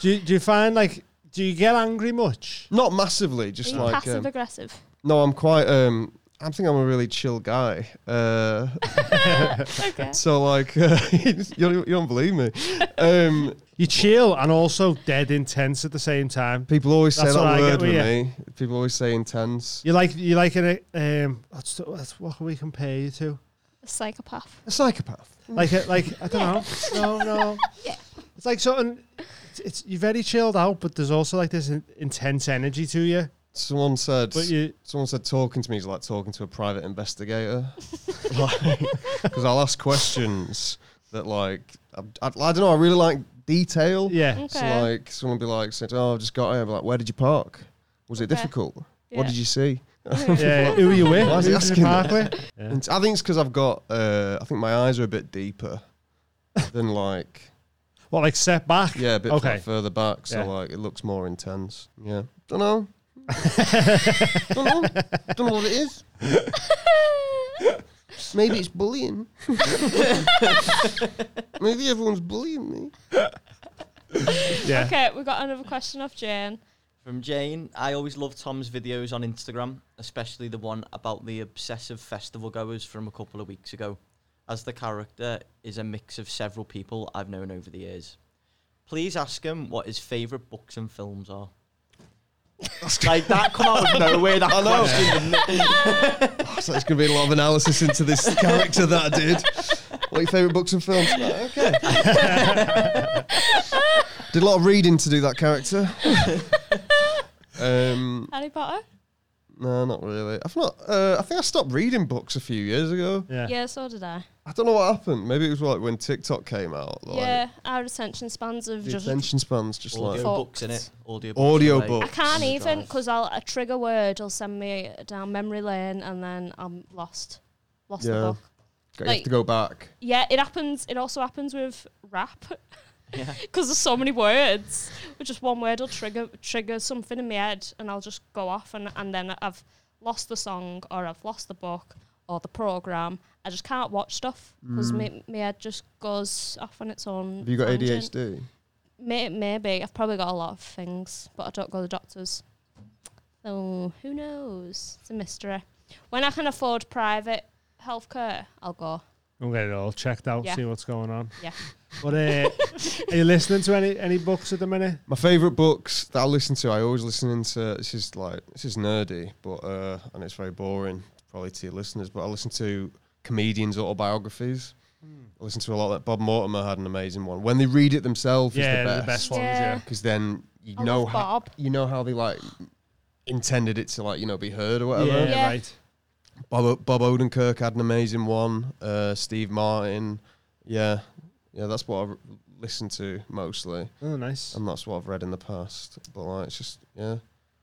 [SPEAKER 2] Do you, do you find like do you get angry much?
[SPEAKER 8] Not massively, just
[SPEAKER 1] Being
[SPEAKER 8] like
[SPEAKER 1] passive
[SPEAKER 8] um,
[SPEAKER 1] aggressive.
[SPEAKER 8] no. I'm quite. Um, I think I'm a really chill guy. Uh,
[SPEAKER 1] Okay.
[SPEAKER 8] so like, you, don't, you don't believe me. Um,
[SPEAKER 2] You chill and also dead intense at the same time.
[SPEAKER 8] people always say
[SPEAKER 2] That's what I
[SPEAKER 8] that
[SPEAKER 2] get
[SPEAKER 8] word
[SPEAKER 2] with
[SPEAKER 8] with
[SPEAKER 2] you.
[SPEAKER 8] me. People always say intense.
[SPEAKER 2] You like you like an uh, um. That's, that's what can we compare you to?
[SPEAKER 1] A psychopath.
[SPEAKER 8] A psychopath.
[SPEAKER 2] Like a, like I don't know. No, no. It's like something. It's, it's you're very chilled out, but there's also like this in, intense energy to you.
[SPEAKER 8] Someone said.
[SPEAKER 2] But you
[SPEAKER 8] Someone said talking to me is like talking to a private investigator. Because I'll ask questions that, like, I, I, don't know, I really like detail.
[SPEAKER 2] yeah.
[SPEAKER 1] Okay.
[SPEAKER 8] So, like, someone will be like, said, Oh, I've just got here. I'll be like, Where did you park? Was it
[SPEAKER 1] Okay.
[SPEAKER 8] difficult?
[SPEAKER 1] Yeah.
[SPEAKER 8] What did you see?
[SPEAKER 2] yeah, who are you with?
[SPEAKER 8] Why is he
[SPEAKER 2] Who's in the park
[SPEAKER 8] asking
[SPEAKER 2] with?
[SPEAKER 8] And I think it's because I've got, uh, I think my eyes are a bit deeper. than like
[SPEAKER 2] What, like set back?
[SPEAKER 8] yeah, a bit
[SPEAKER 2] Okay.
[SPEAKER 8] like further back, so
[SPEAKER 2] Yeah.
[SPEAKER 8] like it looks more intense. Yeah, don't know. don't know. Don't know what it is. Maybe it's bullying. Maybe everyone's bullying me.
[SPEAKER 2] Yeah.
[SPEAKER 1] Okay, we got another question off Jane.
[SPEAKER 6] From Jane, I always love Tom's videos on Instagram, especially the one about the obsessive festival goers from a couple of weeks ago, as the character is a mix of several people I've known over the years. Please ask him what his favourite books and films are. like that come out of nowhere. That
[SPEAKER 8] I know.
[SPEAKER 6] question.
[SPEAKER 8] So it's going to be a lot of analysis into this character that I did. What are your favourite books and films? Right, okay. did a lot of reading to do that character. um,
[SPEAKER 1] Harry Potter?
[SPEAKER 8] no, not really. I've not. Uh, I think I stopped reading books a few years ago.
[SPEAKER 2] Yeah.
[SPEAKER 1] Yeah, so did I.
[SPEAKER 8] I don't know what happened. Maybe it was like when TikTok came out. Like,
[SPEAKER 1] yeah, our attention spans have
[SPEAKER 8] The
[SPEAKER 1] just.
[SPEAKER 8] attention spans just like
[SPEAKER 6] Audio books in it. Audio.
[SPEAKER 8] Audio
[SPEAKER 1] I
[SPEAKER 8] books.
[SPEAKER 1] can't
[SPEAKER 6] Drive.
[SPEAKER 1] even because I'll a trigger word will send me down memory lane and then I'm lost, lost
[SPEAKER 8] Yeah.
[SPEAKER 1] the book.
[SPEAKER 8] you have
[SPEAKER 1] like-
[SPEAKER 8] to go back.
[SPEAKER 1] Yeah, it happens. It also happens with rap
[SPEAKER 6] Yeah.
[SPEAKER 1] because there's so many words. With just one word will trigger trigger something in my head, and I'll just go off, and and then I've lost the song, or I've lost the book, or the program. I just can't watch stuff because my, my head just goes off on its own.
[SPEAKER 8] Mm. Have you got
[SPEAKER 1] tangent.
[SPEAKER 8] ADHD?
[SPEAKER 1] May, maybe I've probably got a lot of things, but I don't go to the doctors. So who knows? It's a mystery. When I can afford private healthcare, I'll go.
[SPEAKER 2] We'll get it all checked out,
[SPEAKER 1] Yeah.
[SPEAKER 2] see what's going on.
[SPEAKER 1] Yeah.
[SPEAKER 2] But uh, are you listening to any, any books at the minute?
[SPEAKER 8] My favourite books that I listen to, I always listen into. This is like this is nerdy, but uh, and it's very boring probably to your listeners. But I listen to comedians' autobiographies. I listen to a lot. Like Bob Mortimer had an amazing one. When they read it themselves,
[SPEAKER 2] yeah,
[SPEAKER 8] is
[SPEAKER 2] they're
[SPEAKER 8] the best
[SPEAKER 2] ones,
[SPEAKER 1] Yeah.
[SPEAKER 2] yeah.
[SPEAKER 8] because then you
[SPEAKER 1] I
[SPEAKER 8] know
[SPEAKER 1] love
[SPEAKER 8] how
[SPEAKER 1] Oh, Bob.
[SPEAKER 8] you know how they like intended it to like you know be heard or whatever.
[SPEAKER 2] Yeah,
[SPEAKER 1] Yeah.
[SPEAKER 2] right.
[SPEAKER 8] Bob O- Bob Odenkirk had an amazing one. Uh, Steve Martin, yeah, yeah, that's what I listen to mostly,
[SPEAKER 2] Oh, nice.
[SPEAKER 8] and that's what I've read in the past. But like, it's just yeah.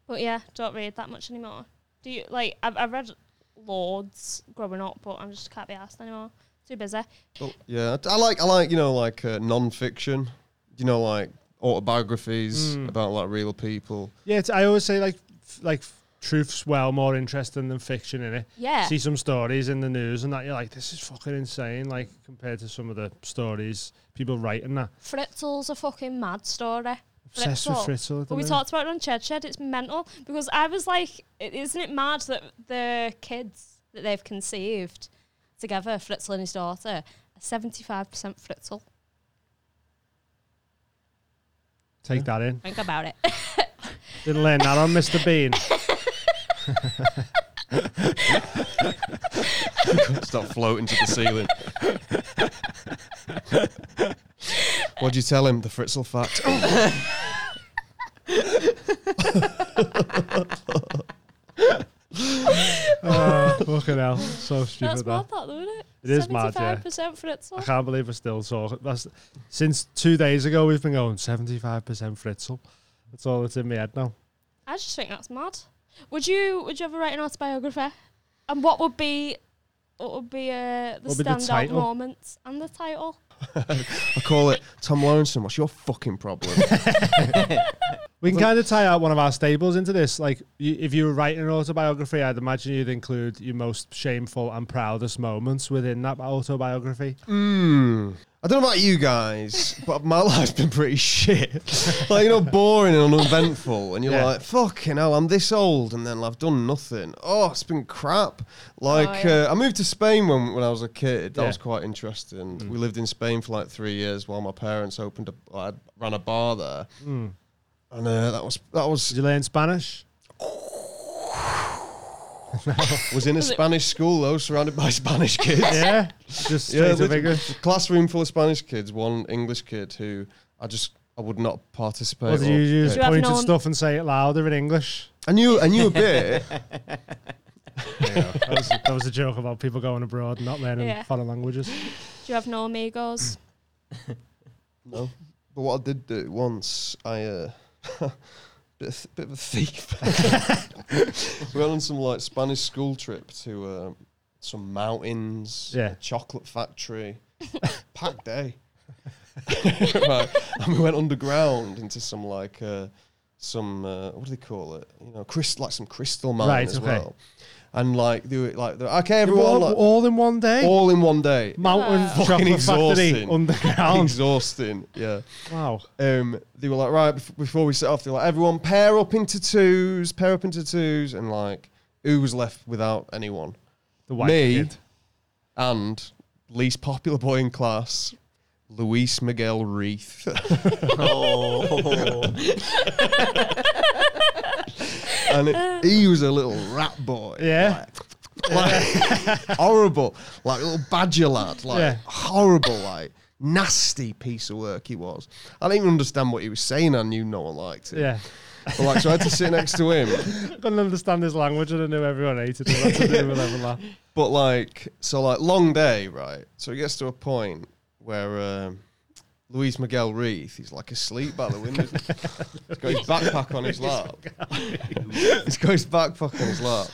[SPEAKER 1] But yeah, don't read that much anymore. Do you like? I've, I've read loads growing up, but I am just can't be asked anymore. Too busy.
[SPEAKER 8] Well, yeah, I- I like I like you know like uh, non-fiction, you know like autobiographies
[SPEAKER 2] Mm.
[SPEAKER 8] about like real people.
[SPEAKER 2] Yeah, it's, I always say like f- like f- truth's well more interesting than fiction in it.
[SPEAKER 1] Yeah,
[SPEAKER 2] See some stories in the news and that you're like, this is fucking insane. Like compared to some of the stories people write and that.
[SPEAKER 1] Fritzl's a fucking mad story.
[SPEAKER 2] Obsessed with Fritzl. at the
[SPEAKER 1] But we
[SPEAKER 2] minute.
[SPEAKER 1] talked about it on Ched Shed. It's mental because I was like, i- isn't it mad that the kids that they've conceived together, Fritzl and his daughter, are seventy-five percent Fritzl.
[SPEAKER 2] Take that in.
[SPEAKER 1] Think about it.
[SPEAKER 2] Didn't learn that on Mr. Bean.
[SPEAKER 8] Stop floating to the ceiling. What'd you tell him? The Fritzl fact.
[SPEAKER 2] Oh, fucking hell. So stupid
[SPEAKER 1] That's
[SPEAKER 2] that.
[SPEAKER 1] mad, that though, isn't it?
[SPEAKER 2] It is mad, yeah.
[SPEAKER 1] Seventy-five percent
[SPEAKER 2] I
[SPEAKER 1] Fritzl.
[SPEAKER 2] can't believe we're still talking. That's since two days ago we've been going seventy five percent Fritzl. That's all that's in my head now.
[SPEAKER 1] I just think that's mad. Would you would you ever write an autobiography? And what would be what would be uh, the
[SPEAKER 2] What would be the
[SPEAKER 1] standout
[SPEAKER 2] title?
[SPEAKER 1] moments and the title?
[SPEAKER 8] I call it Tom Lawrenson. What's your fucking problem?
[SPEAKER 2] We can kind of tie out one of our staples into this. Like, you, if you were writing an autobiography, I'd imagine you'd include your most shameful and proudest moments within that autobiography.
[SPEAKER 8] Hmm. I don't know about you guys, but my life's been pretty shit. like, you know, boring and uneventful. And you're
[SPEAKER 2] Yeah.
[SPEAKER 8] like, fucking hell, I'm this old. And then I've done nothing. Oh, it's been crap. Like,
[SPEAKER 1] Oh, yeah.
[SPEAKER 8] uh, I moved to Spain when, when I was a kid. That
[SPEAKER 2] Yeah. Hmm.
[SPEAKER 8] was quite interesting. We lived in Spain for like three years while my parents opened a, I ran a bar there.
[SPEAKER 2] Hmm.
[SPEAKER 8] And uh, that was, that
[SPEAKER 2] Did
[SPEAKER 8] was,
[SPEAKER 2] you learn Spanish?
[SPEAKER 8] was in a Spanish school though, surrounded by Spanish kids.
[SPEAKER 2] Yeah, just
[SPEAKER 8] Yeah,
[SPEAKER 2] straight up
[SPEAKER 8] lit-
[SPEAKER 2] English.
[SPEAKER 8] classroom full of Spanish kids, one English kid who I just I would not participate.
[SPEAKER 2] Or did you
[SPEAKER 8] or-
[SPEAKER 2] use
[SPEAKER 1] Do you have
[SPEAKER 2] point at
[SPEAKER 1] no-
[SPEAKER 2] stuff and say it louder in English?
[SPEAKER 8] I knew I knew a bit.
[SPEAKER 2] That was, that was a joke about people going abroad and not learning
[SPEAKER 1] Yeah.
[SPEAKER 2] foreign languages.
[SPEAKER 1] Do you have no amigos?
[SPEAKER 8] no, but what I did do once, I uh, bit, of, bit of a thief. we went on some like Spanish school trip to uh, some mountains,
[SPEAKER 2] Yeah.
[SPEAKER 8] a chocolate factory, packed day. right. And we went underground into some like uh, some uh, what do they call it? You know, crystal like some crystal mine
[SPEAKER 2] Right,
[SPEAKER 8] as
[SPEAKER 2] okay.
[SPEAKER 8] well. And like they were like they were, okay
[SPEAKER 2] all,
[SPEAKER 8] everyone like,
[SPEAKER 2] all in one day.
[SPEAKER 8] all in one day.
[SPEAKER 2] Mountain
[SPEAKER 8] Fucking
[SPEAKER 2] chocolate factory
[SPEAKER 8] exhausting.
[SPEAKER 2] underground.
[SPEAKER 8] Exhausting. Yeah.
[SPEAKER 2] wow.
[SPEAKER 8] Um, they were like, right, bef- before we set off, they were like, everyone pair up into twos, pair up into twos, and like, who was left without anyone?
[SPEAKER 2] The white
[SPEAKER 8] Me.
[SPEAKER 2] kid.
[SPEAKER 8] And least popular boy in class, Luis Miguel Reith.
[SPEAKER 6] Oh,
[SPEAKER 8] and it, he was a little rat boy.
[SPEAKER 2] Yeah.
[SPEAKER 8] Like, horrible. Like, little badger lad. Like,
[SPEAKER 2] Yeah.
[SPEAKER 8] horrible, like, nasty piece of work he was. I didn't even understand what he was saying. I knew no one liked it.
[SPEAKER 2] Yeah.
[SPEAKER 8] But, like, so I had to sit next to him.
[SPEAKER 2] Couldn't understand his language and I knew everyone hated him. That's what they were level at.
[SPEAKER 8] But like, so like long day, right? So it gets to a point where um, Luis Miguel Reith, he's like asleep by the window. he's got his backpack on his lap. he's got his backpack on his lap.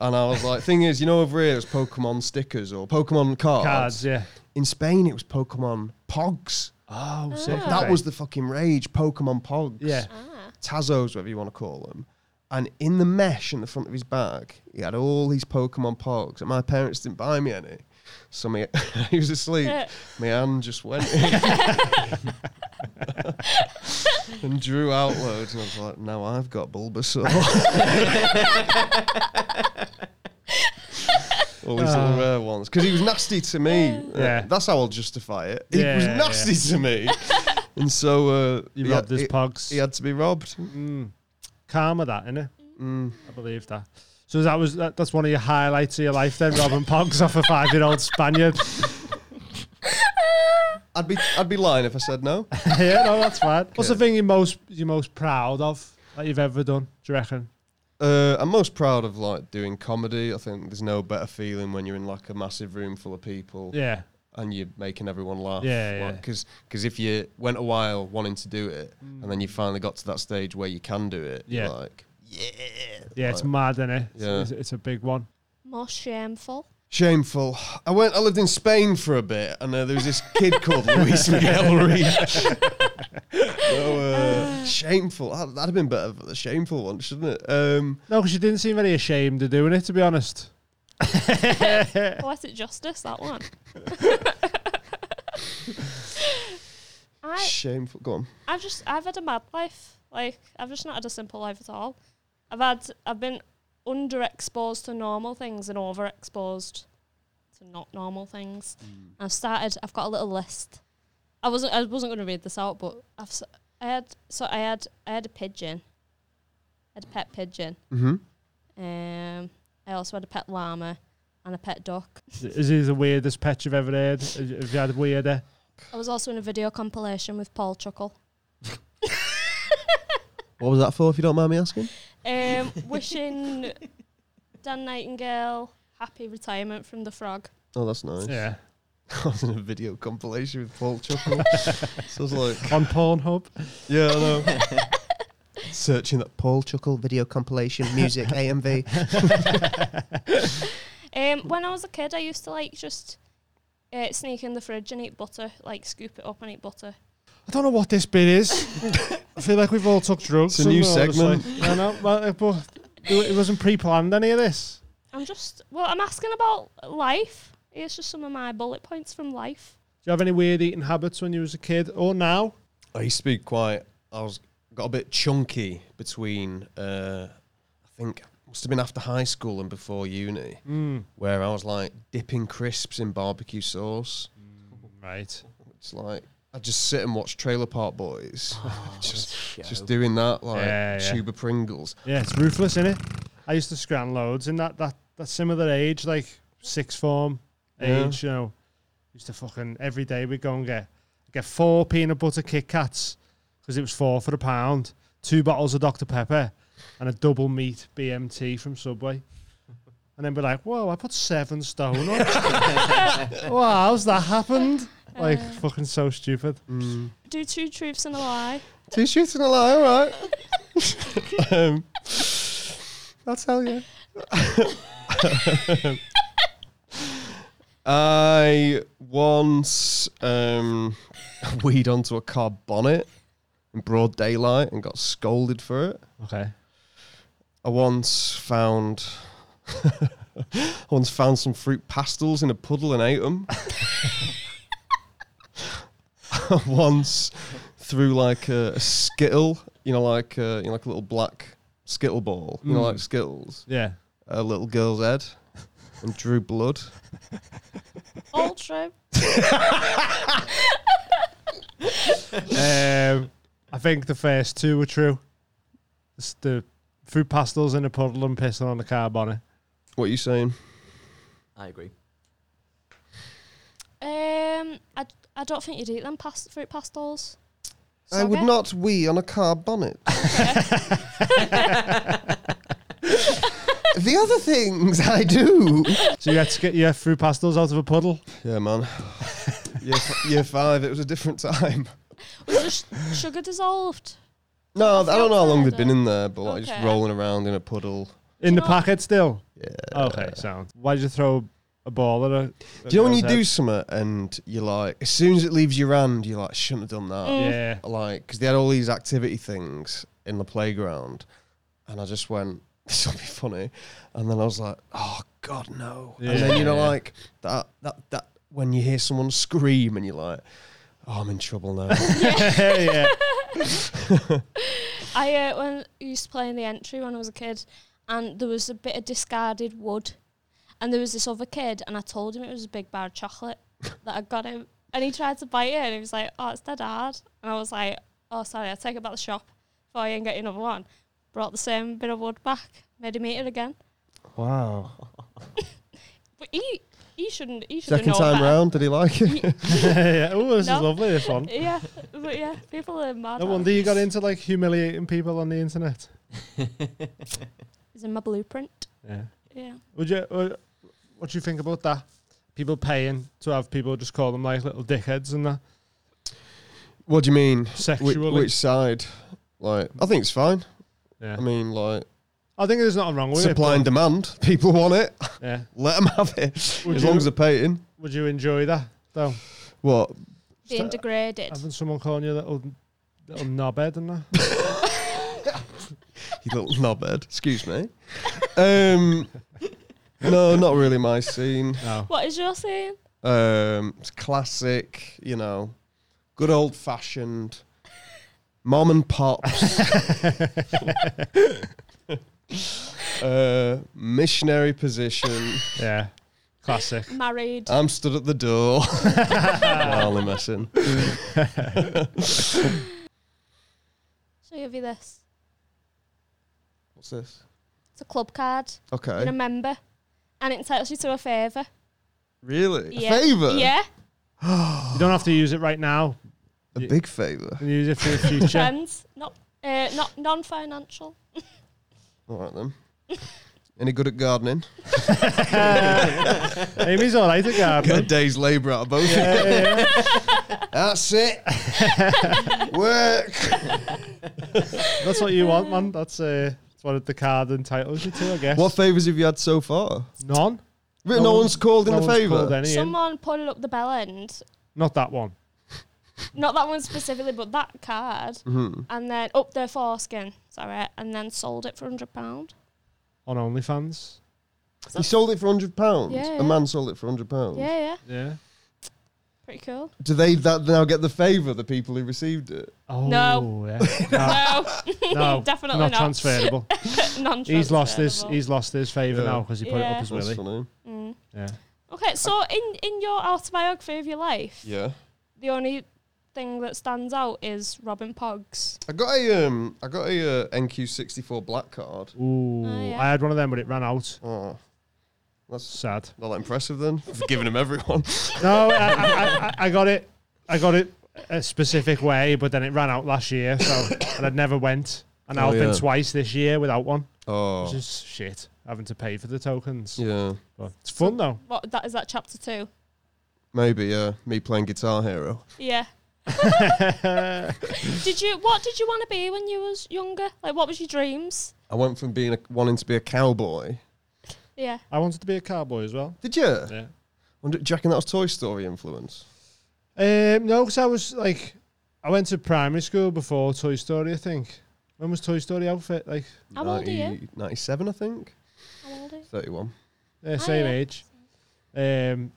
[SPEAKER 8] And I was like, thing is, you know, over here it's Pokemon stickers or Pokemon cards.
[SPEAKER 2] Cards, yeah.
[SPEAKER 8] In Spain, it was Pokemon pogs.
[SPEAKER 2] Oh, sick.
[SPEAKER 8] That was the fucking rage, Pokemon pogs.
[SPEAKER 2] Yeah.
[SPEAKER 8] Tazos, whatever you want to call them. And in the mesh in the front of his bag, he had all these Pokemon Pogs, and my parents didn't buy me any. So me, he was asleep. My hand just went in and drew out loads, and I was like, "Now I've got Bulbasaur." all these little rare ones because he was nasty to me.
[SPEAKER 2] Yeah.
[SPEAKER 8] Uh, that's how I'll justify it. He was
[SPEAKER 2] Yeah, yeah.
[SPEAKER 8] nasty to me, and so uh,
[SPEAKER 2] You
[SPEAKER 8] he
[SPEAKER 2] robbed
[SPEAKER 8] had-
[SPEAKER 2] his
[SPEAKER 8] he-
[SPEAKER 2] pogs.
[SPEAKER 8] he had to be robbed.
[SPEAKER 2] Karma, that, innit?
[SPEAKER 8] Mm.
[SPEAKER 2] I believe that. So that was that, that's one of your highlights of your life then, robbing pogs off a five year old Spaniard.
[SPEAKER 8] I'd be I'd be lying if I said no.
[SPEAKER 2] yeah, no, that's fine. What's the thing you're most you're most proud of that you've ever done, do you reckon?
[SPEAKER 8] Uh, I'm most proud of like doing comedy. I think there's no better feeling when you're in like a massive room full of people
[SPEAKER 2] Yeah.
[SPEAKER 8] and you're making everyone laugh.
[SPEAKER 2] Yeah, yeah.
[SPEAKER 8] Because if you went a while wanting to do it and then you finally got to that stage where you can do it,
[SPEAKER 2] Yeah.
[SPEAKER 8] you're like yeah,
[SPEAKER 2] Yeah, it's
[SPEAKER 8] Like,
[SPEAKER 2] mad, innit? It's,
[SPEAKER 8] Yeah.
[SPEAKER 2] it's, it's a big one.
[SPEAKER 1] More shameful.
[SPEAKER 8] Shameful. I went. I lived in Spain for a bit, and uh, there was this kid called Luis Miguel Reach. so, uh, shameful. That'd that'd have been better for the shameful one, shouldn't it? Um,
[SPEAKER 2] No, because you didn't seem very ashamed of doing it, to be honest.
[SPEAKER 1] Poetic justice, that one. I
[SPEAKER 8] shameful. Go on.
[SPEAKER 1] I've just I've had a mad life. Like I've just not had a simple life at all. I've had I've been underexposed to normal things and overexposed to not normal things. I've started. I've got a little list. I wasn't I wasn't going to read this out, but I've s- I had so I had I had a pigeon. I had a pet pigeon.
[SPEAKER 8] Mm-hmm.
[SPEAKER 1] Um, I also had a pet llama and a pet duck.
[SPEAKER 2] Is he the weirdest pet you've ever had? Have you had weirder?
[SPEAKER 1] I was also in a video compilation with Paul Chuckle.
[SPEAKER 8] What was that for, if you don't mind me asking?
[SPEAKER 1] Um, wishing Dan Nightingale happy retirement from the frog.
[SPEAKER 8] Oh, that's nice.
[SPEAKER 2] Yeah.
[SPEAKER 8] I was in a video compilation with Paul Chuckle. so I was like,
[SPEAKER 2] On Pornhub?
[SPEAKER 8] yeah, I know. Searching that Paul Chuckle video compilation, music, AMV.
[SPEAKER 1] Um, when I was a kid, I used to like just uh, sneak in the fridge and eat butter, like scoop it up and eat butter.
[SPEAKER 2] I don't know what this bit is. I feel like we've all took drugs.
[SPEAKER 8] It's a new
[SPEAKER 2] somehow,
[SPEAKER 8] segment.
[SPEAKER 2] honestly. I know, but, but it it wasn't pre-planned, any of this.
[SPEAKER 1] I'm just well, I'm asking about life. It's just some of my bullet points from life.
[SPEAKER 2] Do you have any weird eating habits when you was a kid or now?
[SPEAKER 8] I used to be quite. I was got a bit chunky between. Uh, I think must have been after high school and before uni,
[SPEAKER 2] Mm.
[SPEAKER 8] where I was like dipping crisps in barbecue sauce.
[SPEAKER 2] Right.
[SPEAKER 8] It's like I just sit and watch Trailer Park Boys, just
[SPEAKER 6] show.
[SPEAKER 8] just doing that like
[SPEAKER 2] Oh, Yeah, yeah.
[SPEAKER 8] tube of Pringles.
[SPEAKER 2] Yeah, it's ruthless, innit? I used to scran loads in that that that similar age, like sixth form
[SPEAKER 8] Yeah.
[SPEAKER 2] age. You know, used to fucking every day we'd go and get get four peanut butter Kit Kats because it was four for a pound, two bottles of Dr Pepper, and a double meat BMT from Subway. And then be like, whoa, I put seven stone on. wow, how's that happened? Like, fucking so stupid.
[SPEAKER 1] Do two truths and a lie.
[SPEAKER 8] Two shoots and a lie, all right. um, I'll tell you. I once um, weed onto a car bonnet in broad daylight and got scolded for it.
[SPEAKER 2] Okay.
[SPEAKER 8] I once found I once found some fruit pastels in a puddle and ate them. I once threw like a, a skittle, you know, like a, you know, like a little black skittle ball, you know, like skittles,
[SPEAKER 2] Yeah.
[SPEAKER 8] at a little girl's head, and drew blood.
[SPEAKER 1] All true.
[SPEAKER 2] Um, I think the first two were true. It's the fruit pastels in a puddle and pissing on the car bonnet.
[SPEAKER 8] What are you saying?
[SPEAKER 6] I agree.
[SPEAKER 1] Um, I, d- I don't think you'd eat them past fruit pastels.
[SPEAKER 8] I would
[SPEAKER 1] Soggy?
[SPEAKER 8] not wee on a car bonnet. the other things I do.
[SPEAKER 2] So you had to get your fruit pastels out of a puddle.
[SPEAKER 8] Yeah, man. year, f- year five, it was a different time.
[SPEAKER 1] Was it sh- sugar dissolved?
[SPEAKER 8] No, I don't know how long they'd
[SPEAKER 1] outside,
[SPEAKER 8] been in there, but like just
[SPEAKER 1] Okay.
[SPEAKER 8] rolling around in a puddle.
[SPEAKER 2] In the
[SPEAKER 1] No.
[SPEAKER 2] packet still?
[SPEAKER 8] Yeah.
[SPEAKER 2] Okay, sound. Why did you throw a ball at a.
[SPEAKER 8] Do you know when you
[SPEAKER 2] at a-
[SPEAKER 8] do something and you're like, as soon as it leaves your hand, you're like, I shouldn't have done that.
[SPEAKER 2] Yeah.
[SPEAKER 8] Like, because they had all these activity things in the playground, and I just went, this will be funny. And then I was like, oh god, no. And then you know,
[SPEAKER 2] Yeah.
[SPEAKER 8] like that, that, that when you hear someone scream and you're like, oh, I'm in trouble now.
[SPEAKER 2] yeah.
[SPEAKER 1] I uh, when I used to play in the entry when I was a kid, and there was a bit of discarded wood, and there was this other kid, and I told him it was a big bar of chocolate that I got him, and he tried to bite it, and he was like, "Oh, it's dead hard," and I was like, "Oh, sorry, I'll take it back to the shop for you and get you another one." Brought the same bit of wood back, made him eat it again.
[SPEAKER 8] wow.
[SPEAKER 1] But he he shouldn't he should
[SPEAKER 8] Second
[SPEAKER 1] have known
[SPEAKER 8] time
[SPEAKER 1] better.
[SPEAKER 8] round, did he like it?
[SPEAKER 2] yeah. Oh, this is
[SPEAKER 1] No.
[SPEAKER 2] lovely, this one.
[SPEAKER 1] Yeah, but yeah, people are mad.
[SPEAKER 2] No
[SPEAKER 1] at
[SPEAKER 2] wonder you got
[SPEAKER 1] us.
[SPEAKER 2] into like humiliating people on the internet.
[SPEAKER 1] It's in my blueprint.
[SPEAKER 2] Yeah.
[SPEAKER 1] Yeah.
[SPEAKER 2] Would you? Uh, what do you think about that? People paying to have people just call them like little dickheads and that
[SPEAKER 8] What do you mean? Which,
[SPEAKER 2] sexually.
[SPEAKER 8] which side? Like, I think it's fine.
[SPEAKER 2] yeah.
[SPEAKER 8] I mean, like
[SPEAKER 2] I think there's nothing wrong with
[SPEAKER 8] supply and
[SPEAKER 2] it.
[SPEAKER 8] demand. People want it.
[SPEAKER 2] but- Yeah.
[SPEAKER 8] Let them have it.
[SPEAKER 2] Would
[SPEAKER 8] as
[SPEAKER 2] you-
[SPEAKER 8] long as they're paying.
[SPEAKER 2] Would you enjoy that though?
[SPEAKER 8] What?
[SPEAKER 1] Being degraded.
[SPEAKER 2] Having someone calling you a little little knobhead and that.
[SPEAKER 8] You little knobhead. Excuse me. Um, no, not really my scene.
[SPEAKER 2] No.
[SPEAKER 1] What is your saying?
[SPEAKER 8] Um, it's classic. You know, good old fashioned. Mom and pops, uh, missionary position.
[SPEAKER 2] Yeah. Classic. Uh.
[SPEAKER 1] Married.
[SPEAKER 8] I'm stood at the door while I'm messing.
[SPEAKER 1] So you give you this.
[SPEAKER 8] What's this?
[SPEAKER 1] It's a club card.
[SPEAKER 8] Okay.
[SPEAKER 1] You're a member. And it entitles you to a favour.
[SPEAKER 8] Really?
[SPEAKER 1] Yeah.
[SPEAKER 8] A favour?
[SPEAKER 1] Yeah.
[SPEAKER 2] You don't have to use it right now.
[SPEAKER 8] A big favour.
[SPEAKER 2] You can use it for the future.
[SPEAKER 1] Friends. Not uh, not non financial.
[SPEAKER 8] All right then. Any good at gardening?
[SPEAKER 2] Amy's all right at
[SPEAKER 8] Get a
[SPEAKER 2] gardening.
[SPEAKER 8] day's labour out of both. That's it. Work.
[SPEAKER 2] That's what you want, man. That's uh, that's what the card entitles you to, I guess.
[SPEAKER 8] What favours have you had so far?
[SPEAKER 2] None.
[SPEAKER 8] No,
[SPEAKER 2] No
[SPEAKER 8] one's called
[SPEAKER 2] No
[SPEAKER 8] in a
[SPEAKER 2] one's called
[SPEAKER 8] favour.
[SPEAKER 2] any in.
[SPEAKER 1] Someone put it up the bell end.
[SPEAKER 2] Not that one.
[SPEAKER 1] Not that one specifically, but that card.
[SPEAKER 2] Mm-hmm.
[SPEAKER 1] And then up their foreskin. Sorry. And then sold it for £100.
[SPEAKER 2] On OnlyFans.
[SPEAKER 8] He sold it for hundred pounds.
[SPEAKER 1] Yeah,
[SPEAKER 8] A
[SPEAKER 1] yeah.
[SPEAKER 8] man sold it for hundred pounds.
[SPEAKER 2] Oh.
[SPEAKER 1] Yeah, yeah.
[SPEAKER 2] Yeah.
[SPEAKER 1] Pretty cool.
[SPEAKER 8] Do they that now get the favour? The people who received it.
[SPEAKER 2] Oh,
[SPEAKER 1] No.
[SPEAKER 2] Yeah.
[SPEAKER 1] No.
[SPEAKER 2] No, Ah. no,
[SPEAKER 1] Definitely
[SPEAKER 2] not,
[SPEAKER 1] not.
[SPEAKER 2] transferable.
[SPEAKER 1] non
[SPEAKER 2] he's lost his he's lost his favour
[SPEAKER 8] Yeah.
[SPEAKER 2] now because he put it
[SPEAKER 1] Yeah.
[SPEAKER 2] up as
[SPEAKER 8] That's
[SPEAKER 2] Willie.
[SPEAKER 8] funny.
[SPEAKER 2] Yeah.
[SPEAKER 1] Mm. Okay, so in, in your autobiography of your life,
[SPEAKER 8] Yeah.
[SPEAKER 1] the only thing that stands out is Robin Poggs.
[SPEAKER 8] I got a um. I got a uh, NQ64 black card.
[SPEAKER 2] Ooh,
[SPEAKER 1] Oh, yeah.
[SPEAKER 2] I had one of them, but it ran out.
[SPEAKER 8] Oh, that's
[SPEAKER 2] Sad.
[SPEAKER 8] not that impressive then. I've given him everyone.
[SPEAKER 2] No, I, I, I, I got it. I got it a specific way, but then it ran out last year, so and I'd never went. And now
[SPEAKER 8] Oh,
[SPEAKER 2] I've been
[SPEAKER 8] yeah.
[SPEAKER 2] twice this year without one.
[SPEAKER 8] Oh.
[SPEAKER 2] Just shit, having to pay for the tokens.
[SPEAKER 8] Yeah.
[SPEAKER 2] But it's fun though.
[SPEAKER 1] What that is that chapter two?
[SPEAKER 8] Maybe, yeah. Me playing Guitar Hero.
[SPEAKER 1] Yeah. did you what did you want to be when you was younger? Like what was your dreams?
[SPEAKER 8] I went from being a, wanting to be a cowboy.
[SPEAKER 1] Yeah.
[SPEAKER 2] I wanted to be a cowboy as well.
[SPEAKER 8] Did you?
[SPEAKER 2] Yeah.
[SPEAKER 8] Wonder, do you reckon that was Toy Story influence?
[SPEAKER 2] Um, no, because I was like, I went to primary school before Toy Story. I think. When was Toy Story outfit? Like,
[SPEAKER 1] How old are you?
[SPEAKER 8] 90 97, I think.
[SPEAKER 1] How old are you?
[SPEAKER 8] 31.
[SPEAKER 2] uh, same
[SPEAKER 1] yeah.
[SPEAKER 2] age. Um.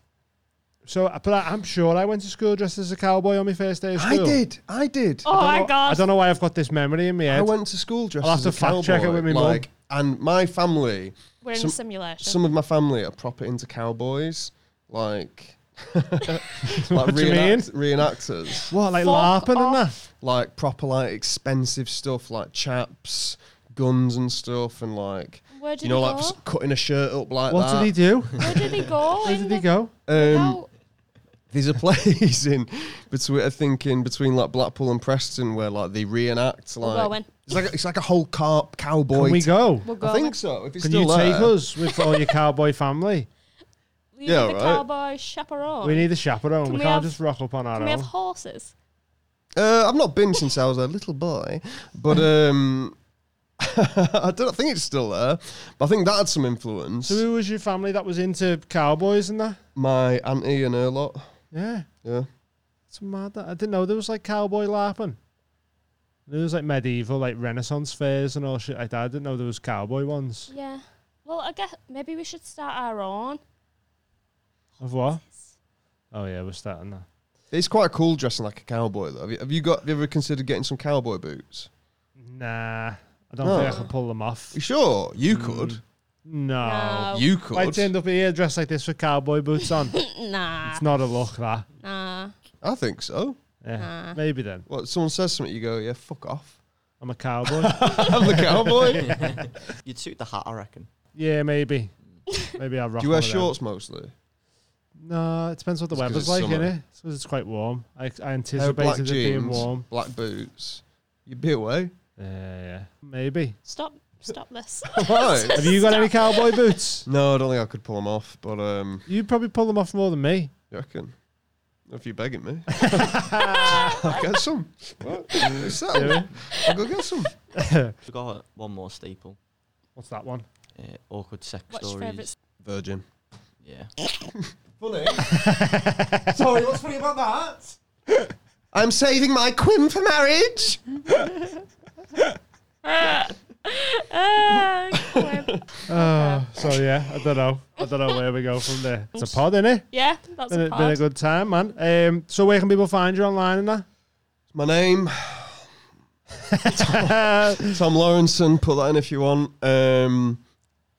[SPEAKER 2] So, but I, I'm sure I went to school dressed as a cowboy on my first day of
[SPEAKER 8] I
[SPEAKER 2] school.
[SPEAKER 8] did. I did.
[SPEAKER 1] Oh my
[SPEAKER 2] I
[SPEAKER 1] god!
[SPEAKER 2] don't know why I've got this memory in my head.
[SPEAKER 8] I went to school dressed
[SPEAKER 2] I'll have
[SPEAKER 8] as
[SPEAKER 2] to
[SPEAKER 8] a
[SPEAKER 2] fact
[SPEAKER 8] cowboy.
[SPEAKER 2] check it with me mum.
[SPEAKER 8] like, And my family,
[SPEAKER 1] We're in
[SPEAKER 8] some-
[SPEAKER 1] a simulation.
[SPEAKER 8] some of my family are proper into cowboys. Like, like
[SPEAKER 2] What do you mean?
[SPEAKER 8] reenact- reenactors.
[SPEAKER 2] What, like
[SPEAKER 1] Fuck
[SPEAKER 2] LARPing and that?
[SPEAKER 1] off.
[SPEAKER 8] Like, proper, like, expensive stuff, like chaps, guns and stuff, and like,
[SPEAKER 1] Where did
[SPEAKER 8] you know,
[SPEAKER 1] he
[SPEAKER 8] like
[SPEAKER 1] go?
[SPEAKER 8] just cutting a shirt up like
[SPEAKER 2] What
[SPEAKER 8] that.
[SPEAKER 2] did he do?
[SPEAKER 1] Where did he go?
[SPEAKER 2] Where
[SPEAKER 1] in
[SPEAKER 2] did he
[SPEAKER 1] the-
[SPEAKER 2] go?
[SPEAKER 8] Um,
[SPEAKER 1] How-
[SPEAKER 8] there's a place in between I think in between like Blackpool and Preston where like they reenact
[SPEAKER 1] We're
[SPEAKER 8] like
[SPEAKER 1] going.
[SPEAKER 8] it's like it's like a whole carp cowboy.
[SPEAKER 2] Can we go?
[SPEAKER 1] We're going.
[SPEAKER 8] I think so. If it's
[SPEAKER 2] Can
[SPEAKER 8] still
[SPEAKER 2] you
[SPEAKER 8] there,
[SPEAKER 2] take us with all your cowboy family?
[SPEAKER 1] We
[SPEAKER 8] Yeah,
[SPEAKER 1] need a
[SPEAKER 8] right.
[SPEAKER 1] cowboy chaperone.
[SPEAKER 2] We need a chaperone.
[SPEAKER 1] Can
[SPEAKER 2] we,
[SPEAKER 1] we
[SPEAKER 2] can't
[SPEAKER 1] have-
[SPEAKER 2] just rock up on our
[SPEAKER 1] Can
[SPEAKER 2] own.
[SPEAKER 1] we have horses?
[SPEAKER 8] Uh, I've not been since I was a little boy, but um, I don't think it's still there. But I think that had some influence.
[SPEAKER 2] so who was your family that was into cowboys and that?
[SPEAKER 8] My auntie and her lot.
[SPEAKER 2] Yeah,
[SPEAKER 8] Yeah.
[SPEAKER 2] it's mad. That I didn't know there was like cowboy larping. There was like medieval, like Renaissance fairs and all shit like that. I didn't know there was cowboy ones.
[SPEAKER 1] Yeah. Well, I guess maybe we should start our own.
[SPEAKER 2] Of what? Oh yeah, we're starting that.
[SPEAKER 8] It's quite cool dressing like a cowboy though. Have you, have you got? Have you ever considered getting some cowboy boots?
[SPEAKER 2] Nah, I don't
[SPEAKER 8] No.
[SPEAKER 2] think I could pull them off.
[SPEAKER 8] You sure? You could.
[SPEAKER 2] No.
[SPEAKER 1] No.
[SPEAKER 8] You could.
[SPEAKER 2] I'd end up here dressed like this with cowboy boots on.
[SPEAKER 1] Nah.
[SPEAKER 2] it's not a look that.
[SPEAKER 1] Nah.
[SPEAKER 8] I think so.
[SPEAKER 2] Yeah.
[SPEAKER 1] Nah.
[SPEAKER 2] Maybe then.
[SPEAKER 8] What? Someone says something, you go, yeah, fuck off.
[SPEAKER 2] I'm a cowboy.
[SPEAKER 8] I'm the cowboy. Do
[SPEAKER 6] You'd suit the hat, I reckon.
[SPEAKER 2] yeah, maybe. Maybe I'll rock.
[SPEAKER 8] you wear
[SPEAKER 2] one of them.
[SPEAKER 8] shorts mostly?
[SPEAKER 2] No, it depends what the
[SPEAKER 8] It's 'cause
[SPEAKER 2] weather's
[SPEAKER 8] it's
[SPEAKER 2] like,
[SPEAKER 8] summer.
[SPEAKER 2] innit? Because it's quite warm. I, I
[SPEAKER 8] Pair of black
[SPEAKER 2] anticipated it
[SPEAKER 8] jeans,
[SPEAKER 2] being warm.
[SPEAKER 8] black boots. You'd be away.
[SPEAKER 2] Yeah, yeah. Maybe.
[SPEAKER 1] Stop. Stop this.
[SPEAKER 8] Why?
[SPEAKER 2] Have you got any cowboy boots?
[SPEAKER 8] No, I don't think I could pull them off, but um,
[SPEAKER 2] You'd probably pull them off more than me.
[SPEAKER 8] you reckon? If you're begging me,
[SPEAKER 2] Ah.
[SPEAKER 8] I'll get some. What? It's settled. I'll go get some.
[SPEAKER 6] We've got one more staple.
[SPEAKER 2] What's that one?
[SPEAKER 6] Uh, awkward sex
[SPEAKER 1] What's your
[SPEAKER 6] stories.
[SPEAKER 1] favourite
[SPEAKER 8] Virgin.
[SPEAKER 6] Yeah.
[SPEAKER 8] Funny. Sorry, what's funny about that? I'm saving my quim for marriage.
[SPEAKER 1] Ah, Cliff.
[SPEAKER 2] Oh, so yeah, I don't know. I don't know where we go from there. It's a pod, innit?
[SPEAKER 1] yeah, that's
[SPEAKER 2] Been
[SPEAKER 1] a
[SPEAKER 2] a, been a
[SPEAKER 1] pod.
[SPEAKER 2] good time, man. Um, so where can people find you online and that?
[SPEAKER 8] My name, Tom Lawrenson. Put that in if you want. Um,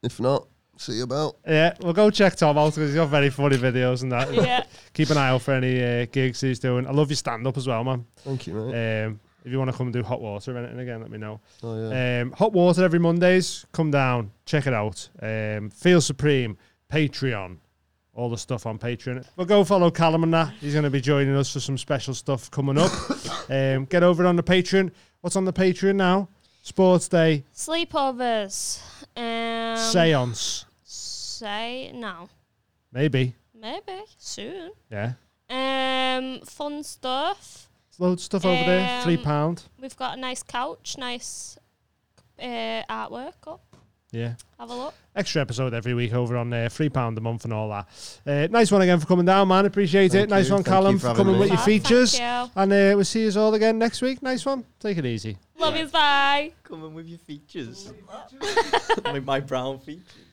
[SPEAKER 8] if not, see you about.
[SPEAKER 2] Yeah, well, go check Tom out because he's got very funny videos and that.
[SPEAKER 1] yeah.
[SPEAKER 2] Keep an eye out for any uh, gigs he's doing. I love your stand up as well, man.
[SPEAKER 8] Thank you, mate.
[SPEAKER 2] Um, if you want to come and do hot water or anything again, let me know.
[SPEAKER 8] oh yeah.
[SPEAKER 2] Um, hot water every Mondays. Come down, check it out. Um, Feel Supreme, Patreon, all the stuff on Patreon. But go follow Callum and that. He's going to be joining us for some special stuff coming up. um, get over on the Patreon. What's on the Patreon now? Sports Day,
[SPEAKER 1] Sleepovers. Um,
[SPEAKER 2] Seance,
[SPEAKER 1] Say no.
[SPEAKER 2] maybe.
[SPEAKER 1] Maybe soon.
[SPEAKER 2] Yeah.
[SPEAKER 1] Um, fun stuff.
[SPEAKER 2] There's loads of stuff over there.
[SPEAKER 1] Um,
[SPEAKER 2] Three pound.
[SPEAKER 1] We've got a nice couch, nice uh, artwork up.
[SPEAKER 2] Yeah.
[SPEAKER 1] Have a look.
[SPEAKER 2] Extra episode every week over on there, three pound a month and all that. Uh, nice one again for coming down, man. Appreciate it.
[SPEAKER 8] Thank
[SPEAKER 2] Nice
[SPEAKER 8] you.
[SPEAKER 2] one,
[SPEAKER 8] Thank
[SPEAKER 2] Callum,
[SPEAKER 8] you for
[SPEAKER 2] for
[SPEAKER 8] having
[SPEAKER 2] coming
[SPEAKER 8] me.
[SPEAKER 2] with your
[SPEAKER 1] Fab, thank
[SPEAKER 2] features.
[SPEAKER 1] you.
[SPEAKER 2] And uh, we'll see you all again next week. Nice one. Take it easy.
[SPEAKER 1] Love you, bye.
[SPEAKER 6] Coming with your features. Like my brown features.